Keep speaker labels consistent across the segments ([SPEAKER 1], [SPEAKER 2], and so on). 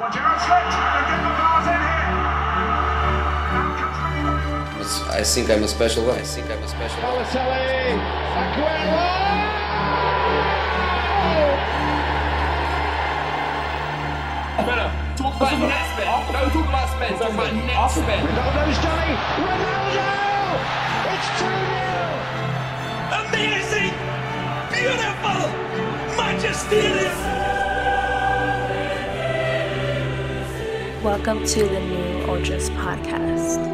[SPEAKER 1] Watch out, slipped, and get the bars in here. Now comes the
[SPEAKER 2] It's- I think I'm a special guy. I think I'm a special guy.
[SPEAKER 3] Balotelli, Aguero!
[SPEAKER 4] Talk about net spend. Don't talk about spend. Talk about net spend.
[SPEAKER 3] Ronaldo's done it! Ronaldo! It's 2-0!
[SPEAKER 5] Amazing! Beautiful! Magisterial!
[SPEAKER 6] Welcome to the New Ultras podcast.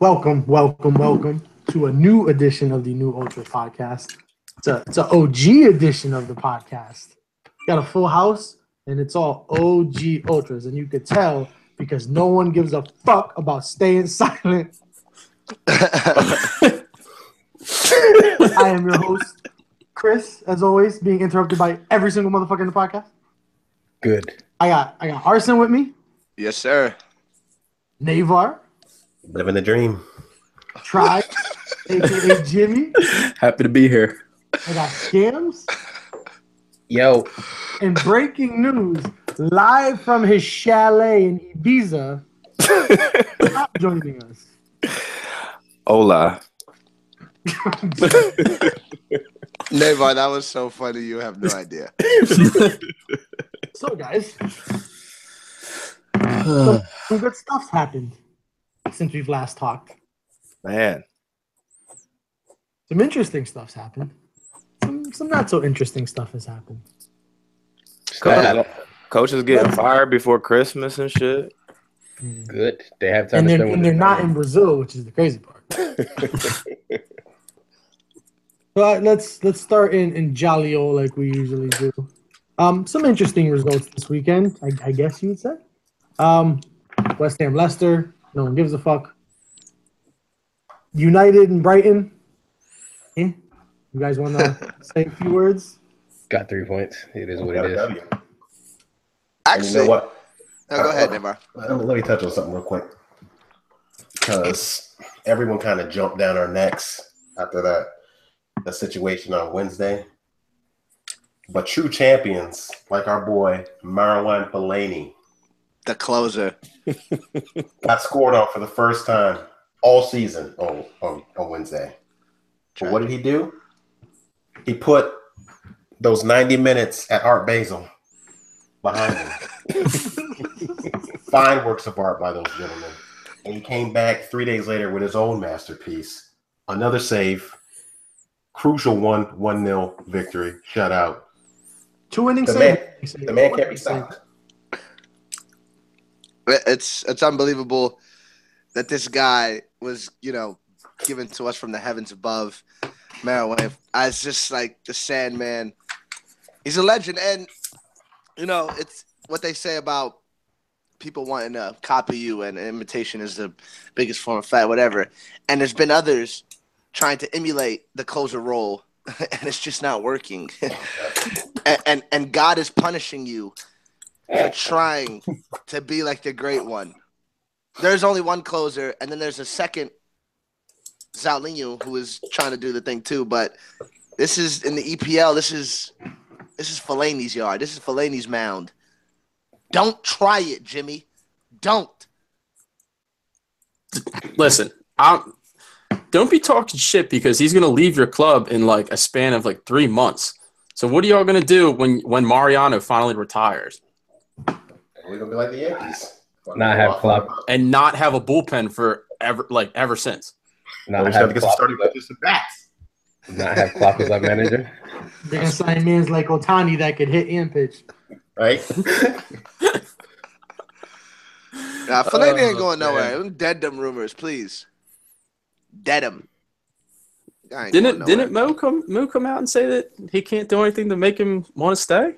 [SPEAKER 7] Welcome, welcome, welcome to a new edition of the New Ultra Podcast. It's a it's an OG edition of the podcast. Got a full house, and it's all OG ultras, and you could tell because no one gives a fuck about staying silent. I am your host, Chris, as always, being interrupted by every single motherfucker in the podcast.
[SPEAKER 8] Good.
[SPEAKER 7] I got I got Arson with me,
[SPEAKER 9] Yes, sir.
[SPEAKER 7] Navar,
[SPEAKER 8] Living the dream.
[SPEAKER 7] Try, aka Jimmy.
[SPEAKER 10] Happy to be here.
[SPEAKER 7] I got Scams.
[SPEAKER 8] Yo.
[SPEAKER 7] And breaking news, live from his chalet in Ibiza, not joining us.
[SPEAKER 10] Hola.
[SPEAKER 9] Neymar, that was so funny. You have no idea.
[SPEAKER 7] So, guys, some, some good stuff's happened since we've last talked.
[SPEAKER 10] Man.
[SPEAKER 7] Some interesting stuff's happened. Some, some not so interesting stuff has happened.
[SPEAKER 8] Good.
[SPEAKER 10] Coaches getting fired before Christmas and shit.
[SPEAKER 8] Good. They have time
[SPEAKER 7] And
[SPEAKER 8] to
[SPEAKER 7] they're,
[SPEAKER 8] spend with
[SPEAKER 7] and they're
[SPEAKER 8] their
[SPEAKER 7] not in
[SPEAKER 8] family.
[SPEAKER 7] Brazil, which is the crazy part. But let's let's start in in Jalio like we usually do. Um, some interesting results this weekend, I, I guess you would say. Um, West Ham, Leicester, no one gives a fuck. United and Brighton. Eh? You guys want to say a few words?
[SPEAKER 8] Got three points. It is what it is. And
[SPEAKER 9] Actually,
[SPEAKER 8] you know what?
[SPEAKER 9] No, go ahead, Neymar.
[SPEAKER 8] Let me, let me touch on something real quick. Because everyone kind of jumped down our necks after that, the situation on Wednesday. But true champions, like our boy Marwan Fellaini,
[SPEAKER 9] The closer.
[SPEAKER 8] got scored on for the first time all season on, on, on Wednesday. But what did he do? He put those 90 minutes at Art Basel behind him. Fine works of art by those gentlemen. And he came back three days later with his own masterpiece. Another save. Crucial one, 1 0 victory. Shout out.
[SPEAKER 7] Two innings.
[SPEAKER 8] The
[SPEAKER 7] saved.
[SPEAKER 8] man, the man can't be stopped.
[SPEAKER 9] It's it's unbelievable that this guy was, you know, given to us from the heavens above. Maryland. I was just like the Sandman. He's a legend, and you know, it's what they say about people wanting to copy you, and imitation is the biggest form of fat, whatever. And there's been others trying to emulate the closer role, and it's just not working. and, and and God is punishing you for trying to be like the great one. There's only one closer, and then there's a second Zalino who is trying to do the thing too. But this is in the EPL. This is this is Fellaini's yard. This is Fellaini's mound. Don't try it, Jimmy. Don't.
[SPEAKER 4] Listen, I'm, don't be talking shit because he's gonna leave your club in like a span of like three months. So what are y'all gonna do when when Mariano finally retires
[SPEAKER 8] We're going to be like the Yankees.
[SPEAKER 10] Not have Klopp.
[SPEAKER 4] and not have a bullpen for ever like ever since?
[SPEAKER 8] Not
[SPEAKER 10] we
[SPEAKER 8] have
[SPEAKER 10] get some
[SPEAKER 8] Klopp.
[SPEAKER 10] starting pitchers and bats.
[SPEAKER 8] Not have Klopp as our manager.
[SPEAKER 7] They're gonna sign man's like Otani that could hit and pitch.
[SPEAKER 8] right?
[SPEAKER 9] Nah, Fellaini ain't
[SPEAKER 4] Oh,
[SPEAKER 9] going nowhere.
[SPEAKER 4] man.
[SPEAKER 9] Them Dead them rumors, please. Dead them.
[SPEAKER 4] Didn't it, didn't Mo come Mo come out and say that he can't do anything to make him want to stay?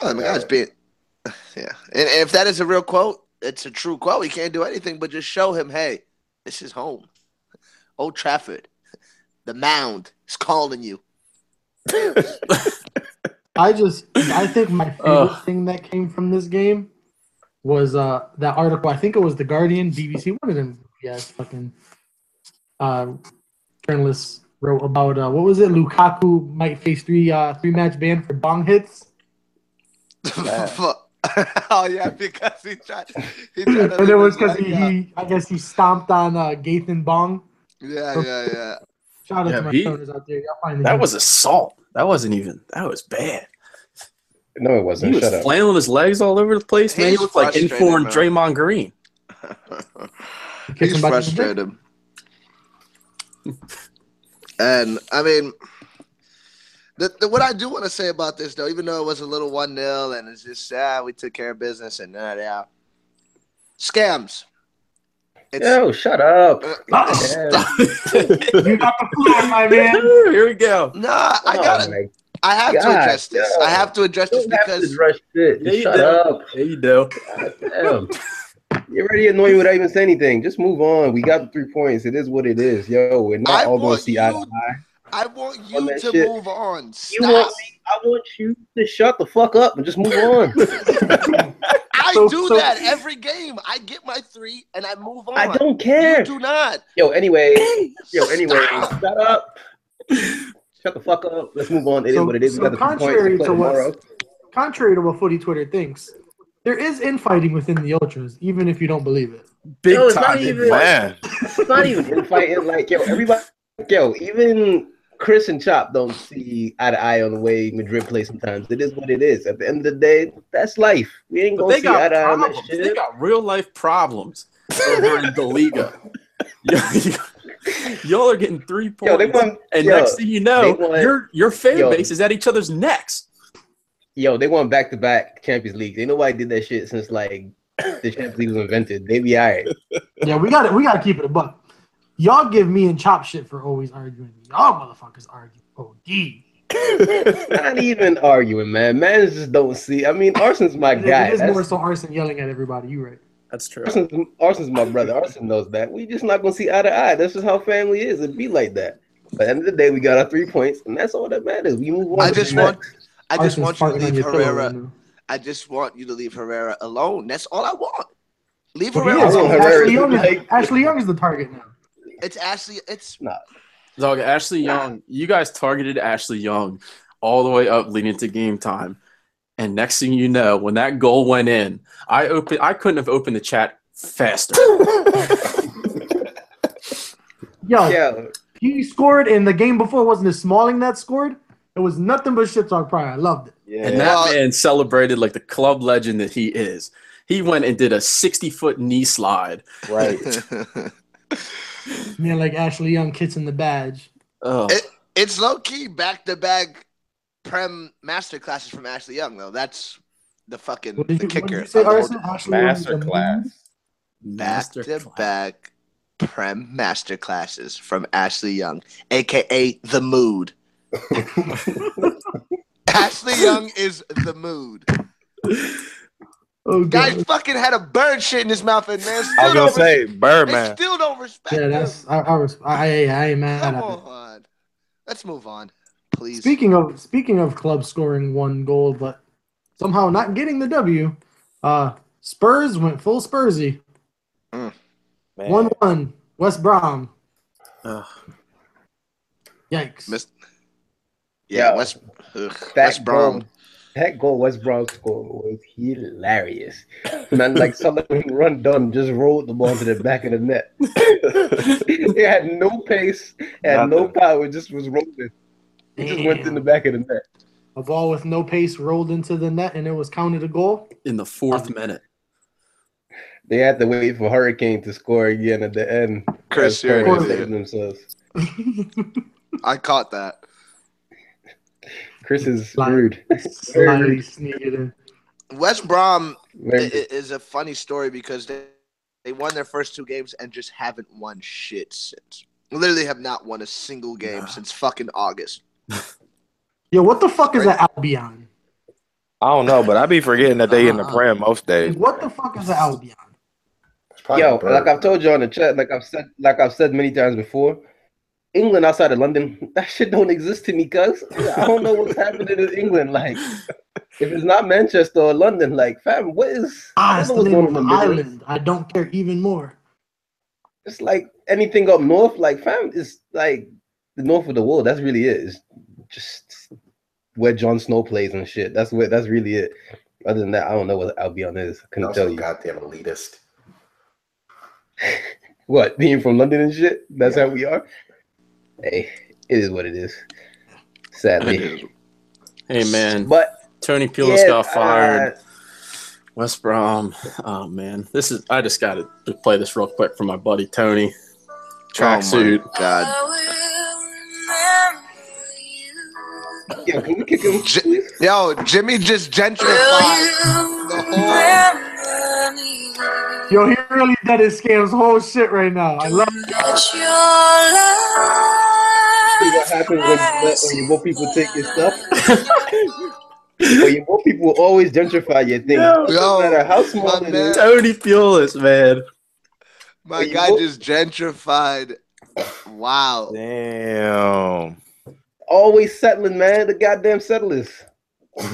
[SPEAKER 9] Oh my
[SPEAKER 7] Uh,
[SPEAKER 9] God, it's being. Yeah, and, and if that is a real quote, it's a true quote. He can't do anything but just show him, hey, this is home, Old Trafford, the mound is calling you.
[SPEAKER 7] I just I think my favorite
[SPEAKER 4] Ugh.
[SPEAKER 7] thing that came from this game was uh that article. I think it was the Guardian, BBC, one of them. Yes, fucking uh, journalists wrote about uh, what was it? Lukaku might face three uh, three match ban for bong hits.
[SPEAKER 9] oh yeah, because he tried. He tried to
[SPEAKER 7] and it was because
[SPEAKER 9] leave
[SPEAKER 7] he,
[SPEAKER 9] his leg
[SPEAKER 7] he, I guess he stomped on uh, Gathan Bong.
[SPEAKER 9] out. Yeah, yeah, yeah.
[SPEAKER 7] Shout out
[SPEAKER 4] Yeah,
[SPEAKER 7] to my
[SPEAKER 4] he-
[SPEAKER 7] stoners out there. Y'all finally
[SPEAKER 4] That was assault. That wasn't even. That was bad.
[SPEAKER 1] No, it
[SPEAKER 4] He
[SPEAKER 1] wasn't.
[SPEAKER 4] was
[SPEAKER 1] Shut up.
[SPEAKER 4] flailing his legs all over the place, man. He
[SPEAKER 9] He's
[SPEAKER 4] looked like
[SPEAKER 9] frustrated,
[SPEAKER 4] informed
[SPEAKER 9] man.
[SPEAKER 4] Draymond Green.
[SPEAKER 7] Kick
[SPEAKER 9] He's
[SPEAKER 7] him back in the dick.
[SPEAKER 9] frustrated. and I mean, the, the, what I do want to say about this though, even though it was a little one 0 and it's just ah, we took care of business and nah, yeah, scams. It's,
[SPEAKER 5] Yo, shut up.
[SPEAKER 9] uh,
[SPEAKER 7] You got the floor, my man.
[SPEAKER 4] Here we go.
[SPEAKER 9] nah, I
[SPEAKER 8] Oh
[SPEAKER 9] got it. I have to
[SPEAKER 5] God,
[SPEAKER 9] address this.
[SPEAKER 5] yo.
[SPEAKER 9] I have to address this because
[SPEAKER 5] rush shit.
[SPEAKER 4] Yeah, you do. There you go.
[SPEAKER 5] Damn.
[SPEAKER 1] You already annoyed me without even saying anything. Just move on. We got the three points. It is what it is. Yo, we're
[SPEAKER 9] I
[SPEAKER 1] not all going
[SPEAKER 9] want
[SPEAKER 1] to see eye to
[SPEAKER 9] you-
[SPEAKER 1] eye.
[SPEAKER 9] I want
[SPEAKER 1] On
[SPEAKER 9] you
[SPEAKER 1] that
[SPEAKER 9] to
[SPEAKER 1] shit.
[SPEAKER 9] move on. Stop.
[SPEAKER 5] You want me? I want you to shut the fuck up and just move on.
[SPEAKER 9] I
[SPEAKER 7] So-
[SPEAKER 9] do
[SPEAKER 7] so-
[SPEAKER 9] that every game. I get my three and I move on.
[SPEAKER 5] I don't care.
[SPEAKER 9] You do not.
[SPEAKER 5] Yo, anyway. Yo, anyway.
[SPEAKER 9] Stop.
[SPEAKER 5] Shut up. Shut the fuck up. Let's move on. It is
[SPEAKER 7] So-
[SPEAKER 5] what it is. we
[SPEAKER 7] so
[SPEAKER 5] got the three points.
[SPEAKER 7] contrary
[SPEAKER 5] Play
[SPEAKER 7] to what-
[SPEAKER 5] tomorrow.
[SPEAKER 7] Contrary to what Footy Twitter thinks, there is infighting within the ultras, even if you don't believe it.
[SPEAKER 4] Big
[SPEAKER 5] No, it's not
[SPEAKER 4] time.
[SPEAKER 5] even-
[SPEAKER 4] Man.
[SPEAKER 5] It's not even infighting. Like, yo, everybody, yo, even Chris and Chop don't see eye to eye on the way Madrid plays sometimes. It is what it is. At the end of the day, that's life. We ain't
[SPEAKER 4] But
[SPEAKER 5] gonna
[SPEAKER 4] they
[SPEAKER 5] see eye
[SPEAKER 4] got
[SPEAKER 5] to eye on that
[SPEAKER 4] problems. They
[SPEAKER 5] shit.
[SPEAKER 4] got real life problems over in the Liga. Y'all are getting three points.
[SPEAKER 5] Yo, they won.
[SPEAKER 4] and
[SPEAKER 5] yo,
[SPEAKER 4] next thing you know,
[SPEAKER 5] they want-
[SPEAKER 4] your your fan
[SPEAKER 5] yo.
[SPEAKER 4] base is at each other's necks.
[SPEAKER 5] yo, they won back to back Champions League. Ain't nobody did that shit since like the Champions League was invented. They be alright.
[SPEAKER 7] Yeah, we got to We got to keep it a buck. Y'all give me and Chop shit for always arguing. Y'all motherfuckers argue. OD.
[SPEAKER 5] Not even arguing, man. Man's just don't see. I mean, Arson's my guy.
[SPEAKER 7] It is
[SPEAKER 5] That's-
[SPEAKER 7] more so Arson yelling at everybody. You right?
[SPEAKER 4] That's true.
[SPEAKER 5] Arson's, Arson's my brother. Arson knows that. We just not gonna see eye to eye. That's just how family is. It be like that. But at the end of the day, we got our three points, and that's all that matters. We move on.
[SPEAKER 9] I
[SPEAKER 5] to
[SPEAKER 9] just
[SPEAKER 5] the
[SPEAKER 9] want.
[SPEAKER 5] next.
[SPEAKER 9] I just want you
[SPEAKER 7] Arson's
[SPEAKER 9] to
[SPEAKER 7] farting on
[SPEAKER 9] leave
[SPEAKER 7] your pillow
[SPEAKER 9] Herrera.
[SPEAKER 7] right now.
[SPEAKER 9] I just want you to leave Herrera alone. That's all I want. Leave
[SPEAKER 7] Well,
[SPEAKER 9] Herrera
[SPEAKER 7] he is.
[SPEAKER 5] on
[SPEAKER 9] alone.
[SPEAKER 5] Herrera.
[SPEAKER 7] Ashley Young, is,
[SPEAKER 5] Like-
[SPEAKER 7] Ashley Young is the target now.
[SPEAKER 9] It's actually it's
[SPEAKER 4] Dog, Ashley Young, you guys targeted Ashley Young all the way up leading to game time. And next thing you know, when that goal went in, I open I couldn't have opened the chat faster.
[SPEAKER 7] Yo,
[SPEAKER 5] Yeah,
[SPEAKER 7] he scored, and the game before wasn't it Smalling that scored? It was nothing but shit talk prior. I loved it.
[SPEAKER 5] yeah.
[SPEAKER 4] And that
[SPEAKER 9] Well-
[SPEAKER 4] man celebrated like the club legend that he is. He went and did a 60 foot knee slide.
[SPEAKER 5] right.
[SPEAKER 7] Man, like Ashley Young kicks in the badge.
[SPEAKER 4] Oh,
[SPEAKER 9] It- it's low key back to back prem master classes from Ashley Young though. That's the fucking
[SPEAKER 7] What
[SPEAKER 9] the
[SPEAKER 7] did you, what did
[SPEAKER 9] kicker.
[SPEAKER 7] you say, Arson? Ashley Young is the
[SPEAKER 5] Masterclass.
[SPEAKER 9] Back to
[SPEAKER 4] masterclass.
[SPEAKER 9] back prem master classes from Ashley Young, aka the mood. Ashley Young is the mood.
[SPEAKER 7] Oh,
[SPEAKER 9] Guy
[SPEAKER 7] God.
[SPEAKER 9] fucking had a bird shit in his mouth and man still
[SPEAKER 5] I was
[SPEAKER 9] don't
[SPEAKER 5] gonna say
[SPEAKER 9] res- they
[SPEAKER 5] Birdman.
[SPEAKER 9] still don't respect
[SPEAKER 7] Yeah,
[SPEAKER 9] him.
[SPEAKER 7] that's I I, was, I, I ain't mad
[SPEAKER 9] Come
[SPEAKER 7] at it.
[SPEAKER 9] on. Let's move on, please.
[SPEAKER 7] Speaking of speaking of club scoring one goal, but somehow not getting the W. Uh, Spurs went full Spursy.
[SPEAKER 5] Man.
[SPEAKER 7] One one. West Brom.
[SPEAKER 4] Ugh.
[SPEAKER 7] Yikes.
[SPEAKER 9] Miss- yeah,
[SPEAKER 5] Yeah.
[SPEAKER 9] West, ugh,
[SPEAKER 5] That
[SPEAKER 9] West Brom.
[SPEAKER 5] goal- that goal West Brom scored was hilarious. Man, like somebody who run done just rolled the ball to the back of the net. it had no pace, had no
[SPEAKER 1] Nothing.
[SPEAKER 5] power, just was rolling. It just went in the back of the net.
[SPEAKER 7] A ball with no pace rolled into the net and it was counted a goal.
[SPEAKER 4] In the fourth minute.
[SPEAKER 1] They had to wait for Hurricane to score again at the end.
[SPEAKER 9] Chris,
[SPEAKER 1] That's
[SPEAKER 9] you're
[SPEAKER 1] Hurricane
[SPEAKER 7] an idiot.
[SPEAKER 1] saving themselves.
[SPEAKER 9] I caught that.
[SPEAKER 1] Chris is
[SPEAKER 7] Lying.
[SPEAKER 1] rude.
[SPEAKER 7] Slightly sneak it in.
[SPEAKER 9] West Brom i-
[SPEAKER 1] Very-
[SPEAKER 9] i- is a funny story because they they won their first two games and just haven't won shit since. Literally, have not won a single game since fucking August.
[SPEAKER 7] Yo, what the fuck is an Albion?
[SPEAKER 11] I don't know, but I be forgetting that they in the
[SPEAKER 1] Ah.
[SPEAKER 4] Uh-uh.
[SPEAKER 11] prem most days.
[SPEAKER 7] Like, what the fuck is an Albion?
[SPEAKER 1] Yo, like I've told you on the chat, like I've said, like I've said many times before, England outside of London, that shit don't exist to me, cuz I don't know what's happening in England. Like, if it's not Manchester or London, like, fam, what is?
[SPEAKER 7] Ah,
[SPEAKER 1] I
[SPEAKER 7] it's
[SPEAKER 1] don't
[SPEAKER 7] the
[SPEAKER 1] know what's
[SPEAKER 7] name
[SPEAKER 1] going on in
[SPEAKER 7] of an
[SPEAKER 1] the Middle East.
[SPEAKER 7] island. I don't care even more.
[SPEAKER 1] It's like anything up north, like, fam, it's like
[SPEAKER 5] the north of the world. That's really it. It's just where Jon Snow plays and shit. That's where. That's really it. Other than that, I don't know what Albion is. I couldn't
[SPEAKER 1] Also
[SPEAKER 5] tell you.
[SPEAKER 1] goddamn elitist.
[SPEAKER 5] What being from London and shit? That's how we are. Hey, it is what it is. Sadly,
[SPEAKER 4] Hey man,
[SPEAKER 5] but
[SPEAKER 4] Tony Pulis
[SPEAKER 5] Yeah, uh,
[SPEAKER 4] got fired. West Brom. Oh man, this is. I just got to play this real quick for my buddy Tony. Tracksuit.
[SPEAKER 9] Oh God.
[SPEAKER 5] Yo, uh, can we kick him?
[SPEAKER 9] Yo, Jimmy just gentrified the whole.
[SPEAKER 7] Yo, he really dead his scams whole shit right now. I love
[SPEAKER 5] See what happens when, when you more people take your stuff? when you more people always gentrify your thing.
[SPEAKER 4] Yo.
[SPEAKER 5] no matter how small
[SPEAKER 9] my
[SPEAKER 5] it
[SPEAKER 9] man,
[SPEAKER 5] is.
[SPEAKER 4] Tony Pulis, man.
[SPEAKER 9] my guy just gentrified. Wow.
[SPEAKER 11] Damn.
[SPEAKER 5] Always settling, man. The goddamn settlers.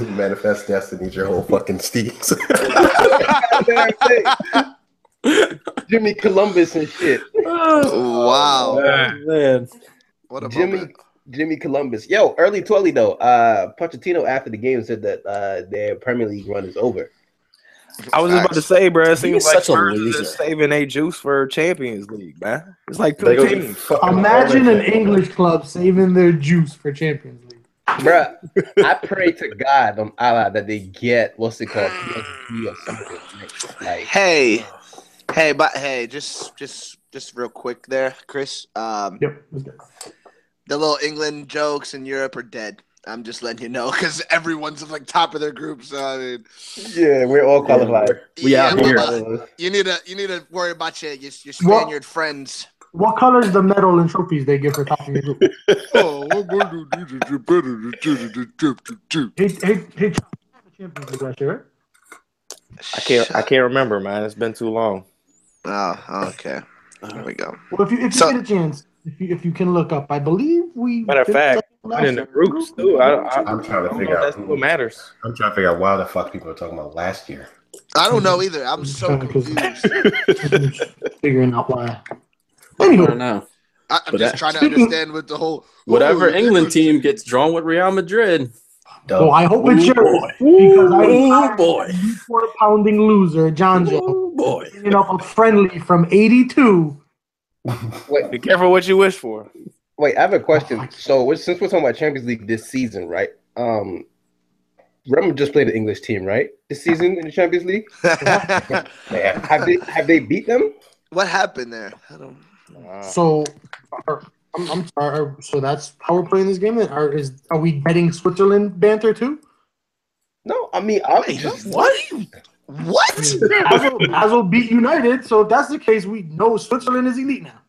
[SPEAKER 1] Manifest destiny's your whole fucking steeds.
[SPEAKER 5] Goddamn thing. Jimmy Columbus and shit.
[SPEAKER 9] Wow.
[SPEAKER 4] Oh, man.
[SPEAKER 9] What a
[SPEAKER 5] Jimmy
[SPEAKER 9] moment.
[SPEAKER 5] Jimmy Columbus. Yo, early twelly though. Uh Pochettino after the game said that uh their Premier League run is over.
[SPEAKER 11] I was just about to say, bro. It seems
[SPEAKER 4] is
[SPEAKER 11] like
[SPEAKER 4] such a
[SPEAKER 11] Spurs are
[SPEAKER 4] loser.
[SPEAKER 11] just saving a juice for Champions League, man. It's like
[SPEAKER 1] They
[SPEAKER 11] two
[SPEAKER 1] go
[SPEAKER 11] teams.
[SPEAKER 7] Imagine an English club saving their juice for Champions League.
[SPEAKER 5] Bruh, I pray to God on Allah that they get what's it called? PSG or something. Like,
[SPEAKER 9] Hey, hey, but hey, just just just real quick there, Chris. Um,
[SPEAKER 7] Yep. that's good.
[SPEAKER 9] the little England jokes in Europe are dead. I'm just letting you know because everyone's like top of their group. So I mean,
[SPEAKER 5] yeah, we're all qualified.
[SPEAKER 11] We out
[SPEAKER 9] but,
[SPEAKER 11] here.
[SPEAKER 9] uh, You need to you need to worry about your your, your
[SPEAKER 7] What?
[SPEAKER 9] Spaniard friends.
[SPEAKER 7] What color is the medal and trophies they get for top of your group?
[SPEAKER 9] oh, I'm gonna do this better than this, this, this, this, this.
[SPEAKER 7] Hey, hey, hey, Champions League last year, right?
[SPEAKER 11] I can't. I can't remember, man. It's been too long.
[SPEAKER 9] Oh, okay. There we go.
[SPEAKER 7] Well, if you if you
[SPEAKER 9] So-
[SPEAKER 7] get a chance, if you if you can look up, I believe we.
[SPEAKER 11] Matter of
[SPEAKER 7] did
[SPEAKER 11] fact,
[SPEAKER 7] that last
[SPEAKER 11] But in the
[SPEAKER 7] year.
[SPEAKER 11] groups too. I, I,
[SPEAKER 1] I'm
[SPEAKER 11] I
[SPEAKER 1] trying to
[SPEAKER 11] don't know
[SPEAKER 1] figure
[SPEAKER 11] if
[SPEAKER 1] out.
[SPEAKER 11] that's
[SPEAKER 1] who-
[SPEAKER 11] what matters.
[SPEAKER 1] I'm trying to figure out why the fuck people are talking about last year.
[SPEAKER 9] I don't know either. I'm so
[SPEAKER 7] Okay, 'cause-
[SPEAKER 9] confused.
[SPEAKER 7] figuring out why.
[SPEAKER 4] I
[SPEAKER 7] Anyway,
[SPEAKER 4] don't know.
[SPEAKER 9] I, I'm
[SPEAKER 4] But
[SPEAKER 9] just
[SPEAKER 4] that-
[SPEAKER 9] trying to understand what the whole oh,
[SPEAKER 4] Whatever
[SPEAKER 9] Ooh,
[SPEAKER 4] England team gets drawn with Real Madrid.
[SPEAKER 1] Dumb.
[SPEAKER 7] so I hope it's yours because I
[SPEAKER 4] Oh boy.
[SPEAKER 7] four pounding loser John Joe
[SPEAKER 4] Oh boy.
[SPEAKER 7] bringing up a friendly from '82.
[SPEAKER 11] Be careful what you wish for.
[SPEAKER 5] Wait, I have a question. So we're, since we're talking about Champions League this season, right? Um, Rem just played the English team, right? This season in the Champions League.
[SPEAKER 1] Man,
[SPEAKER 5] Have they have they beat them?
[SPEAKER 9] what happened there? I don't.
[SPEAKER 11] Uh.
[SPEAKER 7] So, are, I'm, I'm sorry. Are, so that's how we're playing this game. Then, are is are we betting Switzerland banter too?
[SPEAKER 5] No, I mean I'm
[SPEAKER 9] Wait,
[SPEAKER 5] just
[SPEAKER 9] what? What?
[SPEAKER 7] Basel, Basel beat United, so if that's the case, we know Switzerland is elite now.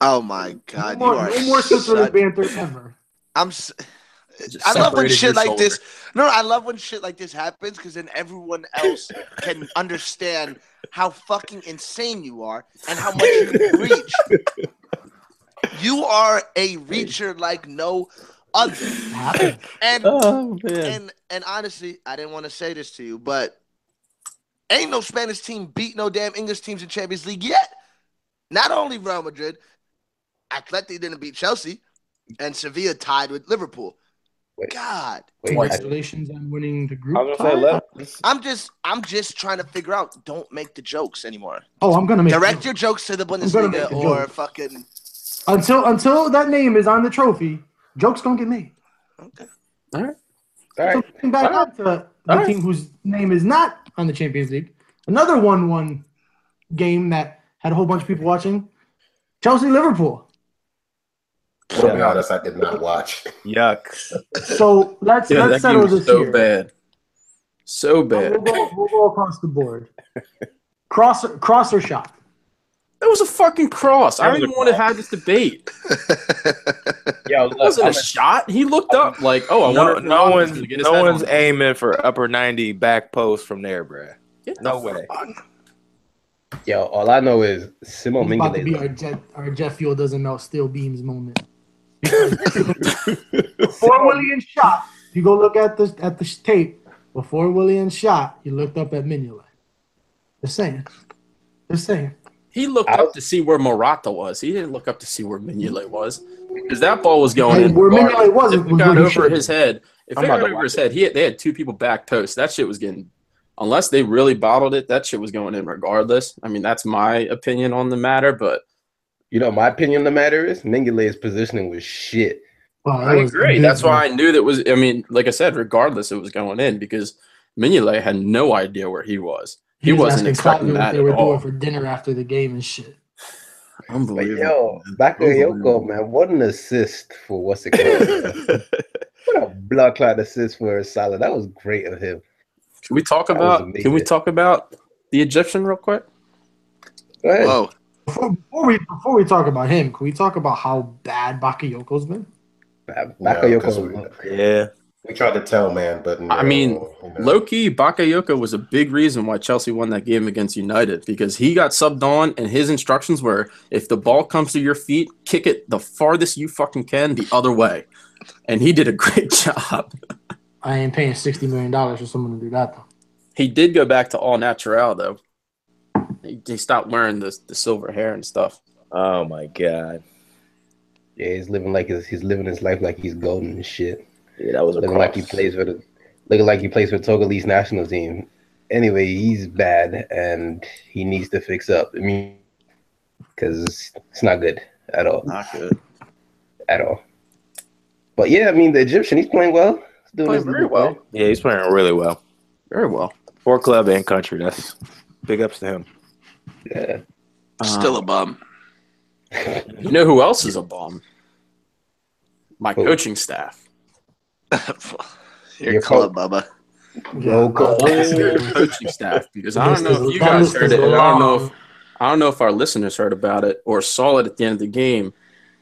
[SPEAKER 9] Oh my God!
[SPEAKER 7] no more,
[SPEAKER 9] you are
[SPEAKER 7] no more Switzerland
[SPEAKER 9] such-
[SPEAKER 7] banter ever.
[SPEAKER 9] I'm. s-
[SPEAKER 4] Just
[SPEAKER 9] I love when
[SPEAKER 4] separated
[SPEAKER 9] shit
[SPEAKER 4] your
[SPEAKER 9] like
[SPEAKER 4] shoulder.
[SPEAKER 9] this. No, I love when shit like this happens because then everyone else can understand how fucking insane you are and how much you reach. You are a reacher like no other. And
[SPEAKER 11] Oh man.
[SPEAKER 9] and and honestly, I didn't want to say this to you, but ain't no Spanish team beat no damn English teams in Champions League yet. Not only Real Madrid, Atleti didn't beat Chelsea, and Sevilla tied with Liverpool.
[SPEAKER 5] Wait.
[SPEAKER 9] God,
[SPEAKER 5] wait, I,
[SPEAKER 7] Congratulations on winning the group.
[SPEAKER 11] I was gonna say,
[SPEAKER 7] tie.
[SPEAKER 11] let,
[SPEAKER 9] I'm just I'm just trying to figure out. Don't make the jokes anymore.
[SPEAKER 7] Oh, I'm gonna make
[SPEAKER 9] Direct your jokes to the
[SPEAKER 7] gonna make
[SPEAKER 9] Bundesliga
[SPEAKER 7] the
[SPEAKER 9] or
[SPEAKER 7] joke.
[SPEAKER 9] fucking.
[SPEAKER 7] until until that name is on the trophy. Jokes don't get made.
[SPEAKER 5] all right.
[SPEAKER 7] So getting back up to the
[SPEAKER 4] Alright.
[SPEAKER 7] team whose name is not on the Champions League. Another one-one game that had a whole bunch of people watching. Chelsea Liverpool.
[SPEAKER 1] to be honest, I did not watch.
[SPEAKER 11] Yuck.
[SPEAKER 7] So let's
[SPEAKER 4] Yeah,
[SPEAKER 7] let's
[SPEAKER 4] that game
[SPEAKER 7] settle
[SPEAKER 4] was
[SPEAKER 7] this
[SPEAKER 4] so
[SPEAKER 7] here.
[SPEAKER 4] bad. So bad.
[SPEAKER 7] We'll go, we'll go across the board. Cross, cross or shot?
[SPEAKER 4] That was a fucking cross. I
[SPEAKER 11] That was
[SPEAKER 4] don't
[SPEAKER 11] a
[SPEAKER 4] even want to have this debate.
[SPEAKER 5] Yo,
[SPEAKER 4] That
[SPEAKER 5] look,
[SPEAKER 4] wasn't
[SPEAKER 5] I'm
[SPEAKER 4] a shot. He looked up like, oh, I
[SPEAKER 11] No,
[SPEAKER 4] wonder. if
[SPEAKER 11] no
[SPEAKER 4] Ronaldo's
[SPEAKER 11] one's
[SPEAKER 4] gonna get his
[SPEAKER 11] no
[SPEAKER 4] head
[SPEAKER 11] one's
[SPEAKER 4] on.
[SPEAKER 11] aiming for upper ninety back post from there, bruh.
[SPEAKER 4] Get
[SPEAKER 11] no
[SPEAKER 4] the
[SPEAKER 11] way.
[SPEAKER 4] fuck.
[SPEAKER 5] a- yo, all I know is Simon
[SPEAKER 7] It's about to be
[SPEAKER 5] Mingele.
[SPEAKER 7] our jet, our jet fuel doesn't melt steel beams moment. before Willian shot, if you go look at this at the sh- tape. Before Willian shot, he looked up at Mignolet. Just saying, just saying.
[SPEAKER 4] He looked
[SPEAKER 5] I-
[SPEAKER 4] up to see where Morata was. He didn't look up to see where Mignolet was. because that ball was going
[SPEAKER 7] Hey,
[SPEAKER 4] in.
[SPEAKER 7] where
[SPEAKER 4] regardless.
[SPEAKER 7] Mignolet was,
[SPEAKER 4] If
[SPEAKER 7] it
[SPEAKER 4] it
[SPEAKER 7] was
[SPEAKER 4] got
[SPEAKER 7] where he
[SPEAKER 4] over
[SPEAKER 7] should-
[SPEAKER 4] his head. If
[SPEAKER 7] I'm
[SPEAKER 4] it
[SPEAKER 7] about
[SPEAKER 4] got
[SPEAKER 7] to
[SPEAKER 4] over his head, he had, they had two people back post. That shit was getting. Unless they really bottled it, that shit was going in regardless. I mean, that's my opinion on the matter, but
[SPEAKER 5] you know, my opinion on the matter is Mingele's positioning was shit.
[SPEAKER 4] I agree. That's why I knew that was. I mean, like I said, regardless, it was going in because Mignolet had no idea where he was. He,
[SPEAKER 7] was
[SPEAKER 4] wasn't
[SPEAKER 7] asking
[SPEAKER 4] expecting
[SPEAKER 7] Cotton what
[SPEAKER 4] that
[SPEAKER 7] they
[SPEAKER 4] at
[SPEAKER 7] were
[SPEAKER 4] all.
[SPEAKER 7] doing for dinner after the game and shit.
[SPEAKER 4] Unbelievable.
[SPEAKER 5] Yo, Bakayoko, man, what an assist for what's it called? what a blood clot assist for Salah. That was great of him.
[SPEAKER 4] Can we talk
[SPEAKER 5] That was
[SPEAKER 4] about? Can we
[SPEAKER 5] amazing.
[SPEAKER 4] talk about the Egyptian real quick?
[SPEAKER 5] Go ahead.
[SPEAKER 7] Before, before we before we talk about him, can we talk about how bad Bakayoko's been?
[SPEAKER 1] No, 'cause we-
[SPEAKER 11] Yeah.
[SPEAKER 1] We tried to tell, man, but no.
[SPEAKER 4] I mean, Loki Bakayoko was a big reason why Chelsea won that game against United because he got subbed on, and his instructions were: if the ball comes to your feet, kick it the farthest you fucking can the other way. And he did a great job.
[SPEAKER 7] I ain't paying sixty million dollars for someone to do that. Though.
[SPEAKER 4] He did go back to all natural though. He, he stopped wearing the the silver hair and stuff.
[SPEAKER 5] Oh my god. Yeah, he's living like his, he's living his life like he's golden and shit.
[SPEAKER 11] Yeah, that was
[SPEAKER 5] looking like he plays for the looking like he plays for Togolese national team. Anyway, he's bad and he needs to fix up. I mean, because it's not good at all.
[SPEAKER 4] Not good
[SPEAKER 5] at all. But yeah, I mean the Egyptian, he's playing well. He's doing
[SPEAKER 4] Playing
[SPEAKER 5] his
[SPEAKER 4] very
[SPEAKER 5] little
[SPEAKER 4] well.
[SPEAKER 5] thing.
[SPEAKER 11] Yeah, he's playing really well.
[SPEAKER 4] Very well.
[SPEAKER 11] For club and country. That's big ups to him.
[SPEAKER 5] Yeah.
[SPEAKER 9] Still a bum.
[SPEAKER 4] You know who else is a bum? My coaching staff.
[SPEAKER 9] Your,
[SPEAKER 4] Your
[SPEAKER 9] club, Bubba.
[SPEAKER 5] No
[SPEAKER 4] Oh, their coaching staff because I don't
[SPEAKER 9] This
[SPEAKER 4] know
[SPEAKER 9] is-
[SPEAKER 4] if you
[SPEAKER 9] that
[SPEAKER 4] guys
[SPEAKER 9] list
[SPEAKER 4] heard
[SPEAKER 9] is
[SPEAKER 4] it. and I don't know
[SPEAKER 9] long.
[SPEAKER 4] if I don't know if our listeners heard about it or saw it at the end of the game.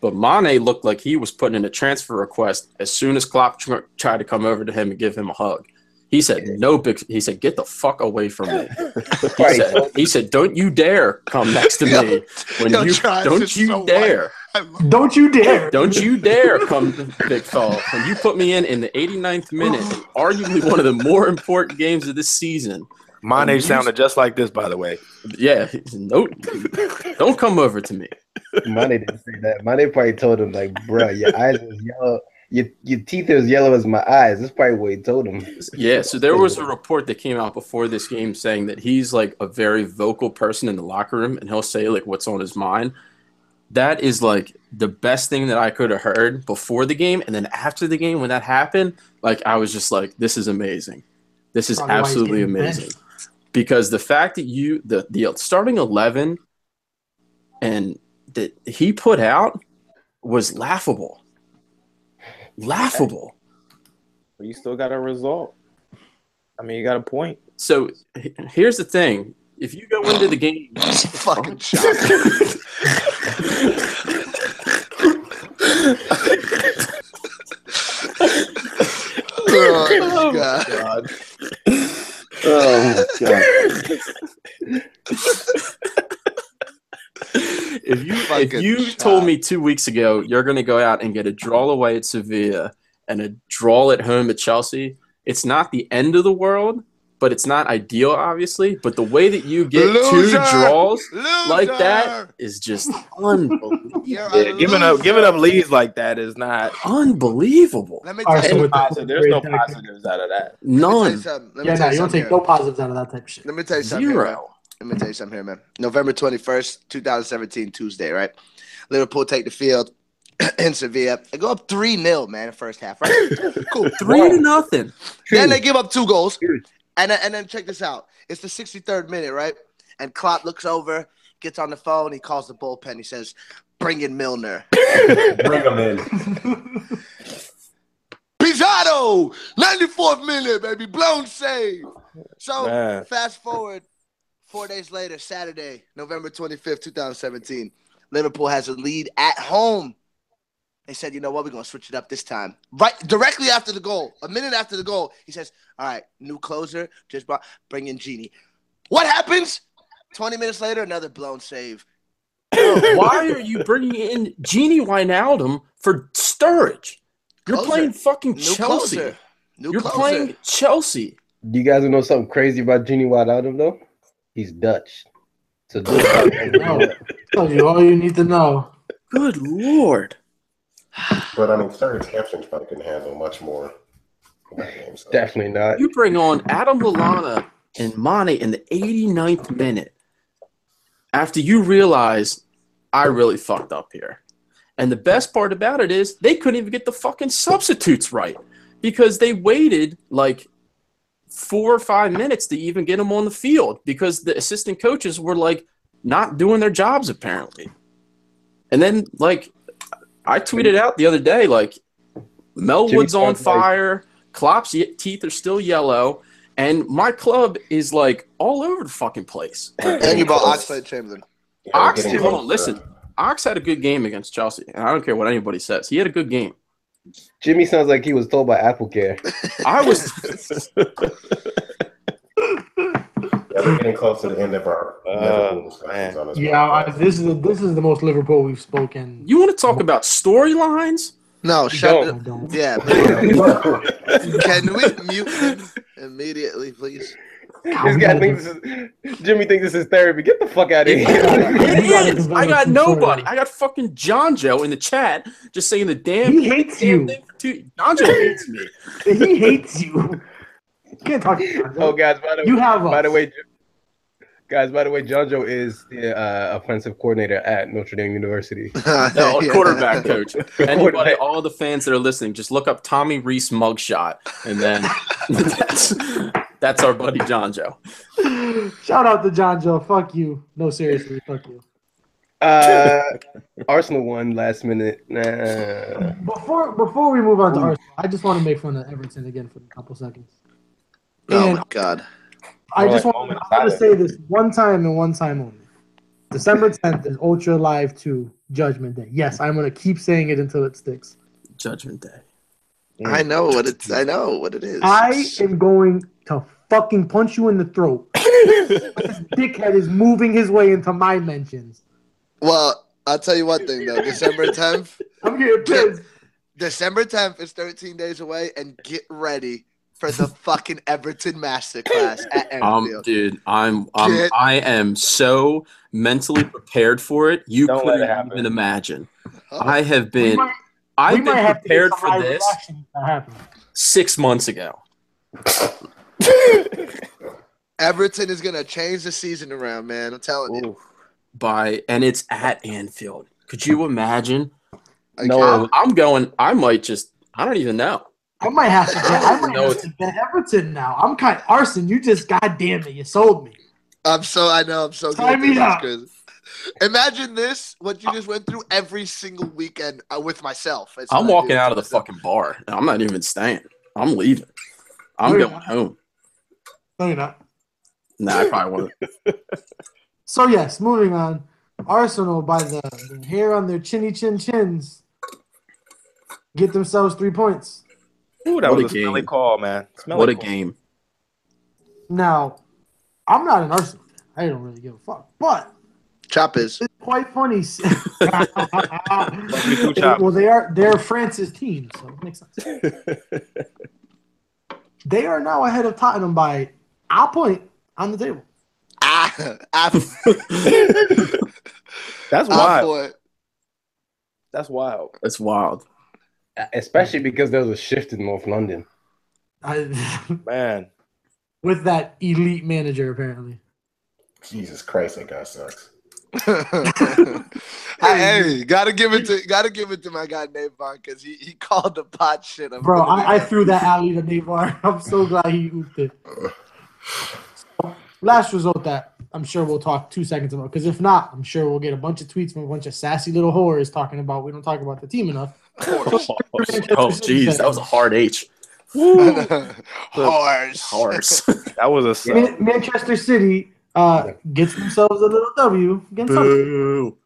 [SPEAKER 4] But Mane looked like he was putting in a transfer request as soon as Klopp tr- tried to come over to him and give him a hug. He said, "No, big." He said, "Get the fuck away from me." He
[SPEAKER 5] Right.
[SPEAKER 4] said, he said, "Don't you dare come next to me when
[SPEAKER 7] yo,
[SPEAKER 4] you
[SPEAKER 7] Travis
[SPEAKER 4] don't
[SPEAKER 7] is
[SPEAKER 4] you
[SPEAKER 7] so
[SPEAKER 4] dare."
[SPEAKER 7] Don't you dare!
[SPEAKER 4] Don't you dare come, big fella. When you put me in in the 89th minute, arguably one of the more important games of this season.
[SPEAKER 11] Mane
[SPEAKER 4] And you-
[SPEAKER 11] sounded just like this, by the way.
[SPEAKER 4] Yeah, no, don't come over to me.
[SPEAKER 5] Mane didn't say that. Mane probably told him like, "Bruh, your eyes is yellow. Your your teeth are as yellow as my eyes." That's probably what he told him.
[SPEAKER 4] Yeah, so there was a report that came out before this game saying that he's like a very vocal person in the locker room and he'll say like what's on his mind. That is like the best thing that I could have heard before the game. And then after the game, when that happened, like I was just like, this is amazing. This is
[SPEAKER 7] Probably why he's
[SPEAKER 4] absolutely
[SPEAKER 7] getting benched.
[SPEAKER 4] amazing. Because the fact that you, the, the starting 11 and that he put out was laughable. Laughable.
[SPEAKER 11] But you still got a result. I mean, you got a point.
[SPEAKER 4] So h- here's the thing: if you go into the game, fucking
[SPEAKER 9] Oh, God.
[SPEAKER 11] Oh my god.
[SPEAKER 4] if you if you told me two weeks ago you're going to go out and get a draw away at Sevilla and a draw at home at Chelsea, it's not the end of the world, but it's not ideal, obviously. But the way that you get
[SPEAKER 11] Loser!
[SPEAKER 4] two draws like that is just unbelievable.
[SPEAKER 11] Yeah, giving up giving up leads like that is not
[SPEAKER 4] unbelievable.
[SPEAKER 9] Let me
[SPEAKER 7] All right, so
[SPEAKER 11] Ain't
[SPEAKER 7] with that-
[SPEAKER 11] positive. There's no positives out of that.
[SPEAKER 4] None.
[SPEAKER 9] Let me
[SPEAKER 7] yeah,
[SPEAKER 9] tell
[SPEAKER 7] no, you don't
[SPEAKER 9] something
[SPEAKER 7] take
[SPEAKER 9] here.
[SPEAKER 7] no positives out of that type of shit.
[SPEAKER 9] Let me tell you something. Here,
[SPEAKER 4] Zero.
[SPEAKER 9] man. Let me tell you something here, man. November 21st, 2017, Tuesday, right? Liverpool take the field in Sevilla. They go up 3 0, man, in the first half, right? cool.
[SPEAKER 4] Three to nothing.
[SPEAKER 9] Then they give up two goals. And then, and then check this out. It's the 63rd minute, right? And Klopp looks over, gets on the phone, he calls the bullpen. He says, Bring in Milner.
[SPEAKER 1] Bring him in.
[SPEAKER 9] Pizarro, 94th minute, baby. Blown save.
[SPEAKER 4] Oh.
[SPEAKER 9] So
[SPEAKER 11] Man.
[SPEAKER 9] fast forward four days later, Saturday, November 25th, 2017. Liverpool has a lead at home. They said, you know what, we're gonna switch it up this time. Right directly after the goal, a minute after the goal, he says, All right, new closer, just brought bring in Genie. What happens? 20 minutes later, another blown save.
[SPEAKER 4] Why are you bringing in Genie Wijnaldum for Sturridge? You're
[SPEAKER 9] Closer.
[SPEAKER 4] playing fucking
[SPEAKER 9] New
[SPEAKER 4] Chelsea.
[SPEAKER 9] closer. New
[SPEAKER 4] You're
[SPEAKER 9] closer.
[SPEAKER 4] playing Chelsea.
[SPEAKER 5] Do you guys know something crazy about Genie Wijnaldum though? He's Dutch. So do
[SPEAKER 7] No. Tell you all you need to know.
[SPEAKER 4] Good lord.
[SPEAKER 1] But I mean, Sergeant Hampton's probably couldn't handle much more.
[SPEAKER 5] Definitely not.
[SPEAKER 4] You bring on Adam Lallana and Mane in the 89th minute after you realize I really fucked up here. And the best part about it is they couldn't even get the fucking substitutes right because they waited like four or five minutes to even get them on the field because the assistant coaches were like not doing their jobs apparently. And then like I tweeted out the other day like Melwood's
[SPEAKER 5] Jimmy
[SPEAKER 4] on
[SPEAKER 5] Clark's
[SPEAKER 4] fire, Klopp's ye- teeth are still yellow, and my club is like all over the fucking place.
[SPEAKER 9] And you bought Oxlade Chamberlain.
[SPEAKER 4] Ox, hold on, listen.
[SPEAKER 1] uh,
[SPEAKER 4] Ox had a good game against Chelsea, and I don't care what anybody says. He had a good game.
[SPEAKER 5] Jimmy sounds like he was told by AppleCare.
[SPEAKER 4] I was
[SPEAKER 1] Yeah, we're getting close to the end of our Liverpool discussions on this.
[SPEAKER 7] Yeah, I, this is the, this is the most Liverpool we've spoken.
[SPEAKER 4] You want to talk about storylines?
[SPEAKER 9] No, shut up. Yeah. please. Can we mute him immediately, please?
[SPEAKER 5] This guy thinks this is, Jimmy thinks this is therapy. Get the fuck out of here.
[SPEAKER 4] It is. I got nobody. I got fucking Jonjo in the chat just saying the damn.
[SPEAKER 7] He hates
[SPEAKER 4] damn
[SPEAKER 7] you.
[SPEAKER 4] Thing for two. Jonjo hates me.
[SPEAKER 7] He hates you. You can't talk. To
[SPEAKER 5] oh, guys, by the
[SPEAKER 7] Uh-huh. You have
[SPEAKER 5] by
[SPEAKER 7] us.
[SPEAKER 5] the way, guys, by the way, Jonjo is the uh, offensive coordinator at Notre Dame University.
[SPEAKER 4] No,
[SPEAKER 9] Yeah.
[SPEAKER 4] quarterback coach. Anybody,
[SPEAKER 5] Quarterback.
[SPEAKER 4] all the fans that are listening, just look up Tommy Reese mugshot, and then that's that's our buddy Jonjo.
[SPEAKER 7] Shout out to John Joe. Fuck you. No, seriously, fuck you.
[SPEAKER 5] Uh, Arsenal won last minute. Nah.
[SPEAKER 7] Before before we move on to Arsenal, I just want to make fun of Everton again for a couple seconds.
[SPEAKER 9] Oh
[SPEAKER 7] And
[SPEAKER 9] my god.
[SPEAKER 7] I
[SPEAKER 11] We're
[SPEAKER 7] just
[SPEAKER 11] like
[SPEAKER 7] want
[SPEAKER 11] moments
[SPEAKER 7] I want to
[SPEAKER 11] silent.
[SPEAKER 7] say this one time and one time only. December 10th is Ultra Live 2 Judgment Day. Yes, I'm going to keep saying it until it sticks.
[SPEAKER 4] Judgment Day.
[SPEAKER 9] I know what it's I know what it is.
[SPEAKER 7] I am going to fucking punch you in the throat. this dickhead is moving his way into my mentions.
[SPEAKER 9] Well, I'll tell you one thing though. December 10th,
[SPEAKER 7] I'm getting pissed.
[SPEAKER 9] December 10th is 13 days away, and get ready for the fucking Everton masterclass at
[SPEAKER 4] Um,
[SPEAKER 9] Anfield.
[SPEAKER 4] dude, I'm, I'm
[SPEAKER 9] Get-
[SPEAKER 4] I am so mentally prered for it. You
[SPEAKER 11] Don't let it
[SPEAKER 4] couldn't
[SPEAKER 11] happen.
[SPEAKER 4] even imagine.
[SPEAKER 9] Oh.
[SPEAKER 4] I
[SPEAKER 7] Uh-huh.
[SPEAKER 4] have
[SPEAKER 7] We
[SPEAKER 4] been.
[SPEAKER 7] might- we
[SPEAKER 4] I've
[SPEAKER 7] might
[SPEAKER 4] been
[SPEAKER 7] have to get
[SPEAKER 4] prepared
[SPEAKER 7] some
[SPEAKER 4] for
[SPEAKER 7] live
[SPEAKER 4] this
[SPEAKER 7] reaction to happen.
[SPEAKER 4] six months ago.
[SPEAKER 9] Everton is gonna change the season around, man. I'm telling you.
[SPEAKER 4] by and it's at Anfield. Could you imagine? Oh,
[SPEAKER 9] Like,
[SPEAKER 11] No.
[SPEAKER 9] I-
[SPEAKER 4] I'm, I'm going. I might just. I don't even know.
[SPEAKER 7] I might have to bet. I might
[SPEAKER 4] No,
[SPEAKER 7] have to bet Everton now. I'm kind arson. You just goddamn it, you sold me.
[SPEAKER 9] I'm so I know I'm so
[SPEAKER 7] Sign
[SPEAKER 9] guilty.
[SPEAKER 7] me
[SPEAKER 9] That's
[SPEAKER 7] up.
[SPEAKER 9] crazy. Imagine this, what you just went through every single weekend uh, with myself. That's
[SPEAKER 4] I'm
[SPEAKER 9] what I
[SPEAKER 4] walking
[SPEAKER 9] do.
[SPEAKER 4] out of the fucking bar. and I'm not even staying. I'm leaving. I'm
[SPEAKER 7] Wait.
[SPEAKER 4] going home.
[SPEAKER 7] No, you're not.
[SPEAKER 4] Nah, I probably won't.
[SPEAKER 7] So yes, moving on. Arsenal by the, the hair on their chinny chin chins get themselves three points.
[SPEAKER 11] Ooh, that
[SPEAKER 4] What
[SPEAKER 11] was
[SPEAKER 4] a
[SPEAKER 11] a smelly
[SPEAKER 4] game.
[SPEAKER 11] call, man. Smelly
[SPEAKER 4] What a
[SPEAKER 11] call.
[SPEAKER 4] game!
[SPEAKER 7] Now, I'm not an Arsenal fan. I don't really give a fuck. But
[SPEAKER 9] Chop is.
[SPEAKER 7] it's quite funny.
[SPEAKER 11] me too, Chop.
[SPEAKER 7] well, they are they're France's team, so it makes sense. they are now ahead of Tottenham by a point on the table.
[SPEAKER 9] Ah, ah,
[SPEAKER 11] That's
[SPEAKER 9] ah,
[SPEAKER 11] wild.
[SPEAKER 9] boy.
[SPEAKER 11] That's wild.
[SPEAKER 4] That's wild.
[SPEAKER 5] Especially because there was a shift in North London.
[SPEAKER 7] I-
[SPEAKER 11] Man.
[SPEAKER 7] with that elite manager, apparently.
[SPEAKER 1] Jesus Christ, that guy sucks.
[SPEAKER 9] hey, gotta give it to gotta give it to my guy Nate Vaughn because he, he called the pot shit. I'm
[SPEAKER 7] Bro,
[SPEAKER 9] gonna be
[SPEAKER 7] I, I
[SPEAKER 9] honest.
[SPEAKER 7] threw that alley to Navar. I'm so glad he ooped it. Last result that I'm sure we'll talk two seconds about because if not, I'm sure we'll get a bunch of tweets from a bunch of sassy little whores talking about we don't talk about the team enough.
[SPEAKER 4] Oh, jeez, that was a hard H.
[SPEAKER 9] Horse.
[SPEAKER 4] Horse.
[SPEAKER 11] That was a sub.
[SPEAKER 7] Man- Manchester City uh, gets themselves a little W against Southampton.
[SPEAKER 4] Boo.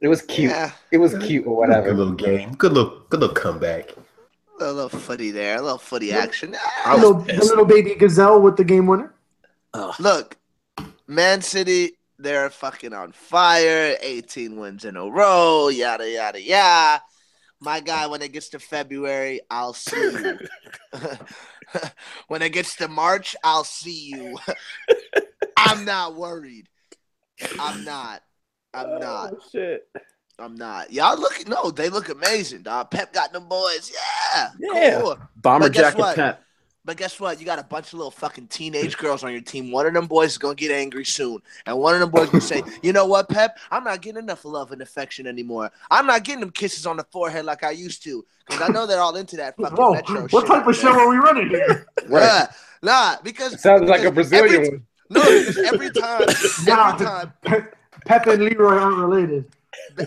[SPEAKER 5] It was cute.
[SPEAKER 9] Yeah,
[SPEAKER 5] It was cute or whatever.
[SPEAKER 1] Good little game. Good little, good little comeback.
[SPEAKER 9] a little footy there, a little footy action.
[SPEAKER 7] A
[SPEAKER 9] Ah,
[SPEAKER 7] little, the little baby gazelle with the game winner.
[SPEAKER 9] Look, Man City, they're fucking on fire. 18 wins in a row. Yada yada yada. My guy, when it gets to February, I'll see you. when it gets to March, I'll see you. I'm not worried. I'm not. I'm not.
[SPEAKER 11] Oh, shit.
[SPEAKER 9] I'm not. Y'all look no, they look amazing, dog. Pep got them boys. Yeah.
[SPEAKER 4] Yeah.
[SPEAKER 9] cool.
[SPEAKER 4] Bomber
[SPEAKER 9] But guess
[SPEAKER 4] jacket
[SPEAKER 9] what?
[SPEAKER 4] Pep.
[SPEAKER 9] But guess what? You got a bunch of little fucking teenage girls on your team. One of them boys is gonna get angry soon, and one of them boys gonna say, "You know what, Pep? I'm not getting enough love and affection anymore. I'm not getting them kisses on the forehead like I used to, because I know they're all into that fucking
[SPEAKER 7] Whoa,
[SPEAKER 9] metro shit.
[SPEAKER 7] what type of show are we running here?
[SPEAKER 9] Yeah, nah, because
[SPEAKER 5] Sounds like a
[SPEAKER 9] because
[SPEAKER 5] Brazilian
[SPEAKER 9] every-
[SPEAKER 5] one.
[SPEAKER 9] No, because every time,
[SPEAKER 7] Nah.
[SPEAKER 9] every time,
[SPEAKER 7] Pep and Leroy aren't related.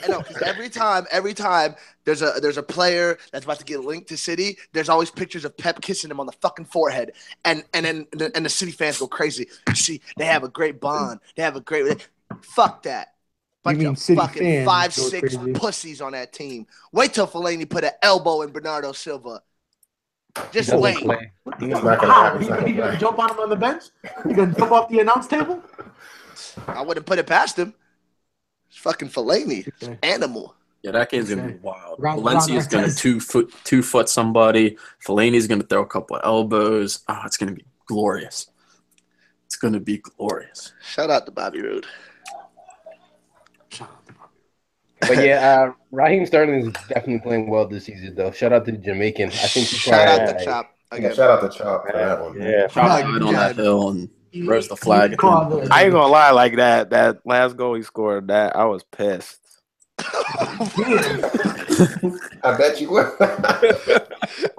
[SPEAKER 9] no, 'cause every time, every time there's a there's a player that's about to get linked to City, there's always pictures of Pep kissing him on the fucking forehead, and and then the, and the City fans go crazy. You see, they have a great bond. They have a great. Fuck that.
[SPEAKER 7] You
[SPEAKER 9] Bunch
[SPEAKER 7] mean
[SPEAKER 9] of
[SPEAKER 7] City
[SPEAKER 9] fucking
[SPEAKER 7] fans
[SPEAKER 9] five
[SPEAKER 7] go
[SPEAKER 9] six
[SPEAKER 7] crazy.
[SPEAKER 9] pussies on that team. Wait till Fellaini put an elbow in Bernardo Silva. Just
[SPEAKER 5] Doesn't
[SPEAKER 9] wait.
[SPEAKER 5] play.
[SPEAKER 1] He's not gonna
[SPEAKER 7] How?
[SPEAKER 1] have.
[SPEAKER 7] Ah, He,
[SPEAKER 1] He's not
[SPEAKER 7] he
[SPEAKER 1] gonna
[SPEAKER 7] gonna
[SPEAKER 1] play.
[SPEAKER 7] jump on him on the bench? He gonna jump off the announce table?
[SPEAKER 9] I wouldn't put it past him. It's fucking Fellaini, It's animal.
[SPEAKER 4] Yeah, that game's gonna be
[SPEAKER 7] Okay.
[SPEAKER 4] wild.
[SPEAKER 7] Round-
[SPEAKER 4] Valencia's
[SPEAKER 7] round-
[SPEAKER 4] gonna two foot two foot somebody. Fellaini's gonna throw a couple of elbows. Oh, it's gonna be glorious. It's gonna be glorious.
[SPEAKER 9] Shout out to Bobby Roode.
[SPEAKER 5] But yeah, uh, Raheem Sterling is definitely playing well this season, though. Shout out to the Jamaican. I think he's
[SPEAKER 9] Shout out
[SPEAKER 5] trying-
[SPEAKER 9] to Chop.
[SPEAKER 1] Yeah,
[SPEAKER 9] Again.
[SPEAKER 1] shout out to Chop for that one. man.
[SPEAKER 11] Yeah.
[SPEAKER 4] Shot
[SPEAKER 9] My
[SPEAKER 4] line on
[SPEAKER 9] God.
[SPEAKER 4] that hill and raise the flag.
[SPEAKER 7] Call the-
[SPEAKER 11] I ain't gonna lie, like that that last goal he scored, that I was pissed.
[SPEAKER 1] I bet you would.
[SPEAKER 7] Bro,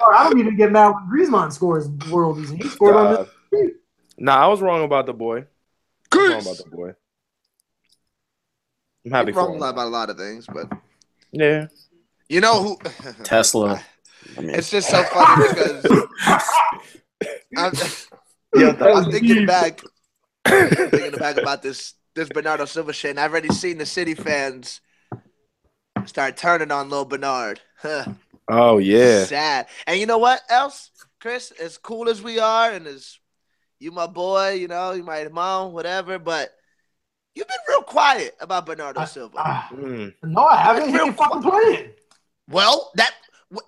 [SPEAKER 7] I don't even get mad when Griezmann scores worldies. and He scored on this.
[SPEAKER 11] Uh, nah, I was wrong about the boy. I was wrong about the boy. I'm happy
[SPEAKER 9] You're
[SPEAKER 11] for
[SPEAKER 9] wrong
[SPEAKER 11] him.
[SPEAKER 9] about a lot of things, but
[SPEAKER 11] Yeah.
[SPEAKER 9] you know who?
[SPEAKER 4] Tesla. I mean,
[SPEAKER 9] it's just so funny because I'm,
[SPEAKER 5] Yeah, that
[SPEAKER 9] I'm thinking back, I'm thinking back about this this Bernardo Silva shit, and I've already seen the City fans start turning on Lil Bernard. Huh.
[SPEAKER 11] Oh yeah.
[SPEAKER 9] Sad. And you know what else, Chris? As cool as we are, and as you my boy, you know, you my mom, whatever, but you've been real quiet about Bernardo Silva.
[SPEAKER 7] Ah,
[SPEAKER 11] Mm.
[SPEAKER 7] no, I haven't. He ain't fucking playing.
[SPEAKER 9] Well, that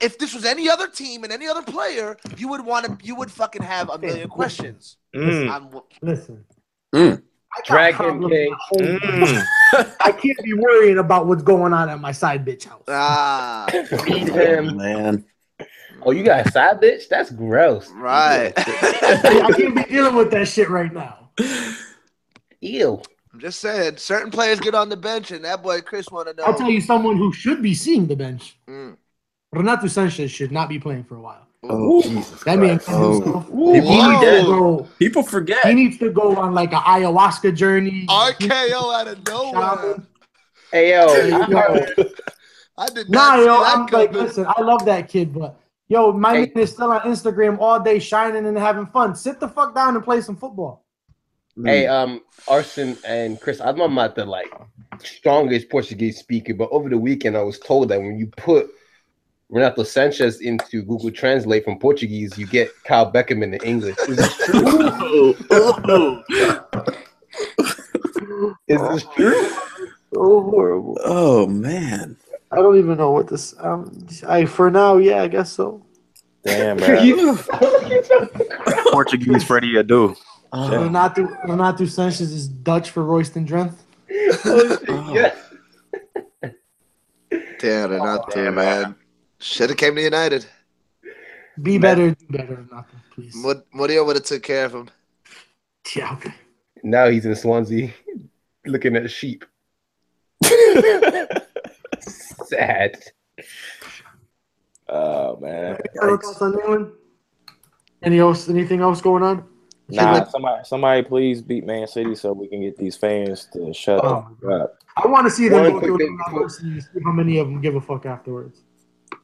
[SPEAKER 9] if this was any other team and any other player, you would want to, you would fucking have a million questions.
[SPEAKER 8] Hmm.
[SPEAKER 11] Mm.
[SPEAKER 9] I'm,
[SPEAKER 7] Listen.
[SPEAKER 4] Mm.
[SPEAKER 7] I got
[SPEAKER 5] Drag him,
[SPEAKER 7] problems
[SPEAKER 5] Kay.
[SPEAKER 7] my whole
[SPEAKER 11] Mm.
[SPEAKER 7] I can't be worrying about what's going on at my side bitch house.
[SPEAKER 9] ah,
[SPEAKER 5] beat uh, him.
[SPEAKER 4] man.
[SPEAKER 5] Oh, you got a side bitch? That's gross.
[SPEAKER 9] right.
[SPEAKER 7] I can't be dealing with that shit right now.
[SPEAKER 5] Ew.
[SPEAKER 9] I'm just saying, certain players get on the bench, and that boy Chris want to know.
[SPEAKER 7] I'll tell you someone who should be seeing the bench.
[SPEAKER 9] Mm.
[SPEAKER 7] Renato Sanchez should not be playing for a while.
[SPEAKER 4] Oh,
[SPEAKER 1] Jesus
[SPEAKER 7] That man
[SPEAKER 1] Christ.
[SPEAKER 4] Oh.
[SPEAKER 7] himself.
[SPEAKER 5] Ooh,
[SPEAKER 7] he,
[SPEAKER 9] wow.
[SPEAKER 7] needs to go,
[SPEAKER 4] People
[SPEAKER 7] he
[SPEAKER 4] forget.
[SPEAKER 7] needs to go on like an ayahuasca journey.
[SPEAKER 9] RKO out of nowhere.
[SPEAKER 5] Hey, yo. I
[SPEAKER 7] Yo.
[SPEAKER 5] heard-
[SPEAKER 9] I did not
[SPEAKER 7] Nah,
[SPEAKER 9] see
[SPEAKER 7] yo,
[SPEAKER 9] that
[SPEAKER 7] I'm like,
[SPEAKER 9] coming.
[SPEAKER 7] listen, I love that kid, but yo, my
[SPEAKER 5] Hey.
[SPEAKER 7] man is still on Instagram all day shining and having fun. Sit the fuck down and play some football.
[SPEAKER 5] hey, um, Arson and Chris, I'm not the like strongest Portuguese speaker, but over the weekend I was told that when you put Renato Sanchez into Google Translate from Portuguese, you get Kyle Beckham into English. Is this true?
[SPEAKER 4] Oh,
[SPEAKER 5] Is this true?
[SPEAKER 7] So horrible.
[SPEAKER 4] Oh man.
[SPEAKER 7] I don't even know what this. Um, I for now, yeah, I guess so.
[SPEAKER 11] Damn, man. Portuguese Freddie Adu.
[SPEAKER 4] Oh,
[SPEAKER 7] Renato Renato Sanchez is Dutch for Royston Drenthe.
[SPEAKER 4] Oh.
[SPEAKER 5] yeah.
[SPEAKER 9] Damn, they're not there, man. Should have came to United.
[SPEAKER 7] Be better, do better, Renato, please.
[SPEAKER 9] Mud- Murillo would have took care of him.
[SPEAKER 7] Yeah, okay.
[SPEAKER 5] Now he's in Swansea looking at sheep. Sad.
[SPEAKER 11] Oh man.
[SPEAKER 7] Other thoughts on that one? Any else? Anything else going on?
[SPEAKER 11] Nah, somebody, somebody, please beat Man City so we can get these fans to
[SPEAKER 8] Uh,
[SPEAKER 11] shut
[SPEAKER 7] Oh,
[SPEAKER 11] the fuck up.
[SPEAKER 7] I want to see them
[SPEAKER 5] One
[SPEAKER 7] go
[SPEAKER 5] quick
[SPEAKER 7] through
[SPEAKER 5] thing
[SPEAKER 7] the
[SPEAKER 5] before-
[SPEAKER 7] numbers and see how many of them give a fuck afterwards.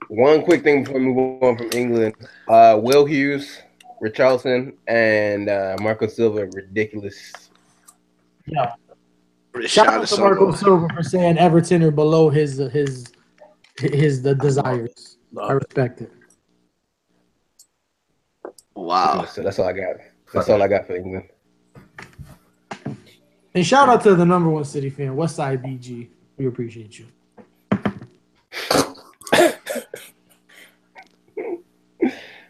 [SPEAKER 5] One quick thing before we move on from England. Uh, Will Hughes, Richarlison, and uh, Marco Silva, ridiculous.
[SPEAKER 7] Yeah. Shout out to
[SPEAKER 9] Richarlison.
[SPEAKER 7] Marco Silva for saying Everton are below his his his the desires. I respect it.
[SPEAKER 9] Wow.
[SPEAKER 5] So that's all I got. That's all I got for England.
[SPEAKER 7] And shout out to the number one City fan, Westside BG. We appreciate you.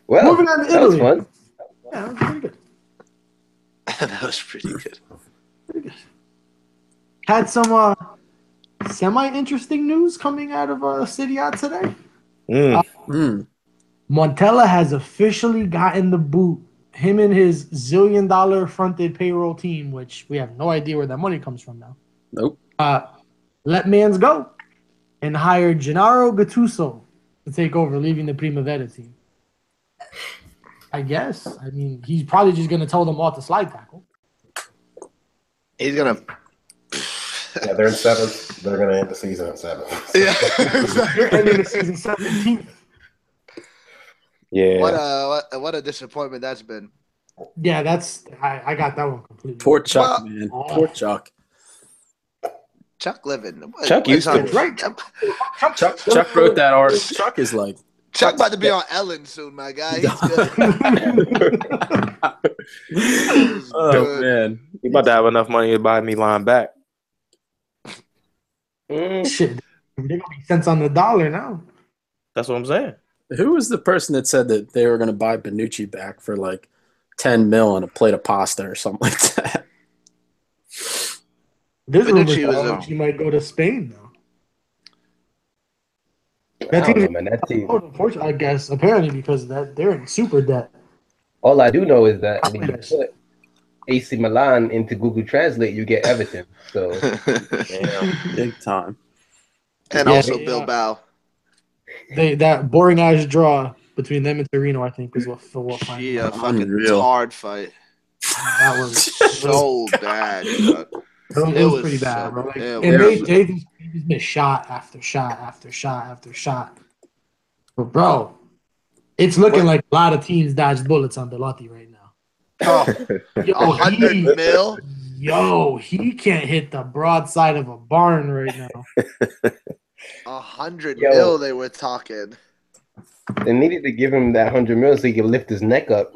[SPEAKER 5] Well,
[SPEAKER 7] Moving on to
[SPEAKER 5] that was
[SPEAKER 7] Italy.
[SPEAKER 5] fun.
[SPEAKER 7] Yeah, that was pretty good.
[SPEAKER 9] that was pretty good.
[SPEAKER 7] Had some uh semi interesting news coming out of uh, City Out today.
[SPEAKER 11] Mm.
[SPEAKER 7] Montella has officially gotten the boot. Him and his zillion dollar fronted payroll team, which we have no idea where that money comes from now.
[SPEAKER 4] Nope.
[SPEAKER 7] Uh, let Mans go and hire Gennaro Gattuso to take over, leaving the Primavera team. I guess. I mean, he's probably just going to tell them all to slide tackle.
[SPEAKER 9] He's gonna.
[SPEAKER 1] Yeah, they're in seventh. They're gonna end the season in seventh.
[SPEAKER 9] Yeah.
[SPEAKER 7] They're ending the season 17th.
[SPEAKER 11] Yeah.
[SPEAKER 9] What a what, what a disappointment that's been.
[SPEAKER 7] Yeah, that's. I, I got that one completely.
[SPEAKER 4] Poor Chuck,
[SPEAKER 9] Well-
[SPEAKER 4] man. Poor Chuck.
[SPEAKER 9] Chuck Livin. What-
[SPEAKER 11] Chuck
[SPEAKER 9] what's
[SPEAKER 11] used to
[SPEAKER 9] on-
[SPEAKER 11] be-
[SPEAKER 9] Right.
[SPEAKER 4] Chuck, Chuck wrote that article. Chuck is like,
[SPEAKER 9] Chuck about to be on Ellen soon, my guy. He's good. He's
[SPEAKER 4] oh
[SPEAKER 9] good.
[SPEAKER 4] man,
[SPEAKER 11] You about to have enough money to buy me line back.
[SPEAKER 7] Shit. They're going to be cents on the dollar now.
[SPEAKER 11] That's what I'm saying.
[SPEAKER 4] who was the person that said that they were going to buy Benucci back for like ten mil and a plate of pasta or something like that?
[SPEAKER 7] There's rumors
[SPEAKER 9] Benucci was um,
[SPEAKER 7] that
[SPEAKER 9] a-
[SPEAKER 7] he might go to Spain now.
[SPEAKER 5] I
[SPEAKER 7] That
[SPEAKER 5] don't know,
[SPEAKER 7] team,
[SPEAKER 5] man. That team.
[SPEAKER 7] oh, unfortunately, I guess apparently because that they're in super debt.
[SPEAKER 5] All I do know is that when you put AC Milan into Google Translate, you get Everton. So
[SPEAKER 4] Big time.
[SPEAKER 9] and
[SPEAKER 7] Yeah,
[SPEAKER 9] also
[SPEAKER 7] yeah.
[SPEAKER 9] Bilbao.
[SPEAKER 7] They that boring ass draw between them and Torino, I think, was what for what
[SPEAKER 9] She uh,
[SPEAKER 7] final.
[SPEAKER 9] a fucking
[SPEAKER 4] Unreal.
[SPEAKER 9] hard fight.
[SPEAKER 7] that was.
[SPEAKER 9] So bad. bro.
[SPEAKER 7] It,
[SPEAKER 9] It
[SPEAKER 7] was,
[SPEAKER 9] was
[SPEAKER 7] pretty
[SPEAKER 9] so
[SPEAKER 7] bad, bro. Like,
[SPEAKER 9] bad.
[SPEAKER 7] and
[SPEAKER 9] It
[SPEAKER 7] they,
[SPEAKER 9] was-
[SPEAKER 7] they just they just missed shot after shot after shot after shot. But bro, it's looking like a lot of teams dodged bullets on Belotti right now.
[SPEAKER 9] Oh,
[SPEAKER 7] Yo,
[SPEAKER 9] a hundred
[SPEAKER 7] he,
[SPEAKER 9] mil.
[SPEAKER 7] yo, he can't hit the broadside of a barn right now.
[SPEAKER 9] A hundred
[SPEAKER 5] Yo.
[SPEAKER 9] mil. They were talking.
[SPEAKER 5] they needed to give him that hundred mil so he could lift his neck up.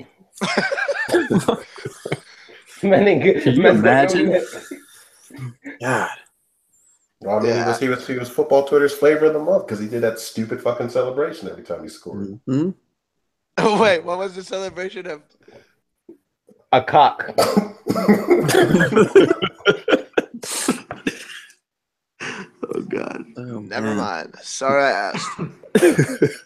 [SPEAKER 5] man, ain't-
[SPEAKER 4] Can you
[SPEAKER 5] man's
[SPEAKER 4] imagine?
[SPEAKER 5] neck-
[SPEAKER 4] God,
[SPEAKER 1] Well, I mean,
[SPEAKER 9] Yeah.
[SPEAKER 1] he was he was he was football Twitter's flavor of the month because he did that stupid fucking celebration every time he scored.
[SPEAKER 4] Mhm.
[SPEAKER 9] Wait, what was the celebration of?
[SPEAKER 5] A cock.
[SPEAKER 9] Oh God.
[SPEAKER 4] Oh,
[SPEAKER 9] Never
[SPEAKER 4] man.
[SPEAKER 9] mind. Sorry I asked.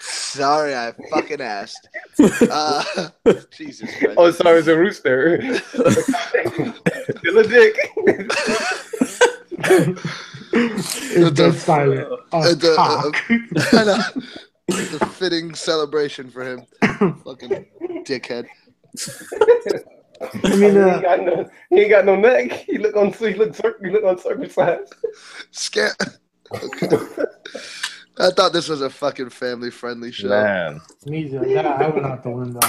[SPEAKER 9] Sorry I fucking asked. Uh, Jesus Christ.
[SPEAKER 5] Oh, sorry, it's a rooster. Still a dick.
[SPEAKER 7] It's dead silent. Oh,
[SPEAKER 9] the-
[SPEAKER 7] cock.
[SPEAKER 9] I know. It's uh, a fitting celebration for him. fucking dickhead.
[SPEAKER 7] I mean,
[SPEAKER 5] he,
[SPEAKER 7] uh,
[SPEAKER 5] ain't got no, he ain't got no neck. He look on. He look. cir- He look uncircumcised.
[SPEAKER 9] Scam. Okay. I thought this was a fucking family friendly show.
[SPEAKER 11] Man.
[SPEAKER 7] me too. That- I went out the window.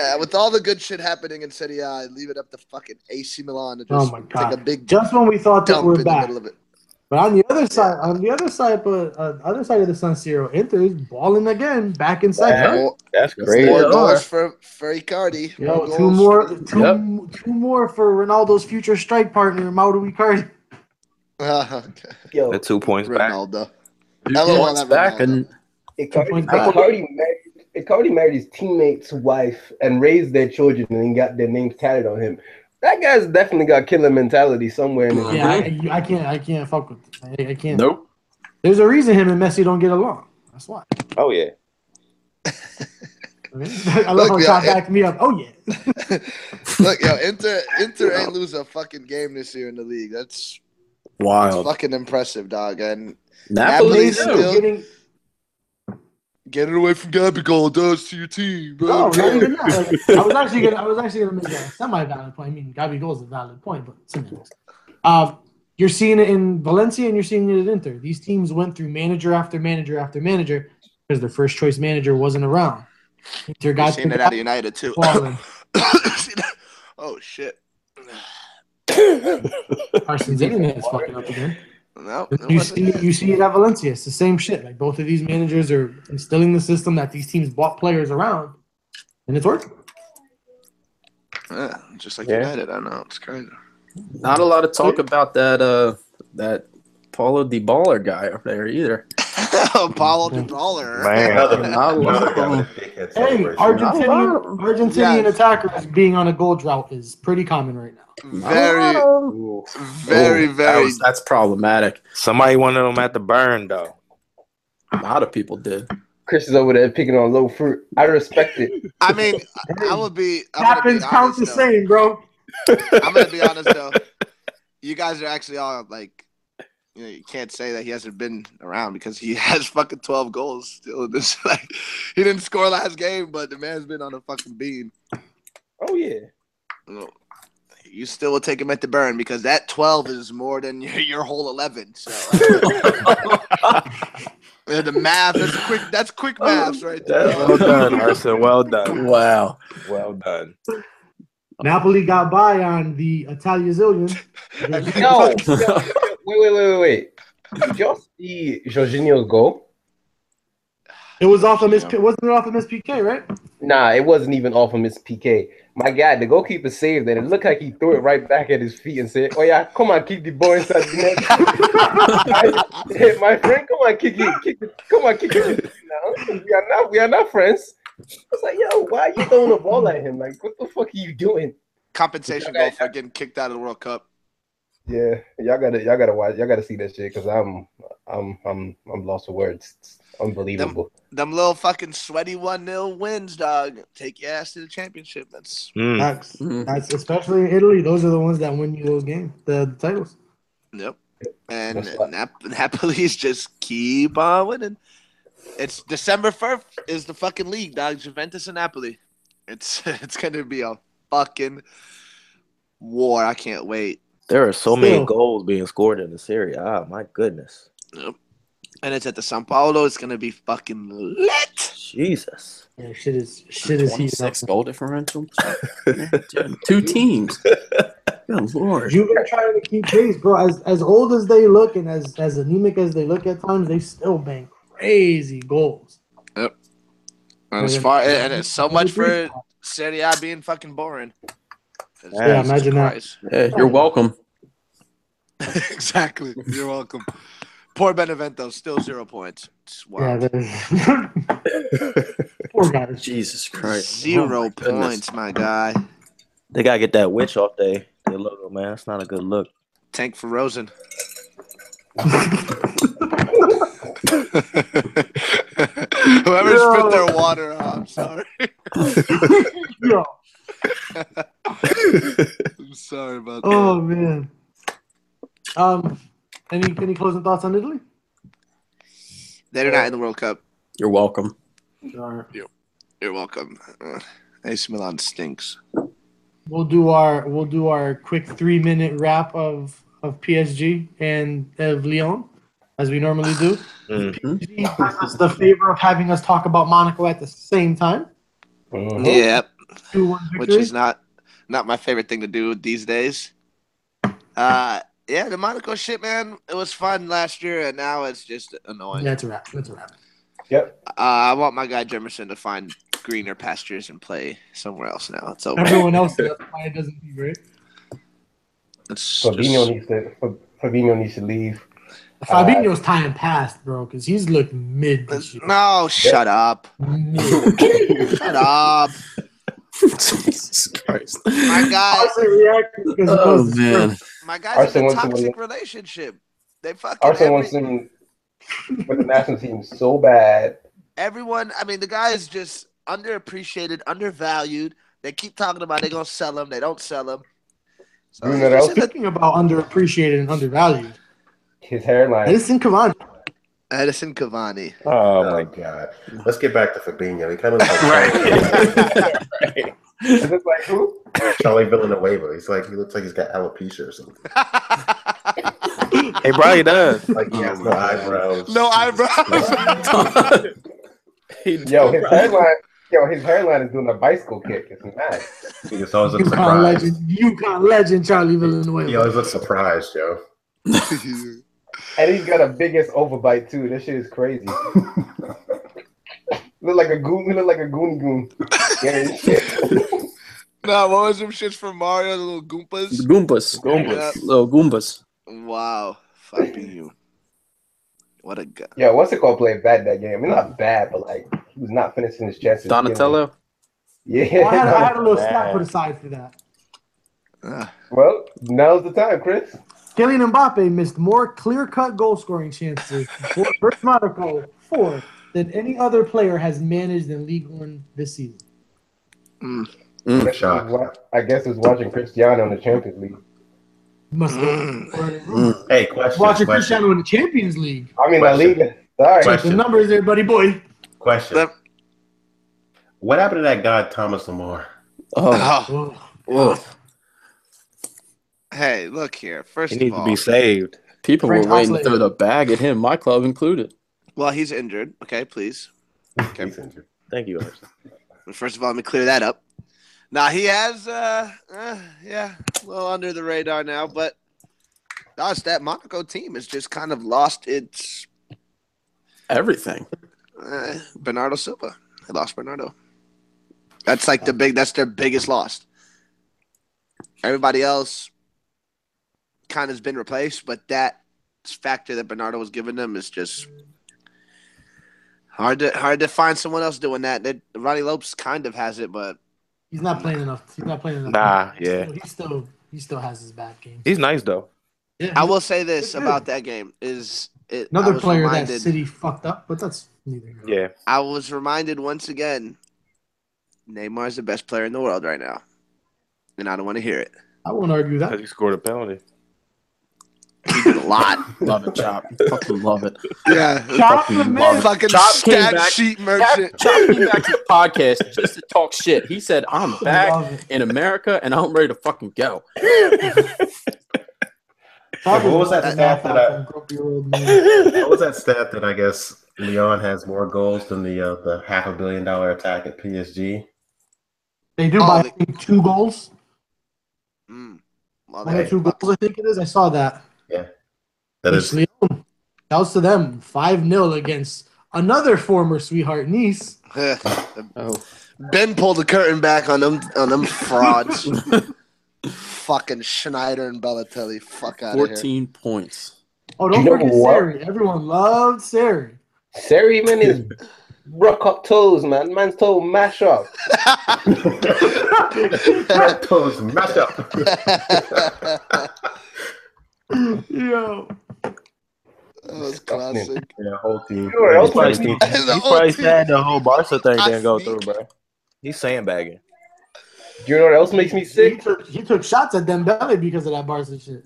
[SPEAKER 9] Uh, with all the good shit happening in Serie A, leave it up to fucking AC Milan to
[SPEAKER 7] Oh
[SPEAKER 9] just
[SPEAKER 7] my
[SPEAKER 9] take a
[SPEAKER 7] god!
[SPEAKER 9] big
[SPEAKER 7] Just when we thought that
[SPEAKER 9] dump
[SPEAKER 7] we're
[SPEAKER 9] in
[SPEAKER 7] back,
[SPEAKER 9] the middle of it.
[SPEAKER 7] But on the other side, on the other side, but uh, other side of the San Siro, Inter is balling again, back in second.
[SPEAKER 9] More,
[SPEAKER 11] That's
[SPEAKER 4] They
[SPEAKER 9] more
[SPEAKER 11] crazy.
[SPEAKER 4] are.
[SPEAKER 9] goals for, for Icardi.
[SPEAKER 7] Yo,
[SPEAKER 9] goals
[SPEAKER 7] two more,
[SPEAKER 9] for-
[SPEAKER 7] two, two more for Ronaldo's future strike partner, Mauro Icardi.
[SPEAKER 9] Uh, okay.
[SPEAKER 5] Yo,
[SPEAKER 11] The two points back.
[SPEAKER 9] Ronaldo.
[SPEAKER 4] Two
[SPEAKER 9] Hello,
[SPEAKER 4] points
[SPEAKER 9] Ronaldo.
[SPEAKER 4] back and
[SPEAKER 5] Icardi,
[SPEAKER 7] points back.
[SPEAKER 5] Icardi, married, Icardi married his teammate's wife and raised their children and then got their names tatted on him. That guy's definitely got killer mentality somewhere in his
[SPEAKER 7] Yeah, I, I can't, I can't fuck with. It. I, I can't.
[SPEAKER 4] nope.
[SPEAKER 7] There's a reason him and Messi don't get along. That's why.
[SPEAKER 11] Oh yeah.
[SPEAKER 7] I, mean, I
[SPEAKER 9] Look,
[SPEAKER 7] love how
[SPEAKER 9] yeah,
[SPEAKER 7] Todd
[SPEAKER 9] it-
[SPEAKER 7] backed me up. Oh yeah,
[SPEAKER 9] Look, yo, Inter Inter ain't lose a fucking game this year in the league. That's, that's
[SPEAKER 4] Wild.
[SPEAKER 9] fucking impressive, dog. And
[SPEAKER 4] Napoli
[SPEAKER 9] Napoli's
[SPEAKER 4] too.
[SPEAKER 9] still-
[SPEAKER 7] getting
[SPEAKER 9] get it away from Gabigol it does to your team, bro.
[SPEAKER 7] no, not even that. Like, I was actually gonna, I was actually gonna make that a semi-valid point. I mean, Gabi Goal is a valid point, but it's semantics. Uh, you're seeing it in Valencia and you're seeing it at Inter. These teams went through manager after manager after manager because their first choice manager wasn't around. Inter
[SPEAKER 9] You're
[SPEAKER 7] got
[SPEAKER 9] seeing it out of United too.
[SPEAKER 7] fallen.
[SPEAKER 9] See that? oh shit.
[SPEAKER 7] Carson's internet's fucking up again.
[SPEAKER 9] No, it
[SPEAKER 7] You
[SPEAKER 9] wasn't
[SPEAKER 7] see,
[SPEAKER 9] that.
[SPEAKER 7] you see it at Valencia. It's the same shit. Like both of these managers are instilling the system that these teams bought players around, and it's working.
[SPEAKER 9] Yeah, just like
[SPEAKER 11] Yeah.
[SPEAKER 9] United, I know it's crazy.
[SPEAKER 4] Not a lot of talk about that. Uh, that Paulo DiBaller guy up there either.
[SPEAKER 9] Apollo the baller.
[SPEAKER 1] Another,
[SPEAKER 4] Not a lot
[SPEAKER 1] another
[SPEAKER 4] of
[SPEAKER 1] guy with
[SPEAKER 4] them.
[SPEAKER 1] a dickhead
[SPEAKER 7] Hey,
[SPEAKER 1] celebration.
[SPEAKER 7] Argentinian, Argentinian
[SPEAKER 9] Yes.
[SPEAKER 7] attackers being on a goal drought is pretty common right now.
[SPEAKER 9] Very,
[SPEAKER 5] Ooh.
[SPEAKER 9] very,
[SPEAKER 4] Ooh, that
[SPEAKER 9] very.
[SPEAKER 4] was- that's problematic.
[SPEAKER 8] Somebody wanted them at the burn though.
[SPEAKER 4] A lot of people did.
[SPEAKER 5] Chris is over there picking on low fruit. I respect it.
[SPEAKER 9] I mean, I would be. I'm gonna
[SPEAKER 7] Happens
[SPEAKER 9] be
[SPEAKER 7] count
[SPEAKER 9] honest,
[SPEAKER 7] the
[SPEAKER 9] though.
[SPEAKER 7] same, bro.
[SPEAKER 9] I'm gonna be honest though. You guys are actually all like, you know, you can't say that he hasn't been around because he has fucking 12 goals still. in This like, he didn't score last game, but the man's been on a fucking beam.
[SPEAKER 11] Oh yeah.
[SPEAKER 9] You still will take him at the burn because that 12 is more than your, your whole 11. So Yeah, the math is quick. That's quick
[SPEAKER 8] Oh,
[SPEAKER 9] maths right there.
[SPEAKER 8] Well done, Arson. Well done.
[SPEAKER 4] Wow.
[SPEAKER 8] Well done.
[SPEAKER 7] Napoli got by on the Italian zillion.
[SPEAKER 5] No. Wait, wait, wait, wait, wait. Did y'all see Jorginho's goal?
[SPEAKER 7] It was off of Miss. P- wasn't it off of Miss PK, right?
[SPEAKER 9] Hmm.
[SPEAKER 5] Nah, it wasn't even off of Miss PK. My God, the goalkeeper saved it. It looked like he threw it right back at his feet and said, "Oh yeah, come on, kick the ball inside the net." I said, my friend, come on, kick it, kick it, come on, kick it. No, we are not, we are not friends. I was like, "Yo, why are you throwing the ball at him? Like, what the fuck are you doing?"
[SPEAKER 9] Compensation goal for getting kicked out of the World Cup.
[SPEAKER 5] Yeah, y'all gotta, y'all gotta watch, y'all gotta see that shit because I'm, I'm, I'm, I'm lost for words. It's unbelievable.
[SPEAKER 9] Them little fucking sweaty 1 0 wins, dog. Take your ass to the championship. That's
[SPEAKER 8] Mm.
[SPEAKER 7] That's,
[SPEAKER 4] Mm-hmm.
[SPEAKER 7] that's especially in Italy. Those are the ones that win you those games, the, the titles.
[SPEAKER 9] Yep. And
[SPEAKER 5] That's what-
[SPEAKER 9] Nap- Napoli's just keep on winning. It's December first is the fucking league, dog. Juventus and Napoli. It's it's gonna be a fucking war. I can't wait.
[SPEAKER 8] There are so many
[SPEAKER 7] Still.
[SPEAKER 8] goals being scored in the Serie. Ah, my goodness.
[SPEAKER 9] And it's at the São Paulo. It's gonna be fucking lit.
[SPEAKER 8] Jesus.
[SPEAKER 7] Yeah, shit is shit is heating up.
[SPEAKER 4] Twenty-six goal differential.
[SPEAKER 1] Mm.
[SPEAKER 4] Two teams. Good lord.
[SPEAKER 7] Juve are trying to keep pace, bro. As as old as they look and as as anemic as they look at times, they still bang crazy goals.
[SPEAKER 9] And it's far and it's so much for Serie A being fucking boring.
[SPEAKER 7] Yeah, imagine that.
[SPEAKER 4] Hey, you're welcome.
[SPEAKER 9] that. exactly. You're welcome. Poor Benevento, still zero points. It's
[SPEAKER 7] Yeah,
[SPEAKER 9] wild.
[SPEAKER 7] they're- poor guys.
[SPEAKER 4] Jesus Christ.
[SPEAKER 9] Zero
[SPEAKER 4] Oh my goodness.
[SPEAKER 9] points, my guy.
[SPEAKER 8] They gotta get that witch off they their logo, man. That's not a good look.
[SPEAKER 9] Tank for Rosen. Whoever spit their water out, I'm sorry.
[SPEAKER 7] Yo,
[SPEAKER 9] I'm sorry about that.
[SPEAKER 7] oh man. Um, any any closing thoughts on Italy?
[SPEAKER 9] They're not in the World Cup.
[SPEAKER 4] You're welcome.
[SPEAKER 7] Or
[SPEAKER 9] You're welcome. Uh, AC Milan stinks.
[SPEAKER 7] we'll do our we'll do our quick three minute wrap of of PSG and of Lyon as we normally do.
[SPEAKER 8] Mm.
[SPEAKER 7] PSG does us the favor of having us talk about Monaco at the same time.
[SPEAKER 5] Mhm.
[SPEAKER 9] Yeah,
[SPEAKER 7] Two one victory.
[SPEAKER 9] which is not not my favorite thing to do these days. Uh, yeah, the Monaco shit, man. It was fun last year, and now it's just annoying.
[SPEAKER 7] yeah, it's a wrap. It's a wrap.
[SPEAKER 9] Uh, I want my guy Jemerson to find greener pastures and play somewhere else now. It's over.
[SPEAKER 7] Everyone else that's why it doesn't be great.
[SPEAKER 9] It's
[SPEAKER 5] Fabinho
[SPEAKER 9] just-
[SPEAKER 5] needs to, Fa- Fabinho needs to leave.
[SPEAKER 9] Uh,
[SPEAKER 7] Fabinho's time passed, bro, because he's looked mid this year.
[SPEAKER 9] No, shut up.
[SPEAKER 7] Mid.
[SPEAKER 9] Shut up.
[SPEAKER 4] Jesus Christ.
[SPEAKER 9] My guy,
[SPEAKER 7] Honestly, reacting because he
[SPEAKER 4] Oh
[SPEAKER 7] knows it's
[SPEAKER 4] man.
[SPEAKER 7] true.
[SPEAKER 9] my guy's in
[SPEAKER 5] Arsenal
[SPEAKER 9] a
[SPEAKER 5] wants to
[SPEAKER 9] toxic
[SPEAKER 5] win.
[SPEAKER 9] relationship. They fucking
[SPEAKER 5] Arsenal
[SPEAKER 9] every,
[SPEAKER 5] wants him for the national team so bad.
[SPEAKER 9] everyone. I mean, the guy is just underappreciated, undervalued. They keep talking about they're gonna sell him. They don't sell him. So
[SPEAKER 5] You
[SPEAKER 9] he's
[SPEAKER 5] know that
[SPEAKER 9] just in
[SPEAKER 7] Speaking about underappreciated and undervalued,
[SPEAKER 5] His hairline.
[SPEAKER 7] Edison Cavani.
[SPEAKER 9] a- Edison Cavani.
[SPEAKER 8] Oh
[SPEAKER 1] Oh my
[SPEAKER 8] my
[SPEAKER 1] god. Let's get back to Fabinho. He kind of like
[SPEAKER 5] Is it like who?
[SPEAKER 1] Charlie Villanueva. He's like he looks like he's got alopecia or something.
[SPEAKER 8] Hey Brian does.
[SPEAKER 1] Like
[SPEAKER 5] Oh,
[SPEAKER 1] he has
[SPEAKER 8] Oh,
[SPEAKER 1] no eyebrows.
[SPEAKER 9] no eyebrows.
[SPEAKER 5] Yo, his hairline. Yo, his hairline is doing a bicycle kick. It's mad.
[SPEAKER 1] He just always looks
[SPEAKER 7] UConn
[SPEAKER 1] surprised.
[SPEAKER 7] legend, UConn legend, Charlie
[SPEAKER 1] He
[SPEAKER 7] Villanueva.
[SPEAKER 1] always looks surprised, yo.
[SPEAKER 5] And he's got a biggest overbite too. This shit is crazy. look like a goon. He look like a goony goon. Yeah, and shit.
[SPEAKER 9] no, what was them shits from Mario? The little Goombas.
[SPEAKER 4] Goombas.
[SPEAKER 9] Goombas.
[SPEAKER 4] Little Goombas.
[SPEAKER 9] Wow, fucking you. What a guy.
[SPEAKER 5] Yeah, what's it called? Playing bad that game. I mean, not bad, but like he was not finishing his chances.
[SPEAKER 4] Donatello.
[SPEAKER 5] Yeah,
[SPEAKER 7] Oh, I, had, I had a little slot put aside for that.
[SPEAKER 8] Oh.
[SPEAKER 5] Well, now's the time, Chris.
[SPEAKER 7] Kylian Mbappe missed more clear-cut goal-scoring chances for versus Monaco four than any other player has managed in League One this season.
[SPEAKER 5] I guess he was wa- I guess he was watching Cristiano in the Champions League.
[SPEAKER 7] Must
[SPEAKER 1] Hey, question.
[SPEAKER 7] watching
[SPEAKER 1] question.
[SPEAKER 7] Cristiano in the Champions League.
[SPEAKER 5] I mean, La
[SPEAKER 1] Question.
[SPEAKER 5] Liga. Sorry.
[SPEAKER 7] Check the
[SPEAKER 1] Question.
[SPEAKER 7] numbers, there, buddy boy.
[SPEAKER 1] Question. What happened to that guy Thomas Lamar?
[SPEAKER 9] Ah.
[SPEAKER 8] Oh,
[SPEAKER 9] Hey, look here. First
[SPEAKER 8] he
[SPEAKER 9] of
[SPEAKER 8] needs to
[SPEAKER 9] all,
[SPEAKER 8] be saved.
[SPEAKER 4] People
[SPEAKER 9] Frank
[SPEAKER 4] were waiting to
[SPEAKER 9] Osley.
[SPEAKER 4] throw the bag at him, my club included.
[SPEAKER 9] well, he's injured. Okay, please. Okay.
[SPEAKER 8] Thank you. Arson.
[SPEAKER 9] But first of all, let me clear that up. Now he has, uh, uh yeah, a little under the radar now, but gosh, that Monaco team has just kind of lost its
[SPEAKER 4] Everything.
[SPEAKER 9] uh, Bernardo Silva. They lost Bernardo. That's like the big. That's their biggest loss. Everybody else kind of has been replaced, but that factor that Bernardo was giving them is just hard to hard to find someone else doing that. They, Ronnie Lopes kind of has it, but
[SPEAKER 7] He's not playing enough. He's not playing enough.
[SPEAKER 8] Nah, yeah.
[SPEAKER 7] He still he still has his bad game.
[SPEAKER 8] He's nice though.
[SPEAKER 9] I will say this
[SPEAKER 7] Good
[SPEAKER 9] about that game is it, I
[SPEAKER 7] Another
[SPEAKER 9] was
[SPEAKER 7] player that
[SPEAKER 9] reminded,
[SPEAKER 7] City fucked up, but that's neither. here nor
[SPEAKER 8] Yeah.
[SPEAKER 9] I was reminded once again, Neymar is the best player in the world right now, and I don't want to hear it.
[SPEAKER 7] there. I won't argue that.
[SPEAKER 8] Because he scored a penalty.
[SPEAKER 9] He did a lot.
[SPEAKER 4] Love it, Chop. Fucking love it.
[SPEAKER 9] yeah,
[SPEAKER 7] Chop the
[SPEAKER 4] Fucking
[SPEAKER 7] man.
[SPEAKER 4] love it.
[SPEAKER 9] fucking
[SPEAKER 4] Chop came
[SPEAKER 9] stat
[SPEAKER 4] back-
[SPEAKER 9] sheet
[SPEAKER 4] Chop,
[SPEAKER 9] merchant.
[SPEAKER 4] Chop came back to the podcast just to talk shit. He said, I'm
[SPEAKER 7] Love
[SPEAKER 4] back
[SPEAKER 7] it.
[SPEAKER 4] in America and I'm ready to fucking go.
[SPEAKER 7] Chop
[SPEAKER 1] What
[SPEAKER 7] is
[SPEAKER 1] was that
[SPEAKER 7] not
[SPEAKER 1] stat that I-
[SPEAKER 7] fucking grumpy old man.
[SPEAKER 1] What was that stat that I guess Leon has more goals than the uh, the half a billion dollar attack at PSG?
[SPEAKER 7] They do
[SPEAKER 9] Oh,
[SPEAKER 7] by I
[SPEAKER 9] they-
[SPEAKER 7] think, two goals.
[SPEAKER 9] Mm. Well,
[SPEAKER 7] One or
[SPEAKER 9] they-
[SPEAKER 7] two goals, I think it is. I saw that.
[SPEAKER 1] That is
[SPEAKER 7] Leon. Shouts to them. 5 0 against another former sweetheart niece.
[SPEAKER 4] Oh.
[SPEAKER 9] ben pulled the curtain back on them on them frauds. fucking Schneider and Bellatelli. Fuck out of here.
[SPEAKER 4] 14 points.
[SPEAKER 7] Oh, don't
[SPEAKER 5] You know
[SPEAKER 7] forget
[SPEAKER 5] what?
[SPEAKER 7] Sari. Everyone loved Sari.
[SPEAKER 5] Sari, man, is rock up toes, man. Man's toe mash up.
[SPEAKER 1] Red Bulls messed up.
[SPEAKER 7] Yo.
[SPEAKER 9] That was classic.
[SPEAKER 1] Yeah, whole team.
[SPEAKER 5] Sure, I'll play
[SPEAKER 1] His team.
[SPEAKER 9] The
[SPEAKER 8] He's
[SPEAKER 9] whole
[SPEAKER 8] probably
[SPEAKER 9] team-
[SPEAKER 8] sad the whole Barca thing
[SPEAKER 9] I
[SPEAKER 8] didn't go through,
[SPEAKER 9] sneak.
[SPEAKER 8] bro. He's sandbagging.
[SPEAKER 5] Do you know what else makes me
[SPEAKER 7] He
[SPEAKER 5] sick? Do
[SPEAKER 7] took, he took shots at Dembele because of that Barca shit.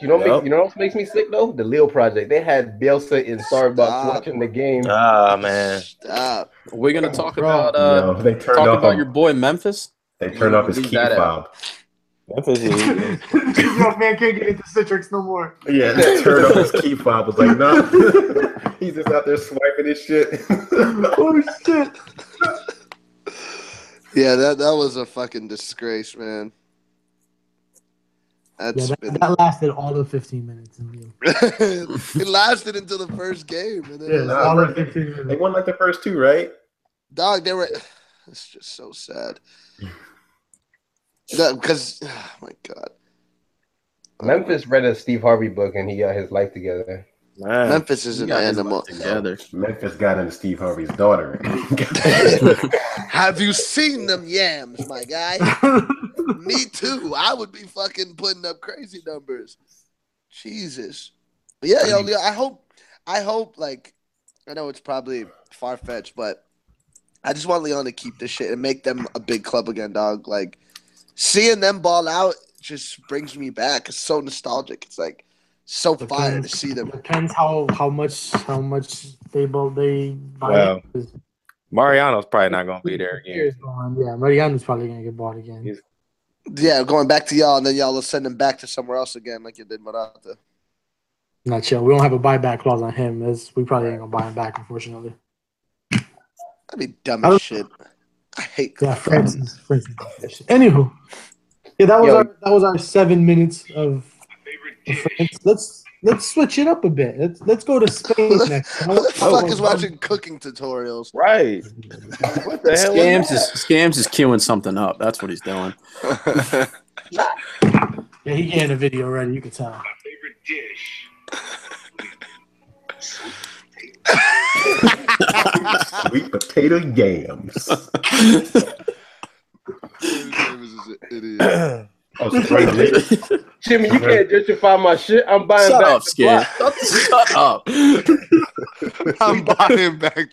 [SPEAKER 5] you know what
[SPEAKER 8] Yup.
[SPEAKER 5] makes, you know what else makes me sick though? The Leo Project. They had Bielsa in Starbucks
[SPEAKER 9] Stop.
[SPEAKER 5] watching the game.
[SPEAKER 8] Ah man.
[SPEAKER 9] Stop.
[SPEAKER 4] We're going to talk
[SPEAKER 7] Bro.
[SPEAKER 4] about uh,
[SPEAKER 1] No, they
[SPEAKER 4] talk
[SPEAKER 1] turned off.
[SPEAKER 4] about
[SPEAKER 1] on-
[SPEAKER 4] your boy Memphis.
[SPEAKER 1] they turned off his
[SPEAKER 4] Leave
[SPEAKER 1] key
[SPEAKER 4] that out.
[SPEAKER 1] fob.
[SPEAKER 8] Memphis is
[SPEAKER 7] Yo, man can't get into Citrix no more.
[SPEAKER 1] Yeah, they turned off his key fob. Was like, no, he's just out there swiping his shit.
[SPEAKER 7] Oh, shit.
[SPEAKER 9] Yeah, that that was a fucking disgrace, man.
[SPEAKER 7] Yeah,
[SPEAKER 9] That's
[SPEAKER 7] that,
[SPEAKER 9] been
[SPEAKER 7] that lasted all of 15 minutes. in the game.
[SPEAKER 9] it lasted until the first game, and then it
[SPEAKER 7] Yeah,
[SPEAKER 9] was
[SPEAKER 1] nah,
[SPEAKER 7] all of
[SPEAKER 1] bro.
[SPEAKER 7] 15
[SPEAKER 1] they
[SPEAKER 7] minutes.
[SPEAKER 1] won like the first two, right?
[SPEAKER 9] Dog, they were. It's just so sad. Because, oh my God,
[SPEAKER 5] Memphis read a Steve Harvey book and he got his life together.
[SPEAKER 8] man.
[SPEAKER 9] Memphis is
[SPEAKER 4] He
[SPEAKER 9] an
[SPEAKER 4] got his
[SPEAKER 9] animal.
[SPEAKER 4] life Together.
[SPEAKER 1] Memphis got into Steve Harvey's daughter.
[SPEAKER 9] Have you seen them yams, my guy? Me too. I would be fucking putting up crazy numbers. Jesus. But yeah, yo, Leo, I hope, I hope, like, I know it's probably far fetched, but I just want Leon to keep this shit and make them a big club again, dog. Like, seeing them ball out just brings me back. It's so nostalgic. It's like so
[SPEAKER 7] The
[SPEAKER 9] fire to
[SPEAKER 7] fans-
[SPEAKER 9] see them.
[SPEAKER 7] Depends how, how much how much they both they buy.
[SPEAKER 8] Wow.
[SPEAKER 7] Because
[SPEAKER 8] Mariano's probably not gonna be there again.
[SPEAKER 7] years gone, Yeah, Mariano's probably gonna get bought again.
[SPEAKER 8] He's-
[SPEAKER 9] Yeah, going back to y'all, and then y'all will send them back to somewhere else again, like you did Morata.
[SPEAKER 7] Not sure. We don't have a buyback clause on him. That's, we probably ain't gonna buy him back, unfortunately.
[SPEAKER 9] That'd be dumb
[SPEAKER 7] I
[SPEAKER 9] as
[SPEAKER 7] don't-
[SPEAKER 9] shit. I hate.
[SPEAKER 7] Yeah, Francis. Francis. Anywho, yeah, that was
[SPEAKER 5] Yo.
[SPEAKER 7] our that was our seven minutes of of France. Let's let's switch it up a bit. Let's let's go to Spain next.
[SPEAKER 9] Who the fuck is watching cooking tutorials?
[SPEAKER 8] Right. What the hell? is
[SPEAKER 4] Scams
[SPEAKER 8] that?
[SPEAKER 4] is scams is queuing something up. That's what he's doing.
[SPEAKER 7] Yeah, he getting a video ready. You can tell.
[SPEAKER 1] Sweet potato yams.
[SPEAKER 5] Jimmy, you can't gentrify my shit. I'm buying
[SPEAKER 1] Shut
[SPEAKER 5] back
[SPEAKER 1] up,
[SPEAKER 5] the
[SPEAKER 1] Skip.
[SPEAKER 5] block.
[SPEAKER 4] Shut up.
[SPEAKER 9] I'm buying back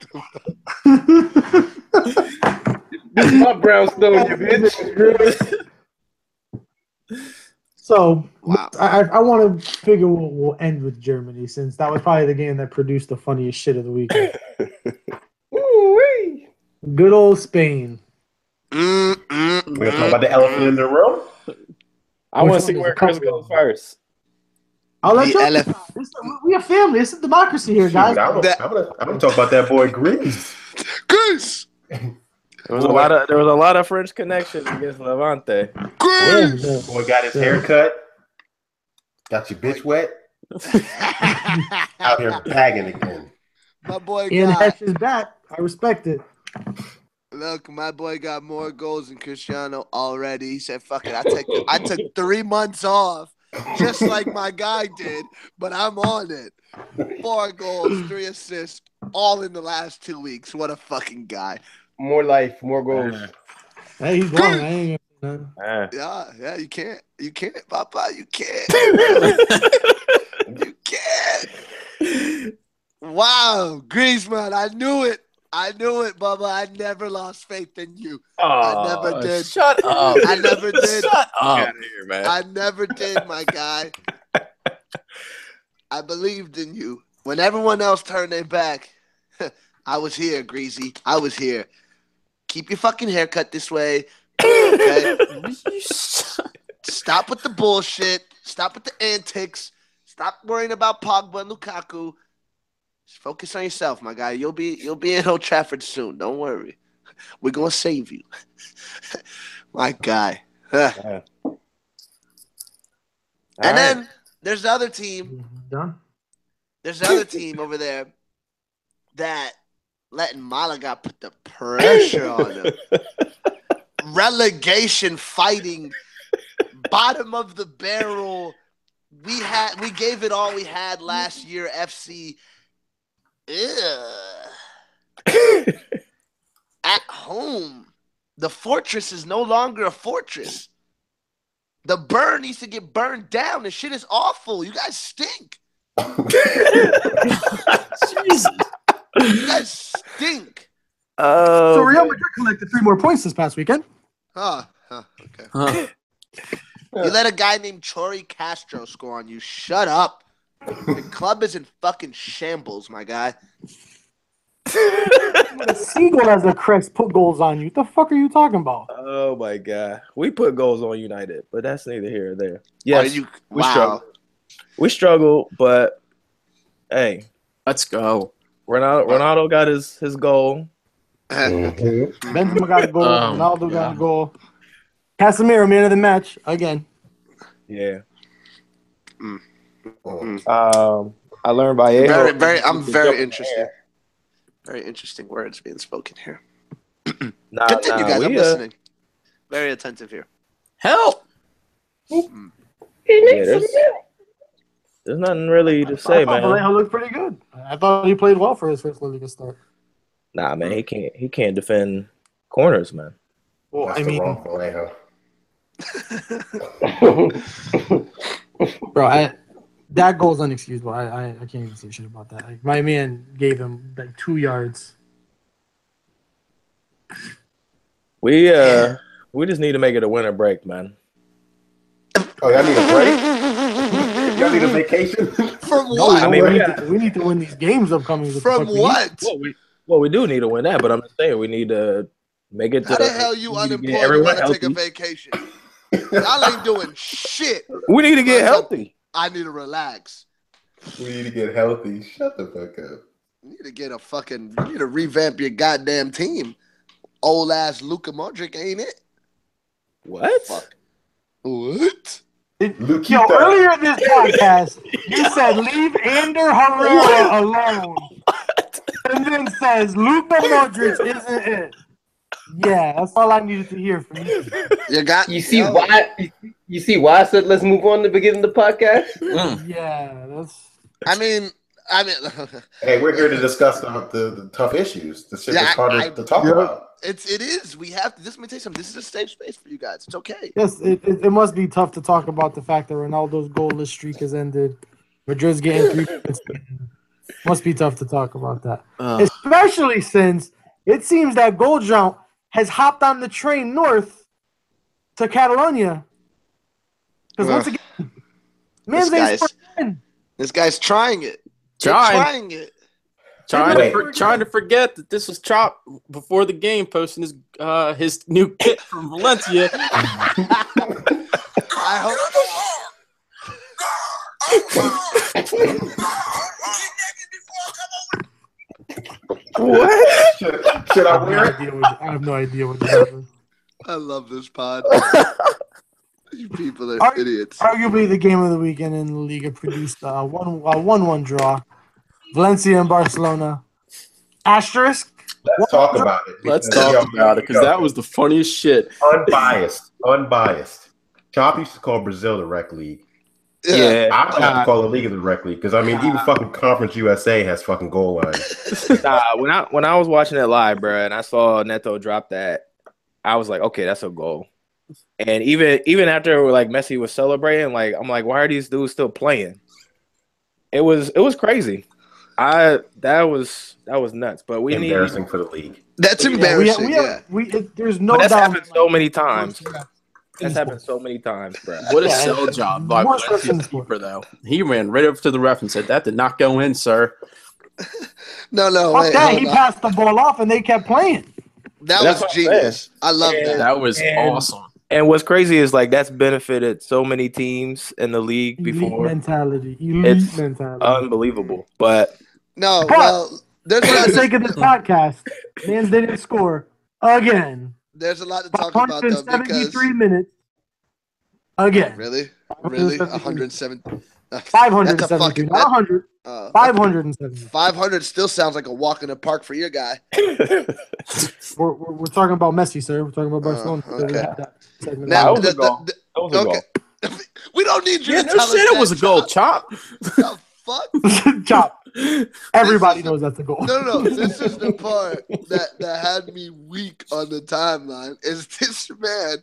[SPEAKER 9] the
[SPEAKER 5] This is my brownstone, you bitch.
[SPEAKER 7] So I, I want to figure we'll, we'll end with Germany since that was probably the game that produced the funniest shit of the weekend.
[SPEAKER 5] Ooh-wee.
[SPEAKER 7] Good old Spain.
[SPEAKER 1] We're gonna talk about the elephant in the room.
[SPEAKER 11] I want
[SPEAKER 7] Which one
[SPEAKER 11] to see
[SPEAKER 7] is
[SPEAKER 11] where
[SPEAKER 7] it
[SPEAKER 11] Chris
[SPEAKER 7] coming
[SPEAKER 11] goes first.
[SPEAKER 7] I'll let
[SPEAKER 1] The
[SPEAKER 7] you.
[SPEAKER 1] elephant.
[SPEAKER 7] This- We a family. It's a democracy here,
[SPEAKER 1] Dude, I'm,
[SPEAKER 7] guys.
[SPEAKER 1] gonna, I'm, gonna, I'm gonna talk about that boy Grease.
[SPEAKER 9] Goose.
[SPEAKER 8] There was a lot of there was a lot of French connections against Levante.
[SPEAKER 7] Goose.
[SPEAKER 1] Boy got his hair cut. Got your bitch wet. Out here bagging again.
[SPEAKER 9] My boy
[SPEAKER 7] Ian
[SPEAKER 9] got
[SPEAKER 7] Hesh is back. I respect it.
[SPEAKER 9] look, my boy got more goals than Cristiano already. He said, "Fuck it, I took I took three months off, just like my guy did, but I'm on it. Four goals, three assists, all in the last two weeks. What a fucking guy!
[SPEAKER 5] More life, more goals.
[SPEAKER 7] Hey, he's wrong. I ain't gonna say nothing.
[SPEAKER 9] Yeah, yeah, you can't, you can't, Papa, you can't, you can't. Wow, Griezmann, I knew it, I knew it, Bubba. I never lost faith in you. I never did.
[SPEAKER 8] Shut up.
[SPEAKER 9] I never did.
[SPEAKER 8] Shut up.
[SPEAKER 2] Get out of here, man.
[SPEAKER 9] I never did, my guy. I believed in you. When everyone else turned their back, I was here, Greasy. I was here. Keep your fucking haircut this way. Okay? Stop with the bullshit. Stop with the antics. Stop worrying about Pogba and Lukaku. Just focus on yourself, my guy. You'll be you'll be in Old Trafford soon. Don't worry. We're gonna save you. my guy. Huh.
[SPEAKER 8] All right.
[SPEAKER 9] and then there's the other team.
[SPEAKER 7] Done.
[SPEAKER 9] There's another team over there that letting Malaga put the pressure on them. Relegation fighting, bottom of the barrel. We had we gave it all we had last year. FC Ugh. at home. The fortress is no longer a fortress. The burn needs to get burned down. This shit is awful. You guys stink. You guys stink.
[SPEAKER 8] Oh,
[SPEAKER 7] So Real Madrid collected three more points this past weekend.
[SPEAKER 9] Huh. huh, okay. You let a guy named Chori Castro score on you. Shut up. The club is in fucking shambles, my guy.
[SPEAKER 7] The seagull as a crest put goals on you. What the fuck are you talking about?
[SPEAKER 8] oh my god. We put goals on United, but that's neither here or there. Yes,
[SPEAKER 9] Are you
[SPEAKER 8] we
[SPEAKER 9] wow.
[SPEAKER 8] struggle. We struggle, but hey,
[SPEAKER 4] Let's go.
[SPEAKER 8] Ronaldo
[SPEAKER 9] Uh-huh.
[SPEAKER 8] Ronaldo got his his goal.
[SPEAKER 7] Benzema got a goal.
[SPEAKER 4] Oh,
[SPEAKER 8] Um,
[SPEAKER 7] Ronaldo
[SPEAKER 4] yeah.
[SPEAKER 7] got a goal. Casemiro, man of the match again.
[SPEAKER 8] Yeah. Oh.
[SPEAKER 1] Mm.
[SPEAKER 11] Um, I learned by Aho.
[SPEAKER 9] Very, very. I'm very
[SPEAKER 11] in
[SPEAKER 9] interested. Very interesting words being spoken here.
[SPEAKER 8] Nah,
[SPEAKER 9] Continue,
[SPEAKER 8] nah,
[SPEAKER 9] guys. I'm
[SPEAKER 8] we, uh,
[SPEAKER 9] listening. Very attentive here.
[SPEAKER 4] Help.
[SPEAKER 8] yeah, there's, there's nothing really to say,
[SPEAKER 7] I thought
[SPEAKER 8] man.
[SPEAKER 7] Vallejo looked pretty good. I thought he played well for his first La Liga start.
[SPEAKER 8] Nah, man, he can't he can't defend corners, man.
[SPEAKER 7] Well,
[SPEAKER 1] That's
[SPEAKER 7] I
[SPEAKER 1] the
[SPEAKER 7] mean,
[SPEAKER 1] wrong Vallejo.
[SPEAKER 7] bro, I, that goal's unexcusable. I, I, I can't even say shit about that. Like, my man gave him like two yards.
[SPEAKER 8] We uh we just need to make it a winter break, man.
[SPEAKER 1] Oh, y'all need a break? y'all need a vacation?
[SPEAKER 9] From
[SPEAKER 7] No,
[SPEAKER 9] what?
[SPEAKER 8] I
[SPEAKER 7] I
[SPEAKER 8] mean,
[SPEAKER 7] mean, we,
[SPEAKER 8] we
[SPEAKER 7] need to, we need to win these games upcoming. What the
[SPEAKER 9] From
[SPEAKER 7] fuck we need?
[SPEAKER 9] what?
[SPEAKER 8] Well, we well we do need to win that, but I'm just saying we need to make it. To,
[SPEAKER 9] How the hell you
[SPEAKER 8] we need to get
[SPEAKER 9] unemployed? You
[SPEAKER 8] Everyone
[SPEAKER 9] want to take a
[SPEAKER 8] healthy.
[SPEAKER 9] vacation? Y'all ain't doing shit.
[SPEAKER 8] we need to get healthy.
[SPEAKER 9] I need to relax.
[SPEAKER 1] we need to get healthy. Shut the fuck up.
[SPEAKER 9] You need to get a fucking. You need to revamp your goddamn team. Old ass Luka Modric ain't it?
[SPEAKER 8] What?
[SPEAKER 9] Fuck. What?
[SPEAKER 1] Lukita.
[SPEAKER 7] Yo, earlier in this podcast, you said leave Ander Herrera alone. And then says Luka Modric isn't it. Yeah, that's all I needed to hear from you.
[SPEAKER 9] You got.
[SPEAKER 5] You see
[SPEAKER 9] yo,
[SPEAKER 5] why? you- You see why I said let's move on to beginning the podcast?
[SPEAKER 7] Yeah, that's
[SPEAKER 9] I mean, I mean,
[SPEAKER 1] Hey, we're here to discuss the, the, the tough issues. The shit that's harder to talk about.
[SPEAKER 9] It's it is. We have to. This may take some. This is a safe space for you guys. It's okay.
[SPEAKER 7] Yes, it, it, it must be tough to talk about the fact that Ronaldo's goalless streak has ended. Madrid's getting three. must be tough to talk about that,
[SPEAKER 4] Ugh.
[SPEAKER 7] especially since it seems that Goldjount has hopped on the train north to Catalonia. Because once
[SPEAKER 9] Ugh.
[SPEAKER 7] again, man's
[SPEAKER 9] This
[SPEAKER 7] ain't
[SPEAKER 9] guy's- This guy's trying it. They're
[SPEAKER 4] Trying.
[SPEAKER 9] trying it.
[SPEAKER 4] Trying to,
[SPEAKER 9] Wait.
[SPEAKER 4] for, trying to forget that this was Chop before the game posting his uh, his new kit from Valencia.
[SPEAKER 9] I hope.
[SPEAKER 7] What?
[SPEAKER 1] should, should I
[SPEAKER 7] have no
[SPEAKER 1] wear it?
[SPEAKER 7] idea what- I have no idea what this is.
[SPEAKER 9] I love this pod. you people are,
[SPEAKER 7] Are-
[SPEAKER 9] idiots.
[SPEAKER 7] Arguably the game of the weekend in La Liga produced a one a one one draw. Valencia and Barcelona. Asterisk.
[SPEAKER 1] Let's talk about it.
[SPEAKER 4] Let's
[SPEAKER 1] because-
[SPEAKER 4] talk about it because that was the funniest shit.
[SPEAKER 1] unbiased. Unbiased. Chop used to call Brazil the rec league.
[SPEAKER 4] Yeah.
[SPEAKER 1] I'm gonna have to call the league of the rec league because I mean, even fucking Conference USA has fucking goal lines.
[SPEAKER 8] nah, when I when I was watching it live, bro, and I saw Neto drop that, I was like, okay, that's a goal. And even even after like Messi was celebrating, like I'm like, why are these dudes still playing? It was it was crazy. I that was that was nuts. But we need
[SPEAKER 1] embarrassing for the league.
[SPEAKER 9] That's
[SPEAKER 8] Yeah, we-
[SPEAKER 9] embarrassing.
[SPEAKER 7] we
[SPEAKER 9] yeah.
[SPEAKER 7] have- we it, there's no
[SPEAKER 8] But that's
[SPEAKER 7] doubt.
[SPEAKER 8] happened so many times. That's happened so many times, bro.
[SPEAKER 4] What a
[SPEAKER 7] Yeah,
[SPEAKER 4] sell
[SPEAKER 7] it's
[SPEAKER 4] job by
[SPEAKER 7] worse than
[SPEAKER 4] Valencia's keeper, though. He ran right up to the ref and said, "That did not go in, sir."
[SPEAKER 9] No, no.
[SPEAKER 7] Fuck
[SPEAKER 9] wait,
[SPEAKER 7] that.
[SPEAKER 9] hold
[SPEAKER 7] He
[SPEAKER 9] on.
[SPEAKER 7] passed the ball off and they kept playing.
[SPEAKER 9] That
[SPEAKER 8] That's
[SPEAKER 9] was
[SPEAKER 8] what I'm
[SPEAKER 9] genius. I love
[SPEAKER 8] Yeah.
[SPEAKER 9] that.
[SPEAKER 4] That was
[SPEAKER 8] And-
[SPEAKER 4] awesome.
[SPEAKER 8] And what's crazy is like that's benefited so many teams in the league
[SPEAKER 7] Elite
[SPEAKER 8] before.
[SPEAKER 7] mentality. Elite
[SPEAKER 8] It's
[SPEAKER 7] mentality.
[SPEAKER 8] Unbelievable. But
[SPEAKER 9] No,
[SPEAKER 7] But-
[SPEAKER 9] well, there's
[SPEAKER 7] For
[SPEAKER 9] a
[SPEAKER 7] the
[SPEAKER 9] lot.
[SPEAKER 7] sake of this podcast, man's didn't score again.
[SPEAKER 9] There's a lot to talk about though because
[SPEAKER 7] 173 minutes. Again.
[SPEAKER 9] really, really,
[SPEAKER 7] 173.
[SPEAKER 9] 107. That's a
[SPEAKER 7] 573.
[SPEAKER 9] fucking.
[SPEAKER 7] Not 100.
[SPEAKER 9] uh,
[SPEAKER 7] 570.
[SPEAKER 9] 500 still sounds like a walk in the park for your guy.
[SPEAKER 7] We're, we're, we're talking about Messi, sir. We're talking about
[SPEAKER 9] Uh,
[SPEAKER 7] Barcelona. So we
[SPEAKER 9] okay.
[SPEAKER 7] have that segment
[SPEAKER 9] Now,
[SPEAKER 7] out.
[SPEAKER 8] was a
[SPEAKER 9] the- the-
[SPEAKER 8] goal.
[SPEAKER 9] the-
[SPEAKER 8] that was a goal.
[SPEAKER 9] okay. we don't need you
[SPEAKER 4] Yeah,
[SPEAKER 9] to
[SPEAKER 4] no
[SPEAKER 9] tell us
[SPEAKER 4] shit, it
[SPEAKER 9] that,
[SPEAKER 4] was a goal.
[SPEAKER 9] Chop.
[SPEAKER 4] Chop.
[SPEAKER 9] The fuck?
[SPEAKER 7] Chop. Everybody knows that's a goal.
[SPEAKER 9] No, no, no. This is the part that, that had me weak on the timeline. Is this man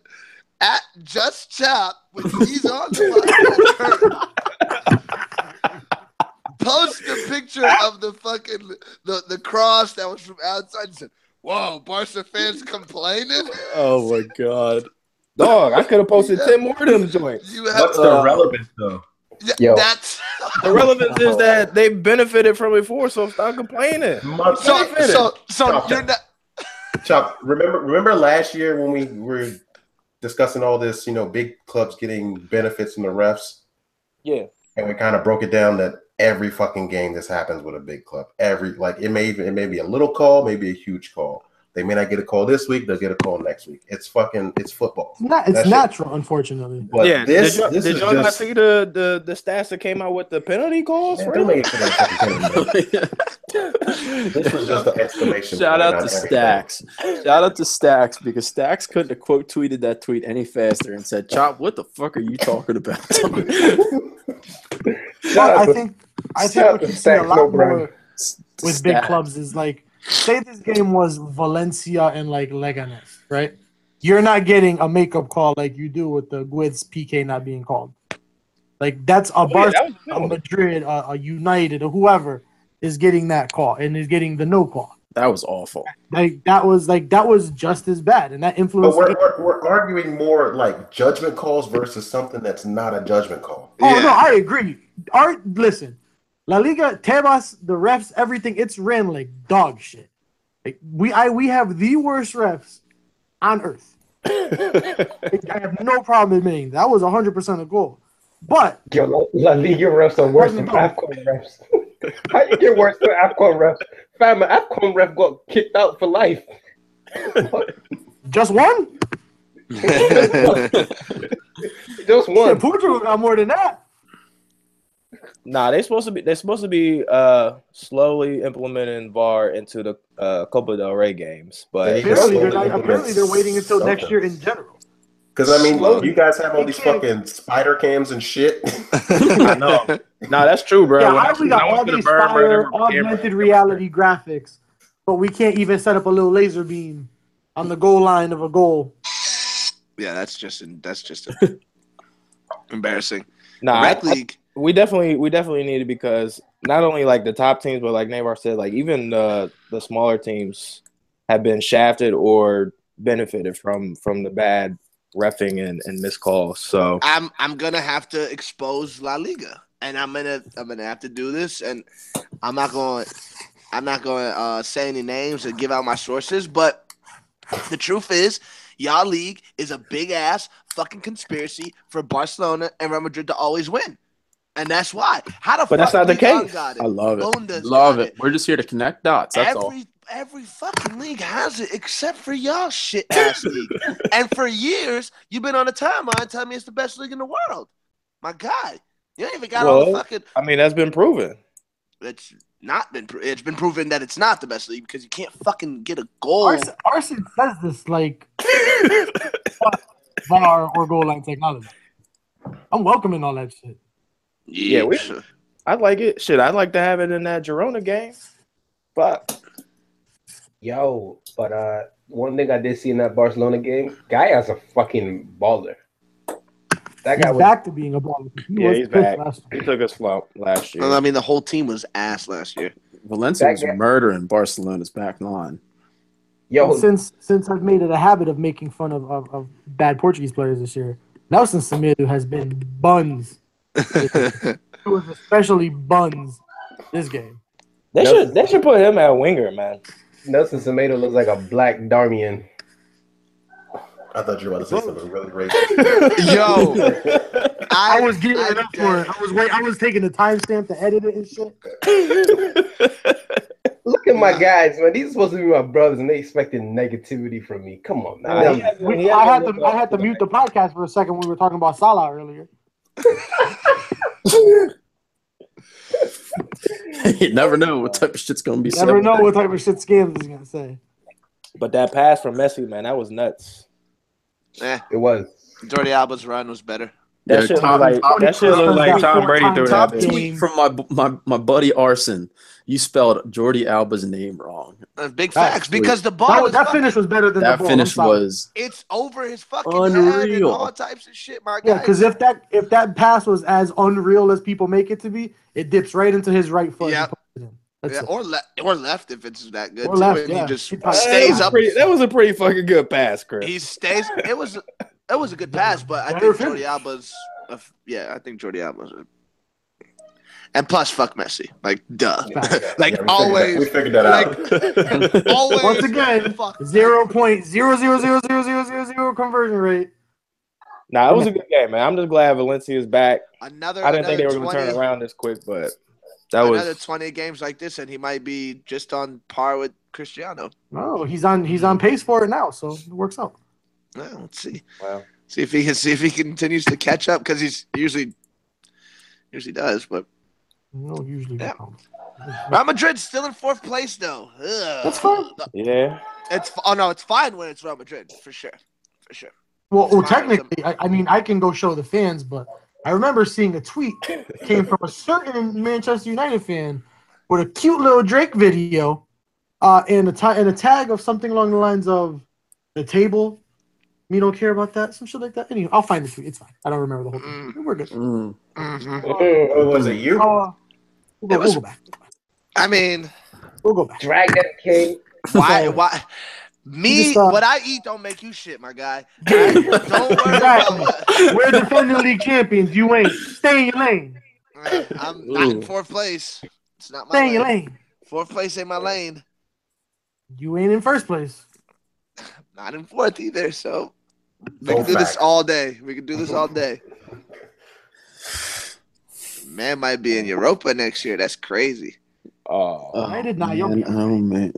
[SPEAKER 9] at Just Chop when he's on the fucking curtain, Post a picture of the fucking the, the cross that was from outside and said, Whoa, Barca fans complaining?
[SPEAKER 4] Oh my god.
[SPEAKER 8] Dog, I could have posted 10 more of them joints.
[SPEAKER 9] You have
[SPEAKER 1] What's the relevance though?
[SPEAKER 9] th-
[SPEAKER 5] Yo.
[SPEAKER 9] that's
[SPEAKER 8] The relevance is that they benefited from it before, so stop complaining.
[SPEAKER 1] Month-
[SPEAKER 9] so
[SPEAKER 8] Finish.
[SPEAKER 9] so so
[SPEAKER 1] Stop
[SPEAKER 9] you're
[SPEAKER 1] that.
[SPEAKER 9] not
[SPEAKER 1] Chop, remember remember last year when we were discussing all this, you know, big clubs getting benefits from the refs?
[SPEAKER 8] Yeah.
[SPEAKER 1] And we kind of broke it down that every fucking game this happens with a big club. Every like it may even it may be a little call, maybe a huge call. They may not get a call this week, they'll get a call next week. It's fucking it's football.
[SPEAKER 7] It's, not,
[SPEAKER 1] That
[SPEAKER 7] it's
[SPEAKER 1] shit.
[SPEAKER 7] natural, unfortunately.
[SPEAKER 1] But
[SPEAKER 8] yeah,
[SPEAKER 1] this
[SPEAKER 8] did y'all,
[SPEAKER 1] this
[SPEAKER 8] did
[SPEAKER 1] is
[SPEAKER 8] y'all not
[SPEAKER 1] just
[SPEAKER 8] see the, the, the stats that came out with the penalty calls?
[SPEAKER 1] Man,
[SPEAKER 8] for
[SPEAKER 1] don't
[SPEAKER 8] it?
[SPEAKER 1] make it sound like fucking penalty. This was just an exclamation.
[SPEAKER 4] Shout
[SPEAKER 1] point, not
[SPEAKER 4] out to
[SPEAKER 1] everything.
[SPEAKER 4] Stacks. Shout out to Stacks because Stacks couldn't have quote tweeted that tweet any faster and said, "Chop, what the fuck are you talking about?"
[SPEAKER 7] But I
[SPEAKER 5] up.
[SPEAKER 7] think I
[SPEAKER 5] Shut
[SPEAKER 7] think
[SPEAKER 5] up,
[SPEAKER 7] what you see a
[SPEAKER 5] Stacks,
[SPEAKER 7] lot
[SPEAKER 5] no brainer.
[SPEAKER 7] more with big clubs is like say this game was Valencia and like Leganes, right? You're not getting a makeup call like you do with the Guids PK not being called. Like that's a
[SPEAKER 8] Oh, yeah,
[SPEAKER 7] Barca,
[SPEAKER 8] that was a good
[SPEAKER 7] a
[SPEAKER 8] one.
[SPEAKER 7] Madrid, a, a United, or whoever is getting that call and is getting the no call.
[SPEAKER 4] That was awful.
[SPEAKER 7] Like that was like that was just as bad, and that
[SPEAKER 1] But
[SPEAKER 7] influenced.
[SPEAKER 1] we're,
[SPEAKER 7] the game.
[SPEAKER 1] we're, we're arguing more like judgment calls versus something that's not a judgment call.
[SPEAKER 7] Oh no,
[SPEAKER 9] Yeah.
[SPEAKER 7] I agree. Our listen, La Liga, Tebas, the refs, everything, it's ran like dog shit. Like we I we have the worst refs on earth. Like, I have no problem admitting that was hundred percent a goal. But
[SPEAKER 5] Yo, La, La Liga refs are worse than AFCON refs. How you get worse than AFCON refs? Fam, an AFCON ref got kicked out for life.
[SPEAKER 7] just one?
[SPEAKER 5] Just
[SPEAKER 7] Yeah,
[SPEAKER 5] one.
[SPEAKER 7] Portugal got more than that.
[SPEAKER 8] Nah, they supposed to be they're supposed to be uh slowly implementing VAR into the uh Copa del Rey games, but
[SPEAKER 1] They-
[SPEAKER 7] Apparently
[SPEAKER 1] slowly
[SPEAKER 7] they're, not,
[SPEAKER 1] implement
[SPEAKER 7] apparently they're waiting until next
[SPEAKER 1] something.
[SPEAKER 7] year in general.
[SPEAKER 1] Because I mean,
[SPEAKER 9] Slowly.
[SPEAKER 1] you guys have all these
[SPEAKER 7] They can't-
[SPEAKER 1] fucking spider cams and shit. I know.
[SPEAKER 8] Nah, that's true, bro.
[SPEAKER 7] Yeah,
[SPEAKER 8] When
[SPEAKER 7] I, we got
[SPEAKER 8] I
[SPEAKER 7] all
[SPEAKER 8] went to the
[SPEAKER 7] these
[SPEAKER 8] bird
[SPEAKER 7] fire
[SPEAKER 8] murder camera,
[SPEAKER 7] augmented reality graphics, but we can't even set up a little laser beam on the goal line of a goal.
[SPEAKER 9] Yeah, that's just that's just a- embarrassing.
[SPEAKER 8] Nah,
[SPEAKER 9] Rec
[SPEAKER 8] I- I-
[SPEAKER 9] league.
[SPEAKER 8] we definitely we definitely need it because not only like the top teams, but like Neymar said, like even the the smaller teams have been shafted or benefited from from the bad refing and and missed calls. So
[SPEAKER 9] I'm I'm gonna have to expose La Liga, and I'm gonna I'm gonna have to do this, and I'm not going I'm not going to uh, say any names and give out my sources, but the truth is, y'all league is a big ass fucking conspiracy for Barcelona and Real Madrid to always win, and that's why. How the
[SPEAKER 4] But that's
[SPEAKER 9] fuck
[SPEAKER 4] not the
[SPEAKER 9] Ligue 1
[SPEAKER 4] case.
[SPEAKER 9] got
[SPEAKER 4] I love it.
[SPEAKER 9] Bundes
[SPEAKER 4] Love
[SPEAKER 9] got
[SPEAKER 4] it. We're just here to connect dots. That's
[SPEAKER 9] every
[SPEAKER 4] all.
[SPEAKER 9] every fucking league has it except for y'all shit ass league. And for years, you've been on the timeline telling me it's the best league in the world. My God, you ain't even got all the
[SPEAKER 8] Well,
[SPEAKER 9] fucking.
[SPEAKER 8] I mean, that's been proven.
[SPEAKER 9] It's not been. pro- It's been proven that it's not the best league because you can't fucking get a goal.
[SPEAKER 7] Arson, Arson says this like VAR or goal line technology. I'm welcoming all that shit.
[SPEAKER 8] Yeah, we. I like it. Shit, I'd like to have it in that Girona game. Fuck.
[SPEAKER 5] Yo, but uh, one thing I did see in that Barcelona game, guy has a fucking baller. That guy
[SPEAKER 7] He's
[SPEAKER 5] was
[SPEAKER 7] back to being a baller. He
[SPEAKER 5] Yeah,
[SPEAKER 7] was
[SPEAKER 5] he's
[SPEAKER 7] pissed
[SPEAKER 5] back.
[SPEAKER 7] last
[SPEAKER 8] He took us flop last
[SPEAKER 9] Well, I mean, the whole team was ass last year.
[SPEAKER 4] Valencia was
[SPEAKER 9] That guy-
[SPEAKER 4] murdering Barcelona's back line.
[SPEAKER 7] And since since I've made it a habit of making fun of, of, of bad Portuguese players this year, Nelson Semedo has been buns. it was especially buns this game.
[SPEAKER 8] They should they should put him at winger, man.
[SPEAKER 5] Nelson Semedo looks like a black Darmian.
[SPEAKER 1] I thought you were about to say something really great.
[SPEAKER 9] Yo,
[SPEAKER 7] I, was getting it up for it. I was wait. I was taking the timestamp to edit it and shit.
[SPEAKER 5] Look at my guys, man. These are supposed to be my brothers, and they expected negativity from me. Come on, man.
[SPEAKER 7] Yeah. We- I had to I had to mute the podcast for a second when we were talking about Salah earlier.
[SPEAKER 4] you never know what type of shit's gonna be.
[SPEAKER 7] Never
[SPEAKER 4] said.
[SPEAKER 7] know what type of shit scams is gonna say.
[SPEAKER 8] But that pass from Messi, man, that was nuts.
[SPEAKER 9] Yeah,
[SPEAKER 5] it was.
[SPEAKER 9] Jordi Alba's run was better.
[SPEAKER 8] That
[SPEAKER 4] Yeah,
[SPEAKER 8] shit
[SPEAKER 4] Tom-
[SPEAKER 8] look like
[SPEAKER 4] Tom-
[SPEAKER 8] that shit look like Tom Brady threw
[SPEAKER 4] Top
[SPEAKER 8] that. bitch.
[SPEAKER 4] tweet from my, my my buddy Arson. You spelled Jordi Alba's name wrong.
[SPEAKER 9] Uh, big facts because the ball
[SPEAKER 7] That,
[SPEAKER 9] was
[SPEAKER 7] that
[SPEAKER 9] fucking-
[SPEAKER 7] finish was better than
[SPEAKER 4] That
[SPEAKER 7] the ball. I'm
[SPEAKER 4] finish
[SPEAKER 7] sorry.
[SPEAKER 4] was
[SPEAKER 9] It's over his fucking head and
[SPEAKER 4] Unreal.
[SPEAKER 9] all types of shit. My
[SPEAKER 7] Yeah,
[SPEAKER 9] guy.
[SPEAKER 7] because if that if that pass was as unreal as people make it to be, it dips right into his right foot.
[SPEAKER 9] Yeah.
[SPEAKER 7] That's
[SPEAKER 9] Yeah,
[SPEAKER 7] it.
[SPEAKER 9] or left or left if it's that good
[SPEAKER 7] Or
[SPEAKER 9] too.
[SPEAKER 7] left,
[SPEAKER 9] and
[SPEAKER 7] yeah.
[SPEAKER 9] he just
[SPEAKER 7] He probably-
[SPEAKER 8] that,
[SPEAKER 9] stays
[SPEAKER 8] was a
[SPEAKER 9] up.
[SPEAKER 8] pretty, that was a pretty fucking good pass, Chris.
[SPEAKER 9] He stays. It was it was a good pass, but I
[SPEAKER 7] Better
[SPEAKER 9] think Jordi
[SPEAKER 7] finish.
[SPEAKER 9] Alba's. A, f- yeah, I think Jordi Alba's. A, and plus, fuck Messi. Like duh. like always.
[SPEAKER 1] we figured that
[SPEAKER 9] like,
[SPEAKER 1] out.
[SPEAKER 9] Always.
[SPEAKER 7] Once again,
[SPEAKER 9] fuck.
[SPEAKER 7] zero point zero zero zero zero zero zero zero conversion rate.
[SPEAKER 8] nah, it was a good game, man. I'm just glad Valencia's back.
[SPEAKER 9] Another.
[SPEAKER 8] I didn't think they were
[SPEAKER 9] another
[SPEAKER 8] going to
[SPEAKER 9] 20
[SPEAKER 8] turn around this quick, but that
[SPEAKER 9] another
[SPEAKER 8] was
[SPEAKER 9] twenty games like this, and he might be just on par with Cristiano.
[SPEAKER 7] No, he's on he's on pace for it now, so it works out.
[SPEAKER 9] Well, let's see.
[SPEAKER 8] wow.
[SPEAKER 9] See if he can see if he continues to catch up because he's usually usually does, but
[SPEAKER 7] No, usually
[SPEAKER 9] Yeah.
[SPEAKER 7] don't.
[SPEAKER 9] Real Madrid's still in fourth place though. Ugh.
[SPEAKER 7] that's fine.
[SPEAKER 8] yeah.
[SPEAKER 9] It's oh no, it's fine when it's Real Madrid for sure, for sure.
[SPEAKER 7] Well, well
[SPEAKER 9] It's fine.
[SPEAKER 7] technically, I, I mean, I can go show the fans, but I remember seeing a tweet came from a certain Manchester United fan with a cute little Drake video uh, and, a ta- and a tag of something along the lines of the table. Me don't care about that, some shit like that. Anyway, I'll find the tweet. It's fine. I don't remember the whole thing. We're good.
[SPEAKER 4] Mm.
[SPEAKER 1] Oh, was it you?
[SPEAKER 7] Oh, uh, we'll, go,
[SPEAKER 9] It was-
[SPEAKER 7] we'll go back.
[SPEAKER 9] I mean,
[SPEAKER 7] We'll go back.
[SPEAKER 5] Drag that king.
[SPEAKER 9] why why me
[SPEAKER 7] just, uh,
[SPEAKER 9] what I eat don't make you shit, my guy. Alright? don't worry about what.
[SPEAKER 7] We're defending league champions. You ain't. Stay in your lane.
[SPEAKER 9] Alright, I'm not in
[SPEAKER 4] Ooh.
[SPEAKER 9] fourth place. It's not my
[SPEAKER 7] Stay in your
[SPEAKER 9] lane.
[SPEAKER 7] lane.
[SPEAKER 9] Fourth place ain't my lane.
[SPEAKER 7] You ain't in first place.
[SPEAKER 9] Not in fourth either. So we
[SPEAKER 1] Full
[SPEAKER 9] can do this
[SPEAKER 1] fact.
[SPEAKER 9] all day. We can do this all day. Man might be in Europa next year. That's crazy.
[SPEAKER 8] Oh,
[SPEAKER 4] Oh,
[SPEAKER 7] I did not, yo.
[SPEAKER 4] Man, oh, man.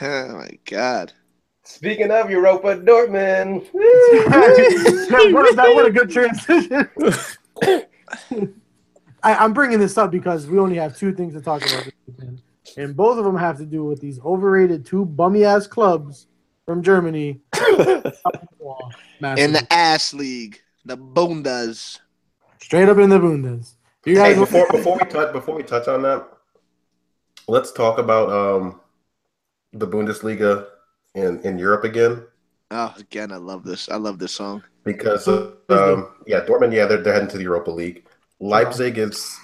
[SPEAKER 9] Oh my god.
[SPEAKER 5] Speaking of Europa, Dortmund.
[SPEAKER 7] that, what, a, that, what a good transition. I, I'm bringing this up because we only have two things to talk about this weekend, and both of them have to do with these overrated two bummy ass clubs from Germany.
[SPEAKER 9] In the ass league, the Bundes.
[SPEAKER 7] Straight up in the Bundes. You guys
[SPEAKER 1] hey, before before we touch before we touch on that, let's talk about um the Bundesliga in in Europe again
[SPEAKER 9] Oh, again, I love this. I love this song.
[SPEAKER 1] because um yeah Dortmund yeah they're, they're heading to the Europa League. Leipzig is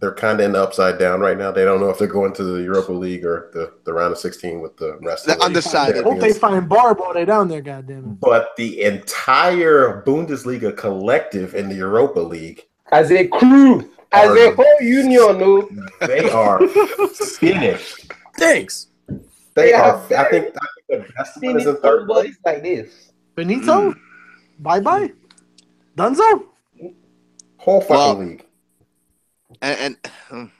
[SPEAKER 1] they're kind of in the upside down right now. They don't know if they're going to the Europa League or the, the round of sixteen with the rest.
[SPEAKER 9] They're
[SPEAKER 1] of the league
[SPEAKER 9] undecided.
[SPEAKER 7] hope they
[SPEAKER 1] champions.
[SPEAKER 7] find Barb while they're down there, goddamn
[SPEAKER 1] But the entire Bundesliga collective in the Europa League,
[SPEAKER 5] As a crew, as a
[SPEAKER 1] Pardon.
[SPEAKER 5] whole union, no.
[SPEAKER 1] they are finished.
[SPEAKER 4] Thanks.
[SPEAKER 1] They
[SPEAKER 5] They
[SPEAKER 1] are.
[SPEAKER 5] have
[SPEAKER 1] I think, I think the best one is in third place.
[SPEAKER 5] like this.
[SPEAKER 7] Benito, bye bye. Dunzo,
[SPEAKER 1] Whole fucking
[SPEAKER 9] Well-
[SPEAKER 1] league.
[SPEAKER 9] And, and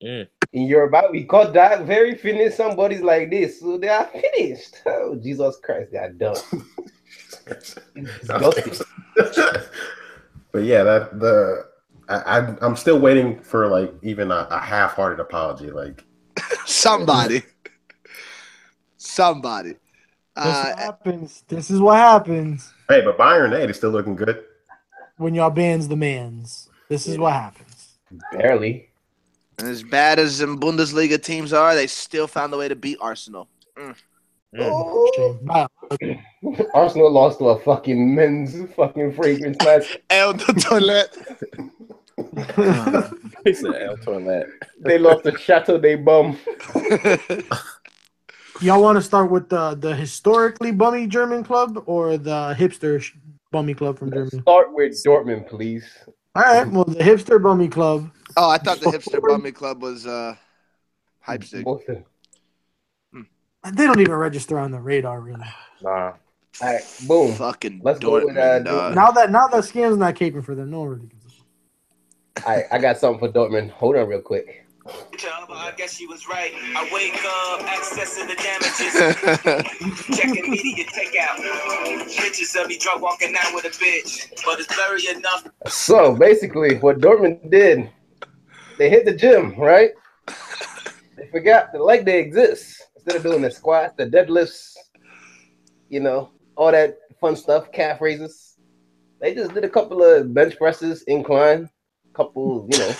[SPEAKER 5] In Yoruba, we call that very finished. Somebody's like this, so they are finished. Oh, Jesus Christ, they are done. Disgusting.
[SPEAKER 1] but yeah, that the I, I'm I'm still waiting for like even a, a half-hearted apology. Like
[SPEAKER 9] somebody, somebody.
[SPEAKER 7] this
[SPEAKER 9] Uh,
[SPEAKER 7] happens. This is what happens
[SPEAKER 1] hey, but Byron A is still looking good.
[SPEAKER 7] when y'all bans the mans. This is what happens.
[SPEAKER 5] Barely.
[SPEAKER 9] and as bad as them Bundesliga teams are, they still found a way to beat Arsenal.
[SPEAKER 7] True. Bye.
[SPEAKER 5] Arsenal lost to a fucking men's fucking fragrance last.
[SPEAKER 9] El the toilet.
[SPEAKER 8] He said El Toilet.
[SPEAKER 5] They lost to Chateau de Bum.
[SPEAKER 7] Y'all want to start with the the historically bummy German club or the hipster sh- bummy club from Germany?
[SPEAKER 5] Start with Dortmund, please.
[SPEAKER 7] All right, well the hipster bummy club.
[SPEAKER 9] Oh, I thought the hipster bummy club was uh, hype stick.
[SPEAKER 5] Both of-
[SPEAKER 7] They don't even register on the radar really.
[SPEAKER 8] Nah.
[SPEAKER 5] All right, boom.
[SPEAKER 9] Fucking
[SPEAKER 5] Let's go with,
[SPEAKER 9] Dortmund,
[SPEAKER 5] uh,
[SPEAKER 9] dog.
[SPEAKER 7] Now that now that scam's not caping for them, no one really gives a fuck.
[SPEAKER 5] I, I got something for Dortmund. Hold on, real quick.
[SPEAKER 12] I guess she was right. I wake up, accessing the damages, checking media takeout. Pictures of me drunk walking out with a bitch, but it's blurry enough.
[SPEAKER 5] So basically, what Dortmund did, they hit the gym, right? They forgot that leg day exists. Instead of doing the squats, the deadlifts, you know, all that fun stuff, calf raises, they just did a couple of bench presses, incline, couple, you know,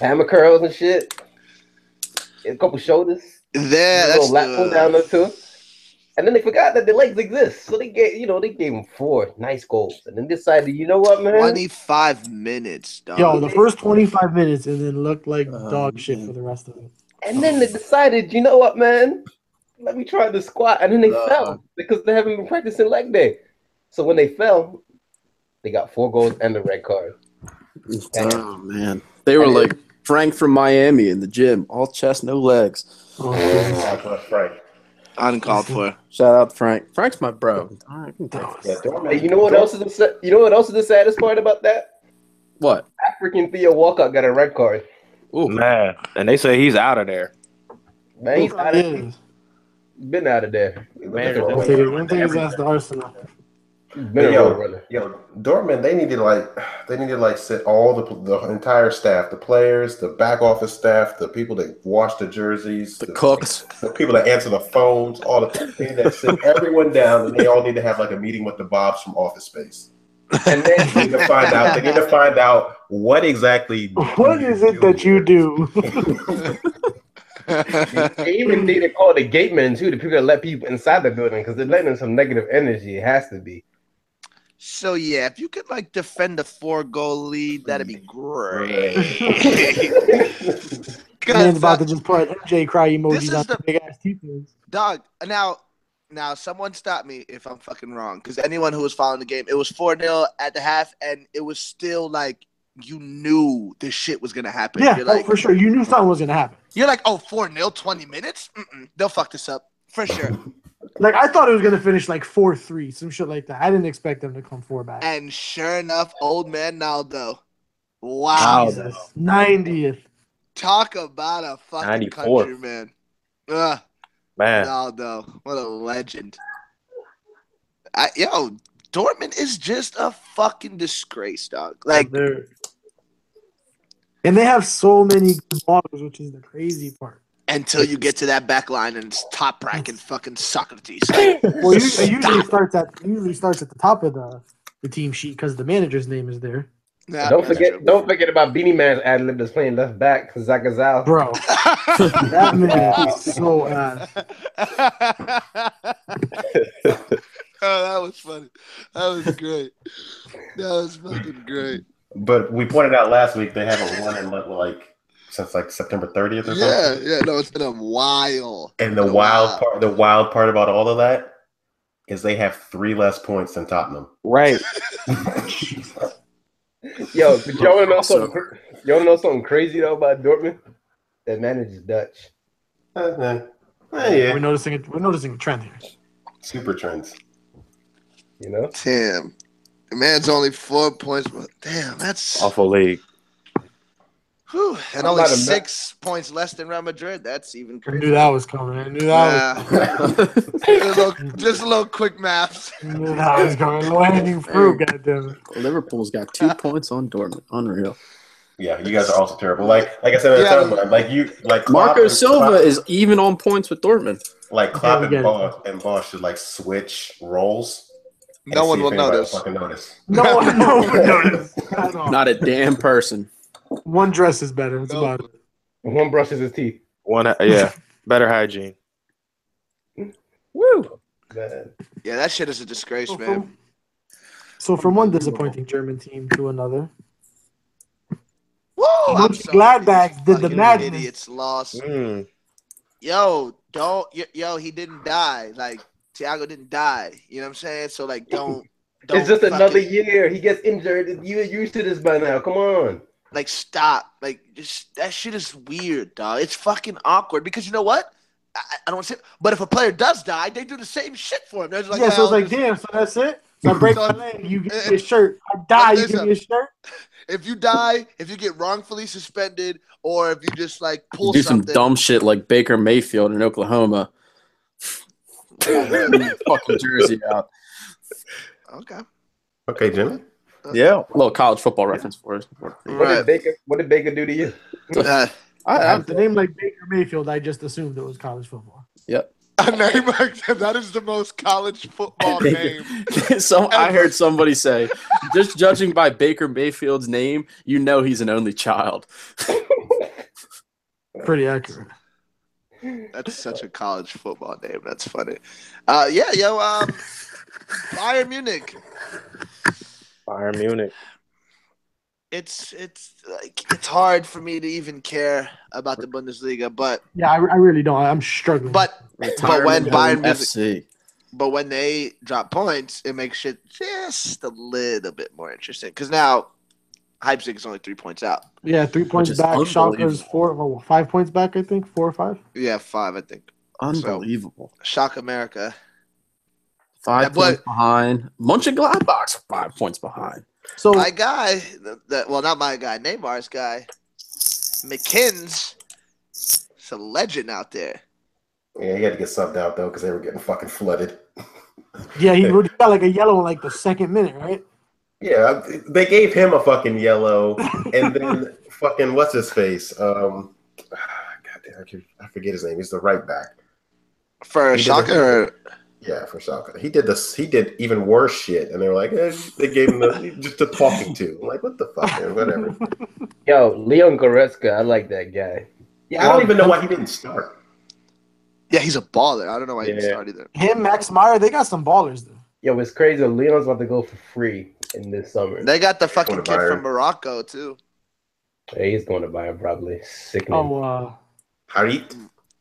[SPEAKER 5] hammer curls and shit, a couple shoulders.
[SPEAKER 9] There,
[SPEAKER 5] little
[SPEAKER 9] that's
[SPEAKER 5] lap pull down
[SPEAKER 9] the,
[SPEAKER 5] there too. And then they forgot that the legs exist, so they gave you know they gave him four nice goals, and then decided you know what man,
[SPEAKER 9] 25 minutes, dog.
[SPEAKER 7] Yo, the first 25 minutes and then looked like
[SPEAKER 9] Uh,
[SPEAKER 7] dog shit for the rest of it.
[SPEAKER 5] and then they decided you know what man, let me try the squat, and then they fell because they haven't been practicing leg day. So when they fell, they got four goals and a red card.
[SPEAKER 4] Oh man, they were like Frank from Miami in the gym, all chest, no legs.
[SPEAKER 9] Oh,
[SPEAKER 7] Oh,
[SPEAKER 1] Right.
[SPEAKER 9] Uncalled for.
[SPEAKER 4] Shout out Frank. Frank's my bro. All right, you can take it.
[SPEAKER 1] Yeah, Dortmund.
[SPEAKER 5] And you know what else is the sa- you know what else is the saddest part about that?
[SPEAKER 4] What?
[SPEAKER 5] Freaking Theo Walcott got a red card.
[SPEAKER 4] Ooh,
[SPEAKER 8] Man. And they say he's out of there.
[SPEAKER 5] Man, he's out of,
[SPEAKER 7] Yeah.
[SPEAKER 5] been out of there.
[SPEAKER 8] Man,
[SPEAKER 5] Been a
[SPEAKER 7] One
[SPEAKER 5] road
[SPEAKER 7] thing
[SPEAKER 5] runner.
[SPEAKER 7] is- one thing is that's the Arsenal.
[SPEAKER 5] Been a
[SPEAKER 1] Yo.
[SPEAKER 5] road runner.
[SPEAKER 1] Yo, Dortmund, they need to like, they need to like sit all the the entire staff, the players, the back office staff, the people that wash the jerseys,
[SPEAKER 4] the cooks.
[SPEAKER 1] the people that answer the phones, all the they need to sit everyone down, and they all need to have like a meeting with the Bobs from Office Space.
[SPEAKER 5] And then
[SPEAKER 1] They need to find out. They need to find out what exactly.
[SPEAKER 7] What is it that you do?
[SPEAKER 5] They even need to call the gatemen too, the people that let people inside the building, because they're letting in some negative energy. It has to be.
[SPEAKER 9] so, yeah, if you could, like, defend a four goal lead, that'd be great.
[SPEAKER 7] Man's
[SPEAKER 9] Because,
[SPEAKER 7] about to just put MJ cry
[SPEAKER 9] This is
[SPEAKER 7] emojis on
[SPEAKER 9] the-
[SPEAKER 7] the big ass t-shirts.
[SPEAKER 9] uh, dog, now, now, someone stop me if I'm fucking wrong. Because anyone who was following the game, it was 4 0 at the half, and it was still like you knew this shit was going to happen.
[SPEAKER 7] Yeah,
[SPEAKER 9] you're
[SPEAKER 7] oh,
[SPEAKER 9] like,
[SPEAKER 7] for sure. You knew something was gonna happen.
[SPEAKER 9] You're like, oh, 4 0, 20 minutes? Mm-mm, they'll fuck this up. For sure.
[SPEAKER 7] Like I thought it was gonna finish like four three, some shit like that. I didn't expect them to come four back.
[SPEAKER 9] And sure enough, old man Naldo. Wow.
[SPEAKER 7] Jesus, ninetieth.
[SPEAKER 9] Talk about a fucking
[SPEAKER 8] 94.
[SPEAKER 9] country man. Ugh,
[SPEAKER 8] Man.
[SPEAKER 9] Naldo. What a legend. I, yo, Dortmund is just a fucking disgrace, dog. Like,
[SPEAKER 7] And they have so many good ballers, which is the crazy part.
[SPEAKER 9] until you get to that back line and it's top ranking fucking Socrates.
[SPEAKER 7] Well, it usually, it usually starts at it usually starts at the top of the the team sheet because the manager's name is there.
[SPEAKER 9] Nah,
[SPEAKER 5] don't forget, don't forget about Beanie Man's ad lib that's playing left back because Zach is out.
[SPEAKER 7] Bro, that man is so ass.
[SPEAKER 9] Oh, that was funny. That was great. That was fucking great.
[SPEAKER 1] But we pointed out last week they haven't won in like, like since like September 30th or
[SPEAKER 9] Yeah,
[SPEAKER 1] something.
[SPEAKER 9] yeah. No, it's been a while.
[SPEAKER 1] And the wild part, the wild part about all of that is they have three less points than Tottenham. Eh,
[SPEAKER 8] Right.
[SPEAKER 5] Yo, but y'all wanna know something? cra- Y'all wanna know something crazy though about Dortmund? That manager's Dutch.
[SPEAKER 7] We're noticing it. We're noticing a trend here.
[SPEAKER 1] Eh, Super trends.
[SPEAKER 5] You know?
[SPEAKER 9] Damn. The man's only four points, but damn, that's
[SPEAKER 8] Awful league.
[SPEAKER 9] whew, and
[SPEAKER 7] I'm
[SPEAKER 9] only
[SPEAKER 7] not a ma-
[SPEAKER 9] six points less than Real Madrid. That's even
[SPEAKER 7] I
[SPEAKER 9] crazy.
[SPEAKER 7] knew that was coming. I knew that was.
[SPEAKER 9] just, a little, just a little quick math.
[SPEAKER 7] I knew that was coming. Low hanging fruit. Goddamn it.
[SPEAKER 4] Liverpool's got two points on Dortmund. Unreal.
[SPEAKER 1] Yeah, you guys are also terrible. Like like I said at
[SPEAKER 4] Yeah.
[SPEAKER 1] the time, like you like Klopp
[SPEAKER 4] Marco
[SPEAKER 1] and-
[SPEAKER 4] Silva is even on points with Dortmund.
[SPEAKER 1] like Klopp and
[SPEAKER 4] Yeah.
[SPEAKER 1] Bosch and Bosch should like switch roles. and
[SPEAKER 4] No one
[SPEAKER 1] see if
[SPEAKER 4] will
[SPEAKER 1] anybody
[SPEAKER 4] notice.
[SPEAKER 1] Fucking notice.
[SPEAKER 7] No, no, no. Oh.
[SPEAKER 4] Not a damn person.
[SPEAKER 7] One dress is better. That's about it.
[SPEAKER 5] One brushes his teeth.
[SPEAKER 8] One, uh, yeah, better hygiene.
[SPEAKER 5] Woo.
[SPEAKER 9] Yeah, that shit is a disgrace, man.
[SPEAKER 7] So from one disappointing German team to another,
[SPEAKER 9] Woo! I'm so
[SPEAKER 7] Gladbach did the
[SPEAKER 9] fucking
[SPEAKER 7] madness.
[SPEAKER 9] idiots lost.
[SPEAKER 4] Mm.
[SPEAKER 9] Yo, don't yo, yo. He didn't die. Like Tiago didn't die. You know what I'm saying? So like, don't. don't
[SPEAKER 5] It's just
[SPEAKER 9] fucking-
[SPEAKER 5] another year. He gets injured. You're used to this by now. Come on.
[SPEAKER 9] Like stop. Like just that shit is weird, dog. It's fucking awkward because you know what? I, I- I don't say. But if a player does die, they do the same shit for him. They're just like,
[SPEAKER 7] yeah, so it's
[SPEAKER 9] "Well,
[SPEAKER 7] like, damn. So that's it. So I break my leg. You give me a shirt. I die. You give me a shirt.
[SPEAKER 9] if you die, if you get wrongfully suspended, or if you just like pull
[SPEAKER 4] Do some
[SPEAKER 9] something,
[SPEAKER 4] dumb shit like Baker Mayfield in Oklahoma. fucking jersey out.
[SPEAKER 9] Okay.
[SPEAKER 1] Okay, Jimmy.
[SPEAKER 4] Yeah. A little college football reference for us.
[SPEAKER 5] What did Baker? What did Baker do to you?
[SPEAKER 4] I- I-
[SPEAKER 7] the name like Baker Mayfield, I just assumed it was college football.
[SPEAKER 4] Yep.
[SPEAKER 9] A name like that, that is the most college football name.
[SPEAKER 4] so I heard somebody say, just judging by Baker Mayfield's name, you know he's an only child.
[SPEAKER 7] Pretty accurate.
[SPEAKER 9] That's such a college football name. That's funny. Uh, yeah, yo, um, Bayern Munich.
[SPEAKER 8] Bayern Munich.
[SPEAKER 9] It's it's like it's hard for me to even care about the Bundesliga, but
[SPEAKER 7] Yeah, I, I really don't. I'm struggling.
[SPEAKER 9] But but when Bayern Munich,
[SPEAKER 4] FC.
[SPEAKER 9] but when they drop points, it makes shit just a little bit more interesting. Because now, Leipzig is only three points out.
[SPEAKER 7] Yeah, three points
[SPEAKER 9] is
[SPEAKER 7] back.
[SPEAKER 9] unbelievable.
[SPEAKER 7] Schalke's four, well, five points back. I think four or five.
[SPEAKER 9] Yeah, five, I think.
[SPEAKER 4] Unbelievable.
[SPEAKER 9] Shock America.
[SPEAKER 4] Five
[SPEAKER 9] Yeah, but-
[SPEAKER 4] points behind. Munchen Gladbach's five points behind.
[SPEAKER 7] So
[SPEAKER 9] my guy, th- that well, not my guy, Neymar's guy, McKinn's, it's a legend out there.
[SPEAKER 1] Yeah, he had to get subbed out though because they were getting fucking flooded.
[SPEAKER 7] Yeah, he really got like a yellow in like the second minute, right?
[SPEAKER 1] Yeah, they gave him a fucking yellow, and then fucking what's his face? Um, God damn, I, can, I forget his name. He's the right back
[SPEAKER 9] For
[SPEAKER 1] He did
[SPEAKER 9] Schalke
[SPEAKER 1] the-
[SPEAKER 9] or-
[SPEAKER 1] Yeah, for Shaka. He did this. He did even worse shit, and they were like, eh, they gave him the, just a talking to. I'm like, what the fuck, man? Whatever.
[SPEAKER 5] Yo, Leon Goretzka. I like that guy.
[SPEAKER 1] Yeah, I don't even know why he didn't start.
[SPEAKER 9] Yeah, he's a baller. I don't know why he
[SPEAKER 5] Yeah.
[SPEAKER 9] didn't start either.
[SPEAKER 7] Him, Max Meyer, they got some ballers though.
[SPEAKER 5] Yo, it's crazy. Leon's about to go for free in this summer.
[SPEAKER 9] They got the fucking
[SPEAKER 5] Going to
[SPEAKER 9] kid
[SPEAKER 5] Bayern.
[SPEAKER 9] from Morocco too.
[SPEAKER 5] Yeah, he's going to Bayern probably. Sickening.
[SPEAKER 7] Oh, uh,
[SPEAKER 1] Harit.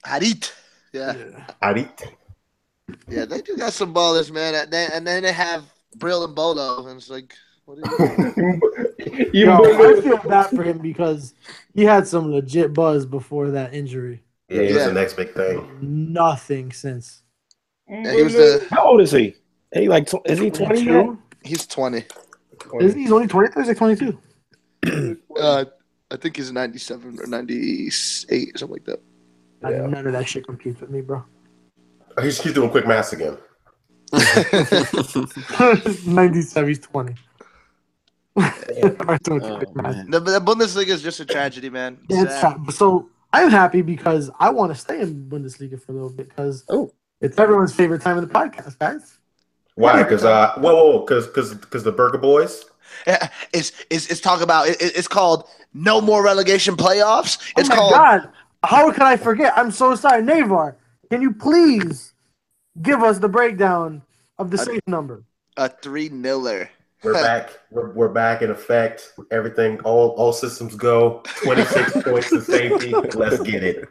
[SPEAKER 9] Harit. Yeah. yeah,
[SPEAKER 1] Harit.
[SPEAKER 9] they do got some ballers, man. And then, and then they have Brill and Bolo, and it's like, what is
[SPEAKER 7] Yo, I feel bad for him because he had some legit buzz before that injury.
[SPEAKER 1] Yeah, he was
[SPEAKER 7] Yeah.
[SPEAKER 1] the next big thing.
[SPEAKER 7] Nothing since.
[SPEAKER 9] Yeah, he was the-
[SPEAKER 8] How old is he? He like tw- is he twenty? yet?
[SPEAKER 9] He's twenty.
[SPEAKER 7] Isn't he he's only twenty three? He's like twenty two.
[SPEAKER 9] Uh, I think he's ninety-seven or ninety-eight, something like that.
[SPEAKER 7] I None of that shit computes with me, bro.
[SPEAKER 1] Oh, He's, he's doing quick maths again.
[SPEAKER 7] ninety seven. He's twenty. I don't
[SPEAKER 9] Oh,
[SPEAKER 4] Oh,
[SPEAKER 7] do it, man.
[SPEAKER 9] The, the Bundesliga is just a tragedy, man.
[SPEAKER 7] Yeah, it's
[SPEAKER 9] Sad.
[SPEAKER 7] fine. So I'm happy because I want to stay in Bundesliga for a little bit because it's everyone's favorite time of the podcast, guys.
[SPEAKER 1] Why? Because uh, whoa, whoa, because because because the Burger Boys
[SPEAKER 9] It's it's it's talking about it, it's called no more relegation playoffs.
[SPEAKER 7] Oh
[SPEAKER 9] It's
[SPEAKER 7] my
[SPEAKER 9] called
[SPEAKER 7] God. How could I forget? I'm so sorry. Navar, can you please give us the breakdown of the
[SPEAKER 9] I-
[SPEAKER 7] safe number?
[SPEAKER 9] a three niller.
[SPEAKER 1] We're back. We're, we're back in effect. Everything, all all systems go. Twenty six points to safety. Let's get it.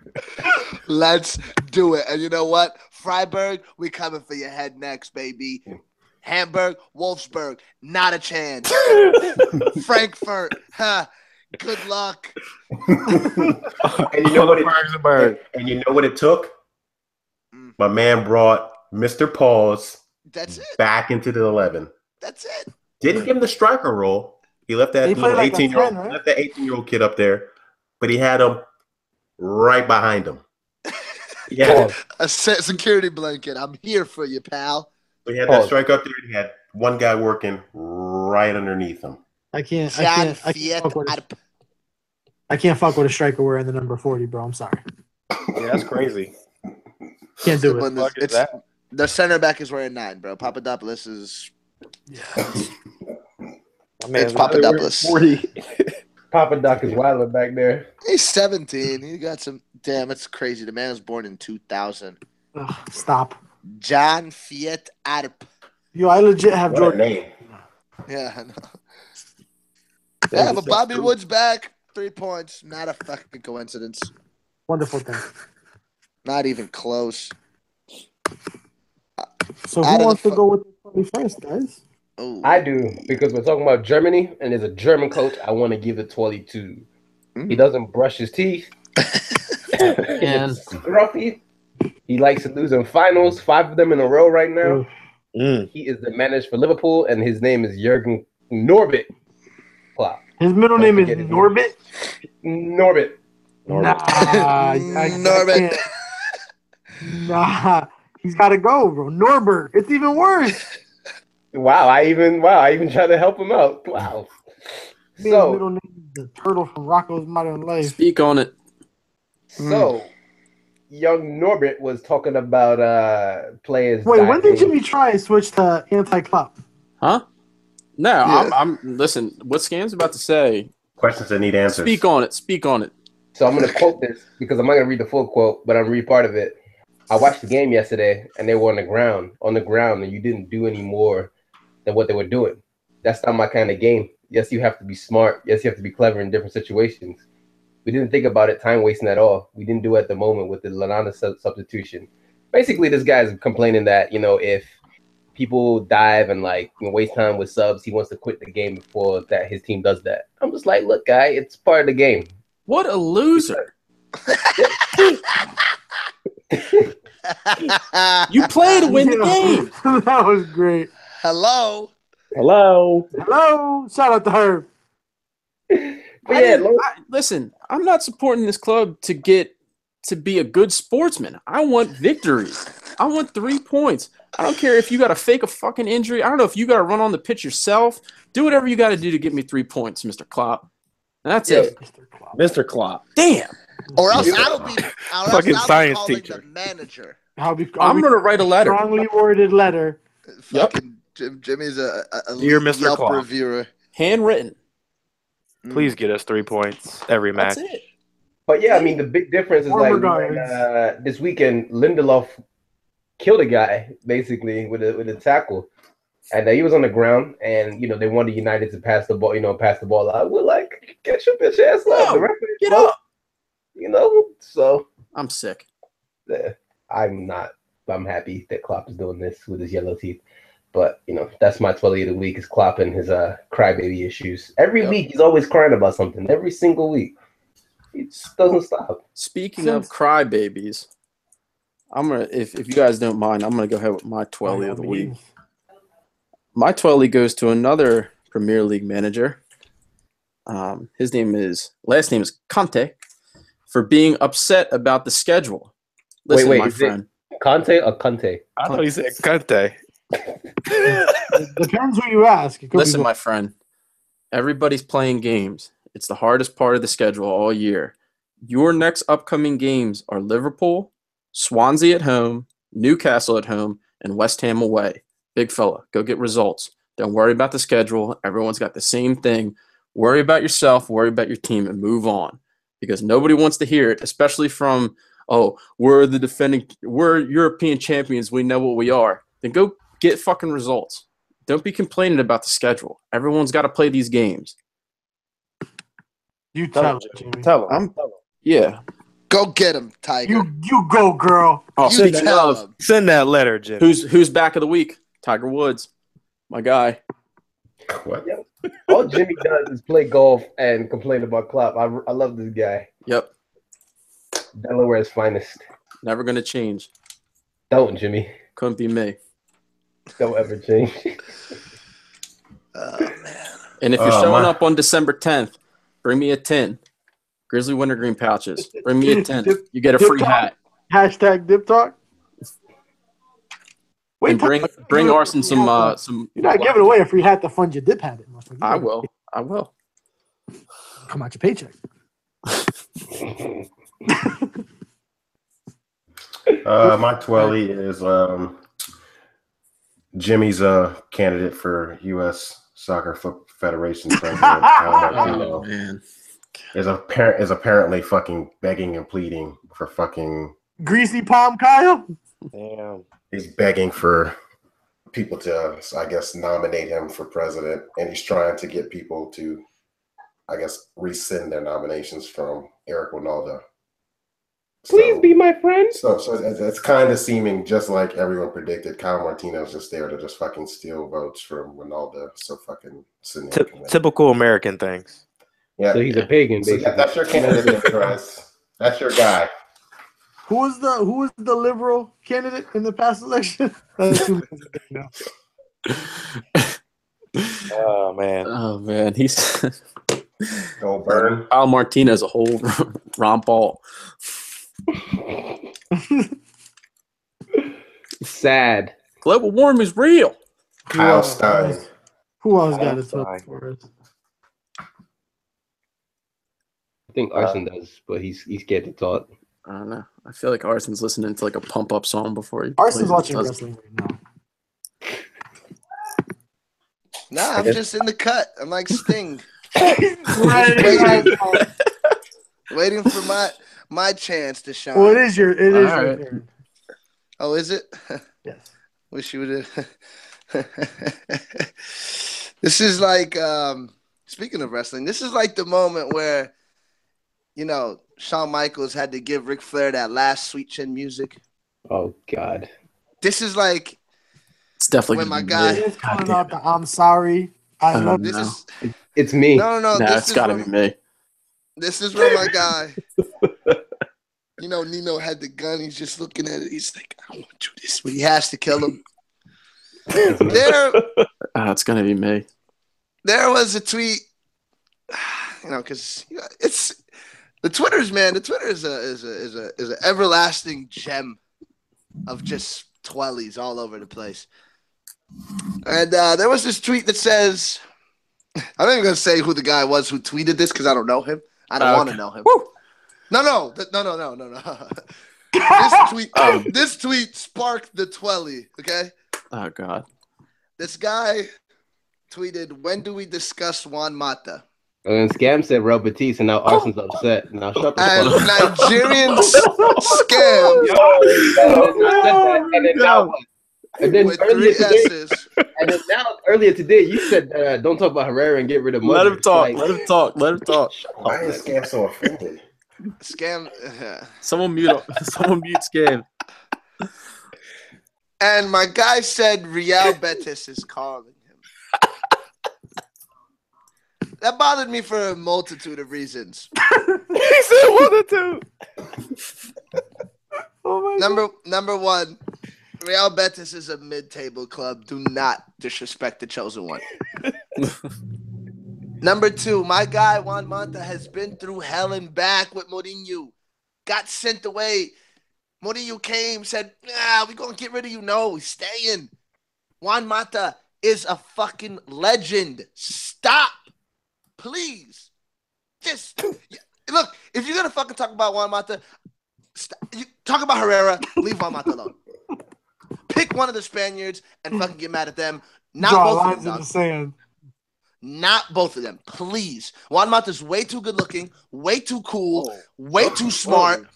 [SPEAKER 9] Let's do it. And you know what? Freiburg, we coming for your head next, baby. Hamburg, Wolfsburg, not a chance. Frankfurt, huh? Good luck.
[SPEAKER 1] And you know what? It, and, and you know what it took?
[SPEAKER 9] Mm.
[SPEAKER 1] My man brought Mister Paws
[SPEAKER 9] That's it.
[SPEAKER 1] back into the eleven.
[SPEAKER 9] That's it.
[SPEAKER 1] Didn't give him the striker role. He left
[SPEAKER 9] He
[SPEAKER 1] that
[SPEAKER 9] played
[SPEAKER 1] little
[SPEAKER 9] like a
[SPEAKER 1] eighteen year old
[SPEAKER 9] 10, right?
[SPEAKER 1] left that eighteen year old kid up there, but he had him right behind him. Yeah,
[SPEAKER 9] A se- security blanket. I'm here for you, pal.
[SPEAKER 1] we had
[SPEAKER 9] Pause.
[SPEAKER 1] that strike up there. and He had one guy working right underneath him.
[SPEAKER 7] I can't. I
[SPEAKER 9] John
[SPEAKER 7] can't. I can't,
[SPEAKER 9] Fiat
[SPEAKER 7] fuck with a,
[SPEAKER 9] Arp.
[SPEAKER 7] I can't fuck with a striker wearing the number forty, bro. I'm sorry.
[SPEAKER 8] Yeah, that's crazy.
[SPEAKER 7] Can't do
[SPEAKER 9] When
[SPEAKER 7] it.
[SPEAKER 9] the- it's- the center back is wearing nine, bro. Papadopoulos is. it's Papadopoulos.
[SPEAKER 5] Papadoc is wilding back there.
[SPEAKER 9] He's 17. He got some. Damn, it's crazy. The man was born in 2000.
[SPEAKER 7] Ugh, stop.
[SPEAKER 9] John Fiat Arp.
[SPEAKER 7] Yo, I legit have
[SPEAKER 9] What a
[SPEAKER 7] Jordan.
[SPEAKER 1] name.
[SPEAKER 9] Yeah, I know.
[SPEAKER 7] Yeah,
[SPEAKER 9] Yeah, but
[SPEAKER 7] that's
[SPEAKER 9] Bobby
[SPEAKER 7] true.
[SPEAKER 9] Woods back. Three points. Not a fucking coincidence.
[SPEAKER 7] Wonderful thing.
[SPEAKER 9] Not even close.
[SPEAKER 7] So
[SPEAKER 9] Out of
[SPEAKER 7] who
[SPEAKER 9] the
[SPEAKER 7] wants to
[SPEAKER 9] fu-
[SPEAKER 7] go with the 21st, guys?
[SPEAKER 5] I do because we're talking about Germany, and there's a German coach I want to give the 22.
[SPEAKER 7] Mm.
[SPEAKER 5] He doesn't brush his teeth.
[SPEAKER 4] And
[SPEAKER 5] Grumpy. He likes to lose in finals, five of them in a row right now.
[SPEAKER 8] mm.
[SPEAKER 7] Mm.
[SPEAKER 5] He is the manager for Liverpool, and his name is Jurgen Norbit. Klopp.
[SPEAKER 7] His middle name is Norbit.
[SPEAKER 5] Norbit.
[SPEAKER 7] Nah, I, I,
[SPEAKER 9] Norbit.
[SPEAKER 7] I can't. nah, he's got to go, bro. Norbert. It's even worse.
[SPEAKER 5] Wow, I even wow, I even tried to help him out. Wow.
[SPEAKER 7] His Mm. middle name is the turtle from Rocco's Modern Life.
[SPEAKER 4] speak on it.
[SPEAKER 5] So young Norbit was talking about uh players.
[SPEAKER 7] Wait, when
[SPEAKER 5] diving.
[SPEAKER 7] did Jimmy try and switch to anti-clock?
[SPEAKER 4] Huh? No, I'm, I'm. Listen, what Scam's about to say.
[SPEAKER 1] Questions that need answers.
[SPEAKER 4] Speak on it. Speak on it.
[SPEAKER 5] So I'm gonna quote this because I'm not gonna read the full quote, but I'm gonna read part of it. I watched the game yesterday and they were on the ground, on the ground, and you didn't do any more than what they were doing. That's not my kind of game. Yes, you have to be smart. Yes, you have to be clever in different situations. We didn't think about it time wasting at all. We didn't do it at the moment with the Lanana sub- substitution. Basically, this guy's complaining that, you know, if people dive and like you know, waste time with subs, he wants to quit the game before that his team does that. I'm just like, look, guy, it's part of the game.
[SPEAKER 4] What a loser! You play to win the game.
[SPEAKER 7] that was great.
[SPEAKER 9] Hello.
[SPEAKER 11] Hello.
[SPEAKER 7] Hello. Shout out to Herb.
[SPEAKER 4] I didn't- I- listen, I'm not supporting this club to get to be a good sportsman. I want victories. I want three points. I don't care if you got to fake a fucking injury. I don't know if you got to run on the pitch yourself. Do whatever you got to do to get me three points, Mister Klopp. That's it.
[SPEAKER 8] Mr. Klopp.
[SPEAKER 4] Damn.
[SPEAKER 9] Or else I'll be. Or else
[SPEAKER 8] Fucking
[SPEAKER 9] I'll be
[SPEAKER 8] science
[SPEAKER 9] calling
[SPEAKER 8] teacher.
[SPEAKER 9] the manager.
[SPEAKER 7] I'll be, I'll
[SPEAKER 4] I'm
[SPEAKER 7] be
[SPEAKER 4] gonna write a letter.
[SPEAKER 7] strongly worded letter.
[SPEAKER 9] Fucking Jim, Jimmy's a, a, a
[SPEAKER 8] Dear
[SPEAKER 9] elite
[SPEAKER 8] Mr.
[SPEAKER 9] Yelp
[SPEAKER 8] Clark.
[SPEAKER 9] reviewer.
[SPEAKER 4] handwritten.
[SPEAKER 8] Mm. Please get us three points every match.
[SPEAKER 4] That's it.
[SPEAKER 5] But yeah, I mean, the big difference is
[SPEAKER 7] Former
[SPEAKER 5] like when,
[SPEAKER 7] guards.
[SPEAKER 5] uh, this weekend, Lindelof killed a guy basically with a with a tackle, and uh, he was on the ground, and you know they wanted United to pass the ball, you know, pass the ball out. We're like, get your bitch ass up, the
[SPEAKER 4] No,
[SPEAKER 5] referee,
[SPEAKER 4] get
[SPEAKER 5] well,
[SPEAKER 4] up.
[SPEAKER 5] you know. So
[SPEAKER 4] I'm sick.
[SPEAKER 5] uh, I'm not. I'm happy that Klopp is doing this with his yellow teeth. But you know, that's my twelve of the week is Klopp and his uh crybaby issues. Every
[SPEAKER 4] Yep.
[SPEAKER 5] week he's always crying about something. Every single week, he just doesn't stop.
[SPEAKER 4] Speaking of crybabies, I'm gonna if, if you guys don't mind, I'm gonna go ahead with my
[SPEAKER 7] Oh,
[SPEAKER 4] twelve of the week. My twelve goes to another Premier League manager. Um, his name is last name is Conte for being upset about the schedule.
[SPEAKER 5] Wait,
[SPEAKER 4] Listen,
[SPEAKER 5] wait,
[SPEAKER 4] my
[SPEAKER 5] is it-
[SPEAKER 4] friend.
[SPEAKER 5] Conte or Conte?
[SPEAKER 8] I thought he said Conte.
[SPEAKER 7] Depends who you ask. It could be
[SPEAKER 4] Listen,
[SPEAKER 7] both.
[SPEAKER 4] my friend. Everybody's playing games. It's the hardest part of the schedule all year. Your next upcoming games are Liverpool, Swansea at home, Newcastle at home, and West Ham away. Big fella, go get results. Don't worry about the schedule. Everyone's got the same thing. Worry about yourself, worry about your team, and move on because nobody wants to hear it, especially from, oh, we're the defending, we're European champions. We know what we are. Then go get fucking results. Don't be complaining about the schedule. Everyone's got to play these games.
[SPEAKER 7] You
[SPEAKER 4] tell
[SPEAKER 7] him,
[SPEAKER 4] Tell them. yeah.
[SPEAKER 9] Go get him, Tiger.
[SPEAKER 7] You you go, girl.
[SPEAKER 4] Oh,
[SPEAKER 9] You
[SPEAKER 4] speaking
[SPEAKER 9] tell
[SPEAKER 4] of,
[SPEAKER 8] Send that letter, Jim.
[SPEAKER 4] who's who's back of the week? Tiger Woods, my guy.
[SPEAKER 1] What?
[SPEAKER 5] All Jimmy does is play golf and complain about Klopp. I, I love this guy.
[SPEAKER 4] Yep.
[SPEAKER 5] Delaware's finest.
[SPEAKER 4] Never gonna change.
[SPEAKER 5] Don't Jimmy.
[SPEAKER 4] Couldn't be me.
[SPEAKER 5] Don't ever change.
[SPEAKER 9] Uh,
[SPEAKER 4] And if you're
[SPEAKER 5] Oh,
[SPEAKER 4] showing
[SPEAKER 5] my.
[SPEAKER 4] up on December 10th, bring me a tin. Grizzly Wintergreen pouches. Bring me a tin. You get a free hat.
[SPEAKER 7] Hashtag dip talk.
[SPEAKER 4] and bring bring Arson some uh, some.
[SPEAKER 7] You're not giving away a free hat to fund your dip habit. motherfucker.
[SPEAKER 4] I will. I will.
[SPEAKER 7] Come out your paycheck.
[SPEAKER 1] Uh, my twelve is um, Jimmy's uh, candidate for U.S. Soccer F- Federation president. Al Martino,
[SPEAKER 4] man.
[SPEAKER 1] is apparent is apparently fucking begging and pleading for fucking.
[SPEAKER 7] Greasy palm, Kyle.
[SPEAKER 8] Damn.
[SPEAKER 1] He's begging for people to, I guess, nominate him for president, and he's trying to get people to, I guess, rescind their nominations from Eric Winalda.
[SPEAKER 5] Please be my friend.
[SPEAKER 1] So, so it's, it's kind of seeming just like everyone predicted. Kyle Martino's just there to just fucking steal votes from Ronaldo. So fucking sitting there.
[SPEAKER 8] Ty- typical American things.
[SPEAKER 1] Yeah.
[SPEAKER 5] So he's a pagan,
[SPEAKER 1] So
[SPEAKER 5] basically.
[SPEAKER 1] that- that's your candidate, Chris. That's your guy.
[SPEAKER 7] Who was the who was the liberal candidate in the past election? Uh, That's who-
[SPEAKER 8] Oh man.
[SPEAKER 4] Oh man, he's
[SPEAKER 1] Go burn.
[SPEAKER 4] Al Martinez a whole romp ball.
[SPEAKER 5] Sad.
[SPEAKER 4] Global warming is real.
[SPEAKER 1] Kyle Stein.
[SPEAKER 7] who else got
[SPEAKER 5] I'm
[SPEAKER 7] his vote
[SPEAKER 5] sorry.
[SPEAKER 7] for us?
[SPEAKER 5] I think Arson does, but he's he's scared to talk.
[SPEAKER 4] I don't know. I feel like Arson's listening to like a pump up song before he.
[SPEAKER 7] Arson's
[SPEAKER 4] plays
[SPEAKER 7] watching
[SPEAKER 4] it.
[SPEAKER 7] wrestling right now.
[SPEAKER 9] Nah, I'm just in the cut. I'm like Sting,
[SPEAKER 7] Right, right, right.
[SPEAKER 9] waiting for my my chance to shine.
[SPEAKER 7] Well, it is your it is your
[SPEAKER 4] Alright.
[SPEAKER 7] turn.
[SPEAKER 9] Oh, is it?
[SPEAKER 7] Yes.
[SPEAKER 9] Wish you would have. this is like, um, speaking of wrestling, this is like the moment where, you know, Shawn Michaels had to give Ric Flair that last sweet chin music.
[SPEAKER 5] Oh God.
[SPEAKER 9] This is like,
[SPEAKER 4] It's definitely
[SPEAKER 9] When
[SPEAKER 4] gonna
[SPEAKER 9] Oh my
[SPEAKER 4] be
[SPEAKER 9] guy-
[SPEAKER 4] me.
[SPEAKER 7] It's
[SPEAKER 4] God
[SPEAKER 7] coming
[SPEAKER 4] damn
[SPEAKER 7] out
[SPEAKER 4] it.
[SPEAKER 7] the I'm sorry. I
[SPEAKER 4] Um,
[SPEAKER 7] love
[SPEAKER 9] this
[SPEAKER 4] No.
[SPEAKER 9] is,
[SPEAKER 5] It's me.
[SPEAKER 9] no, no, no.
[SPEAKER 4] Nah,
[SPEAKER 9] this
[SPEAKER 4] it's
[SPEAKER 9] is
[SPEAKER 4] gotta
[SPEAKER 9] when-
[SPEAKER 4] be me.
[SPEAKER 9] This is where my guy, you know, Nino had the gun. He's just looking at it. He's like, I want you this way. He has to kill him. there,
[SPEAKER 4] Ah, it's gonna be me.
[SPEAKER 9] there was a tweet, you know, because it's the Twitter's man. The Twitter is a is a is a is an everlasting gem of just twellies all over the place. And uh, there was this tweet that says, I'm not even gonna say who the guy was who tweeted this because I don't know him. I don't
[SPEAKER 4] Uh, Okay.
[SPEAKER 9] want to know him.
[SPEAKER 4] Woo!
[SPEAKER 9] No, no, th- no, no, no, no, no. this tweet,
[SPEAKER 4] Um.
[SPEAKER 9] this tweet sparked the twelly. Okay,
[SPEAKER 4] Oh god.
[SPEAKER 9] this guy tweeted, "When do we discuss Juan Mata?"
[SPEAKER 5] And Scam said Real Batiste, and now Arson's upset. Now shut the
[SPEAKER 9] And
[SPEAKER 5] fuck up.
[SPEAKER 9] Nigerian s- scam
[SPEAKER 5] Yo, yo, and then now what? And then
[SPEAKER 9] with
[SPEAKER 5] earlier
[SPEAKER 9] three
[SPEAKER 5] today,
[SPEAKER 9] S's.
[SPEAKER 5] and then now earlier today, you said uh, don't talk about Herrera and get rid of.
[SPEAKER 4] Let
[SPEAKER 5] Mother.
[SPEAKER 4] him talk.
[SPEAKER 5] Like,
[SPEAKER 4] Let him talk. Let him talk.
[SPEAKER 1] Why is Scam so offended?
[SPEAKER 9] Scam.
[SPEAKER 4] Someone mute. Someone mute Scam.
[SPEAKER 9] And my guy said Real Betis is calling him. That bothered me for a multitude of reasons.
[SPEAKER 8] he said one or two. Oh
[SPEAKER 9] Number number one, Real Betis is a mid-table club. Do not disrespect the chosen one. number two, my guy Juan Mata has been through hell and back with Mourinho. Got sent away. Mourinho came, said, "Nah, we gonna get rid of you." No, he's staying. Juan Mata is a fucking legend. Stop, please. Just look. If you're gonna fucking talk about Juan Mata, St- you talk about Herrera, leave Juan Mata alone. Pick one of the Spaniards and fucking get mad at them. Not
[SPEAKER 7] Draw
[SPEAKER 9] both of
[SPEAKER 7] lines in
[SPEAKER 9] them. dog.
[SPEAKER 7] the sand.
[SPEAKER 9] Not both of them, please. Juan Mata's way too good looking, way too cool, way too smart.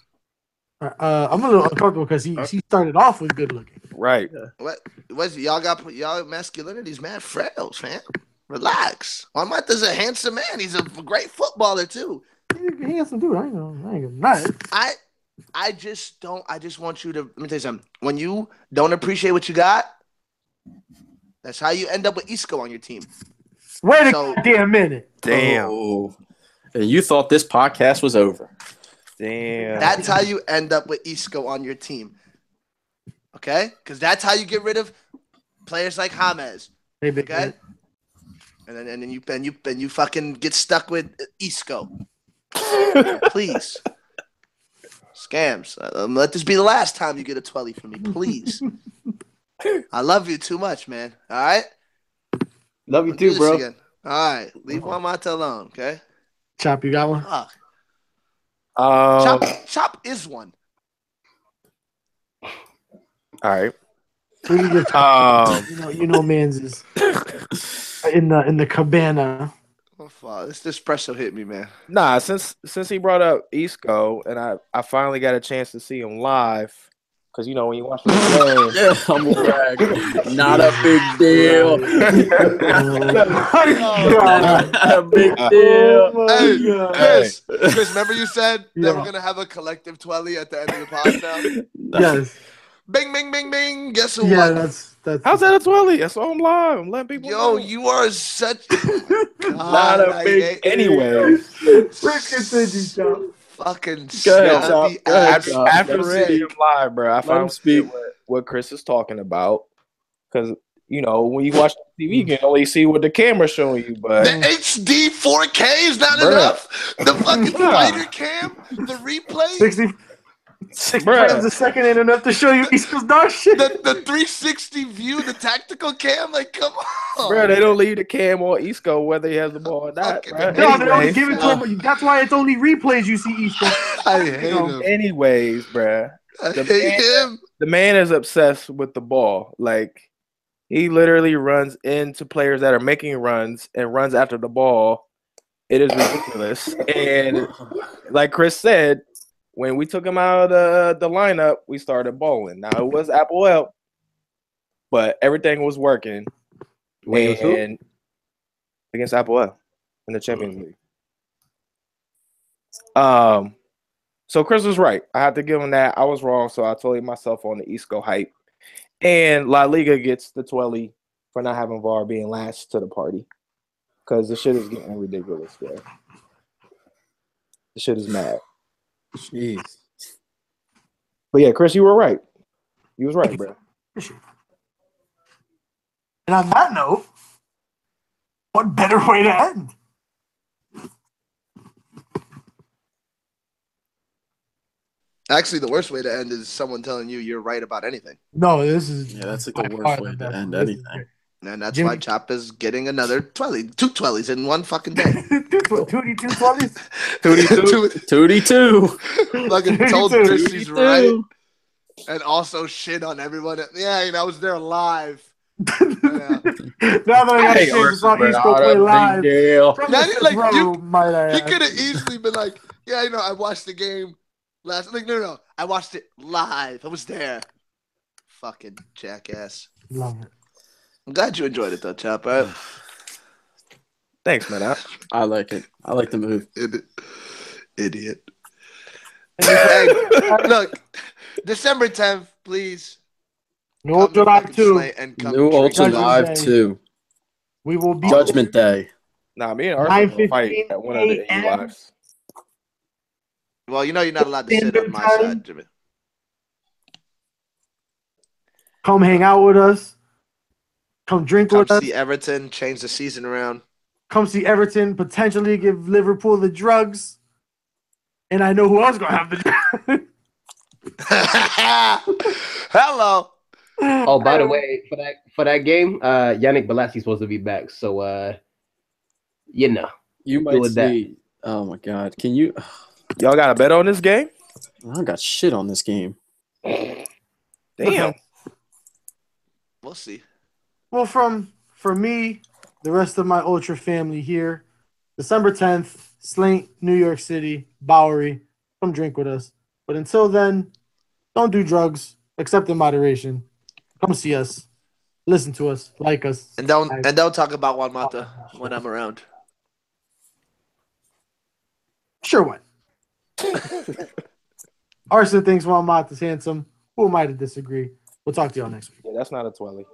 [SPEAKER 7] Uh, I'm a little uncomfortable because he, he started off with good looking.
[SPEAKER 8] Right.
[SPEAKER 9] What? What's y'all got? Y'all masculinity's mad frails, man. Relax. Juan Mata's a handsome man. He's a great footballer too.
[SPEAKER 7] He handsome dude. I ain't gonna, I ain't gonna lie.
[SPEAKER 9] I I just don't I just want you to let me tell you something. When you don't appreciate what you got, that's how you end up with Isco on your team.
[SPEAKER 7] Wait a
[SPEAKER 9] So-
[SPEAKER 7] damn minute.
[SPEAKER 8] Damn.
[SPEAKER 4] Oh. And you thought this podcast was over.
[SPEAKER 8] Damn.
[SPEAKER 9] That's how you end up with Isco on your team. Okay? Because that's how you get rid of players like James.
[SPEAKER 7] Hey, big
[SPEAKER 9] Okay?
[SPEAKER 1] Mm-hmm.
[SPEAKER 9] And then and then you and you and you fucking get stuck with Isco. please. Scams. Uh, um, let this be the last time you get a twelve from me, please. I love you too much, man. All right?
[SPEAKER 1] Love you
[SPEAKER 9] Let's do
[SPEAKER 1] too,
[SPEAKER 9] this
[SPEAKER 1] bro.
[SPEAKER 9] again. All right, leave Juan Mata alone, okay?
[SPEAKER 7] Chop, you got one?
[SPEAKER 9] Fuck.
[SPEAKER 1] Uh,
[SPEAKER 8] Um,
[SPEAKER 9] Chop, Chop is one.
[SPEAKER 8] all right.
[SPEAKER 7] Who do you give?
[SPEAKER 1] Uh,
[SPEAKER 8] Um,
[SPEAKER 7] You know, you know, man's is in the in the cabana.
[SPEAKER 9] Oh, fuck. This espresso hit me, man.
[SPEAKER 8] nah, since since he brought up Isco and I, I finally got a chance to see him live. Cause you know when you watch the game,
[SPEAKER 4] I'm Not a big deal.
[SPEAKER 7] Uh,
[SPEAKER 4] Not a big
[SPEAKER 7] Oh
[SPEAKER 4] deal.
[SPEAKER 7] my
[SPEAKER 9] Hey,
[SPEAKER 7] god!
[SPEAKER 9] Chris, Chris, remember you said that
[SPEAKER 7] Yeah.
[SPEAKER 9] we're gonna have a collective twelve at the end of the pod now?
[SPEAKER 7] Yes,
[SPEAKER 9] bing, bing, bing, bing. Guess who
[SPEAKER 7] yeah,
[SPEAKER 9] won?
[SPEAKER 7] that's that's.
[SPEAKER 8] how's that a twelve? That's all I'm live. I'm letting people.
[SPEAKER 9] Yo,
[SPEAKER 8] know.
[SPEAKER 9] you are such eh,
[SPEAKER 8] not
[SPEAKER 9] God,
[SPEAKER 8] a
[SPEAKER 9] I
[SPEAKER 8] big.
[SPEAKER 9] hate-
[SPEAKER 8] Anyway,
[SPEAKER 7] Let's continue, Chop.
[SPEAKER 9] fucking
[SPEAKER 4] Go ahead,
[SPEAKER 9] snobby
[SPEAKER 4] Chop. Go ahead,
[SPEAKER 9] ass.
[SPEAKER 8] after,
[SPEAKER 4] Chop. Let
[SPEAKER 8] after
[SPEAKER 4] him
[SPEAKER 8] seeing him
[SPEAKER 4] speak.
[SPEAKER 8] live, bro, I
[SPEAKER 4] Let him
[SPEAKER 8] found
[SPEAKER 4] speak.
[SPEAKER 8] what Chris is talking about. Cause you know when you watch TV, you can only see what the camera's showing you.
[SPEAKER 9] The
[SPEAKER 8] But
[SPEAKER 9] HD 4K is not
[SPEAKER 8] Bruh.
[SPEAKER 9] enough. The fucking
[SPEAKER 8] Bruh.
[SPEAKER 9] spider cam, the replay,
[SPEAKER 7] Sixty six
[SPEAKER 8] Bruh.
[SPEAKER 7] frames a second ain't enough to show you East Coast dog shit.
[SPEAKER 9] the, the 360 view, the tactical cam. Like, come on.
[SPEAKER 8] bro, they don't leave the cam on Isco whether he has the ball or not.
[SPEAKER 9] Fucking
[SPEAKER 7] No,
[SPEAKER 8] bruh.
[SPEAKER 7] they only
[SPEAKER 8] Anyways,
[SPEAKER 7] give it to him. but That's why it's only replays you see East Coast.
[SPEAKER 9] I hate him.
[SPEAKER 8] anyways, bro,
[SPEAKER 9] I
[SPEAKER 8] the
[SPEAKER 9] hate
[SPEAKER 8] man-
[SPEAKER 9] him.
[SPEAKER 8] the man is obsessed with the ball. Like he literally runs into players that are making runs and runs after the ball. It is ridiculous. and like Chris said, when we took him out of the, the lineup, we started balling. Now it was Apple help, but everything was working.
[SPEAKER 5] Wait, it was who?
[SPEAKER 8] and against Apple L in the Champions League. Um, so Chris was right. I have to give him that. I was wrong, so I totally myself on the East Coast hype. And La Liga gets the twelve E for not having VAR being last to the party because the shit is getting ridiculous, bro. The shit is mad.
[SPEAKER 4] Jeez.
[SPEAKER 8] But yeah, Chris, you were right. You was right, bro.
[SPEAKER 7] And on that note, what better way to end?
[SPEAKER 9] Actually, the worst way to end is someone telling you you're right about anything.
[SPEAKER 7] No, this is
[SPEAKER 4] Yeah, that's like the
[SPEAKER 7] by
[SPEAKER 4] worst
[SPEAKER 7] far
[SPEAKER 4] way to
[SPEAKER 7] best.
[SPEAKER 4] end
[SPEAKER 7] This is
[SPEAKER 4] anything.
[SPEAKER 7] great.
[SPEAKER 9] And that's
[SPEAKER 7] Jimmy-
[SPEAKER 9] why Chop is getting another 12, two 12s in one fucking day.
[SPEAKER 7] Two tw- two- two twenties.
[SPEAKER 9] Two-
[SPEAKER 4] Tootie two.
[SPEAKER 9] fucking told
[SPEAKER 7] Two-
[SPEAKER 9] Chris
[SPEAKER 4] Tootie
[SPEAKER 9] he's
[SPEAKER 4] two.
[SPEAKER 9] right. And also shit on everyone. Yeah, and I was there live. Yeah.
[SPEAKER 7] Now that I got a
[SPEAKER 8] Hey,
[SPEAKER 7] chance to
[SPEAKER 8] Orson,
[SPEAKER 7] saw
[SPEAKER 8] bro,
[SPEAKER 7] East Coast
[SPEAKER 8] not
[SPEAKER 7] play
[SPEAKER 8] a big
[SPEAKER 7] live.
[SPEAKER 4] deal.
[SPEAKER 7] From
[SPEAKER 9] Now,
[SPEAKER 7] the
[SPEAKER 9] like,
[SPEAKER 7] front
[SPEAKER 9] you-
[SPEAKER 7] row, might I
[SPEAKER 9] He e-
[SPEAKER 7] add.
[SPEAKER 9] could have easily been like, yeah, you know, I watched the game last. Like, no, no, no. I watched it live. I was there. Fucking jackass.
[SPEAKER 7] Love it.
[SPEAKER 9] I'm glad you enjoyed it though, Chop. All right?
[SPEAKER 8] Thanks, man. I-
[SPEAKER 4] I like it. I like the move.
[SPEAKER 9] Idi- Idiot. hey, look, December 10th, please.
[SPEAKER 7] No
[SPEAKER 9] come to
[SPEAKER 7] Ultra Live
[SPEAKER 9] fucking
[SPEAKER 7] 2.
[SPEAKER 9] Slate And come
[SPEAKER 4] New
[SPEAKER 9] to
[SPEAKER 4] Ultra
[SPEAKER 7] Judgment
[SPEAKER 4] Live
[SPEAKER 7] Day.
[SPEAKER 4] two.
[SPEAKER 7] We will be
[SPEAKER 4] Judgment Day.
[SPEAKER 8] Nah, me and Arsenal gonna
[SPEAKER 7] 9:15
[SPEAKER 8] fight at one of the
[SPEAKER 7] AM.
[SPEAKER 8] AU lives.
[SPEAKER 9] Well, you know you're not allowed to sit on my
[SPEAKER 7] Standard time.
[SPEAKER 9] side, Jimmy.
[SPEAKER 7] Come hang out with us. Come drink
[SPEAKER 9] Come
[SPEAKER 7] with us.
[SPEAKER 9] see Everton, change the season around.
[SPEAKER 7] Come see Everton. Potentially give Liverpool the drugs. And I know who else gonna have the drugs.
[SPEAKER 9] Hello.
[SPEAKER 5] Oh, by the way, for that for that game, uh, Yannick Bolasie supposed to be back. So, uh, you know,
[SPEAKER 4] You might
[SPEAKER 5] Deal with that.
[SPEAKER 4] see. Oh my God! Can you?
[SPEAKER 8] Y'all got a bet on this game?
[SPEAKER 4] I got shit on this game.
[SPEAKER 8] Damn.
[SPEAKER 9] We'll see.
[SPEAKER 7] Well, from for me, the rest of my Ultra family here, December 10th, Slink, New York City, Bowery. Come drink with us. But until then, don't do drugs, except in moderation. Come see us. Listen to us. Like us.
[SPEAKER 9] And don't and don't talk about Juan Mata when I'm around.
[SPEAKER 7] Sure one. Arson thinks Juan Mott is handsome.
[SPEAKER 8] E.
[SPEAKER 7] Who am I to disagree? We'll talk to y'all next week.
[SPEAKER 11] Yeah, that's not a twelve.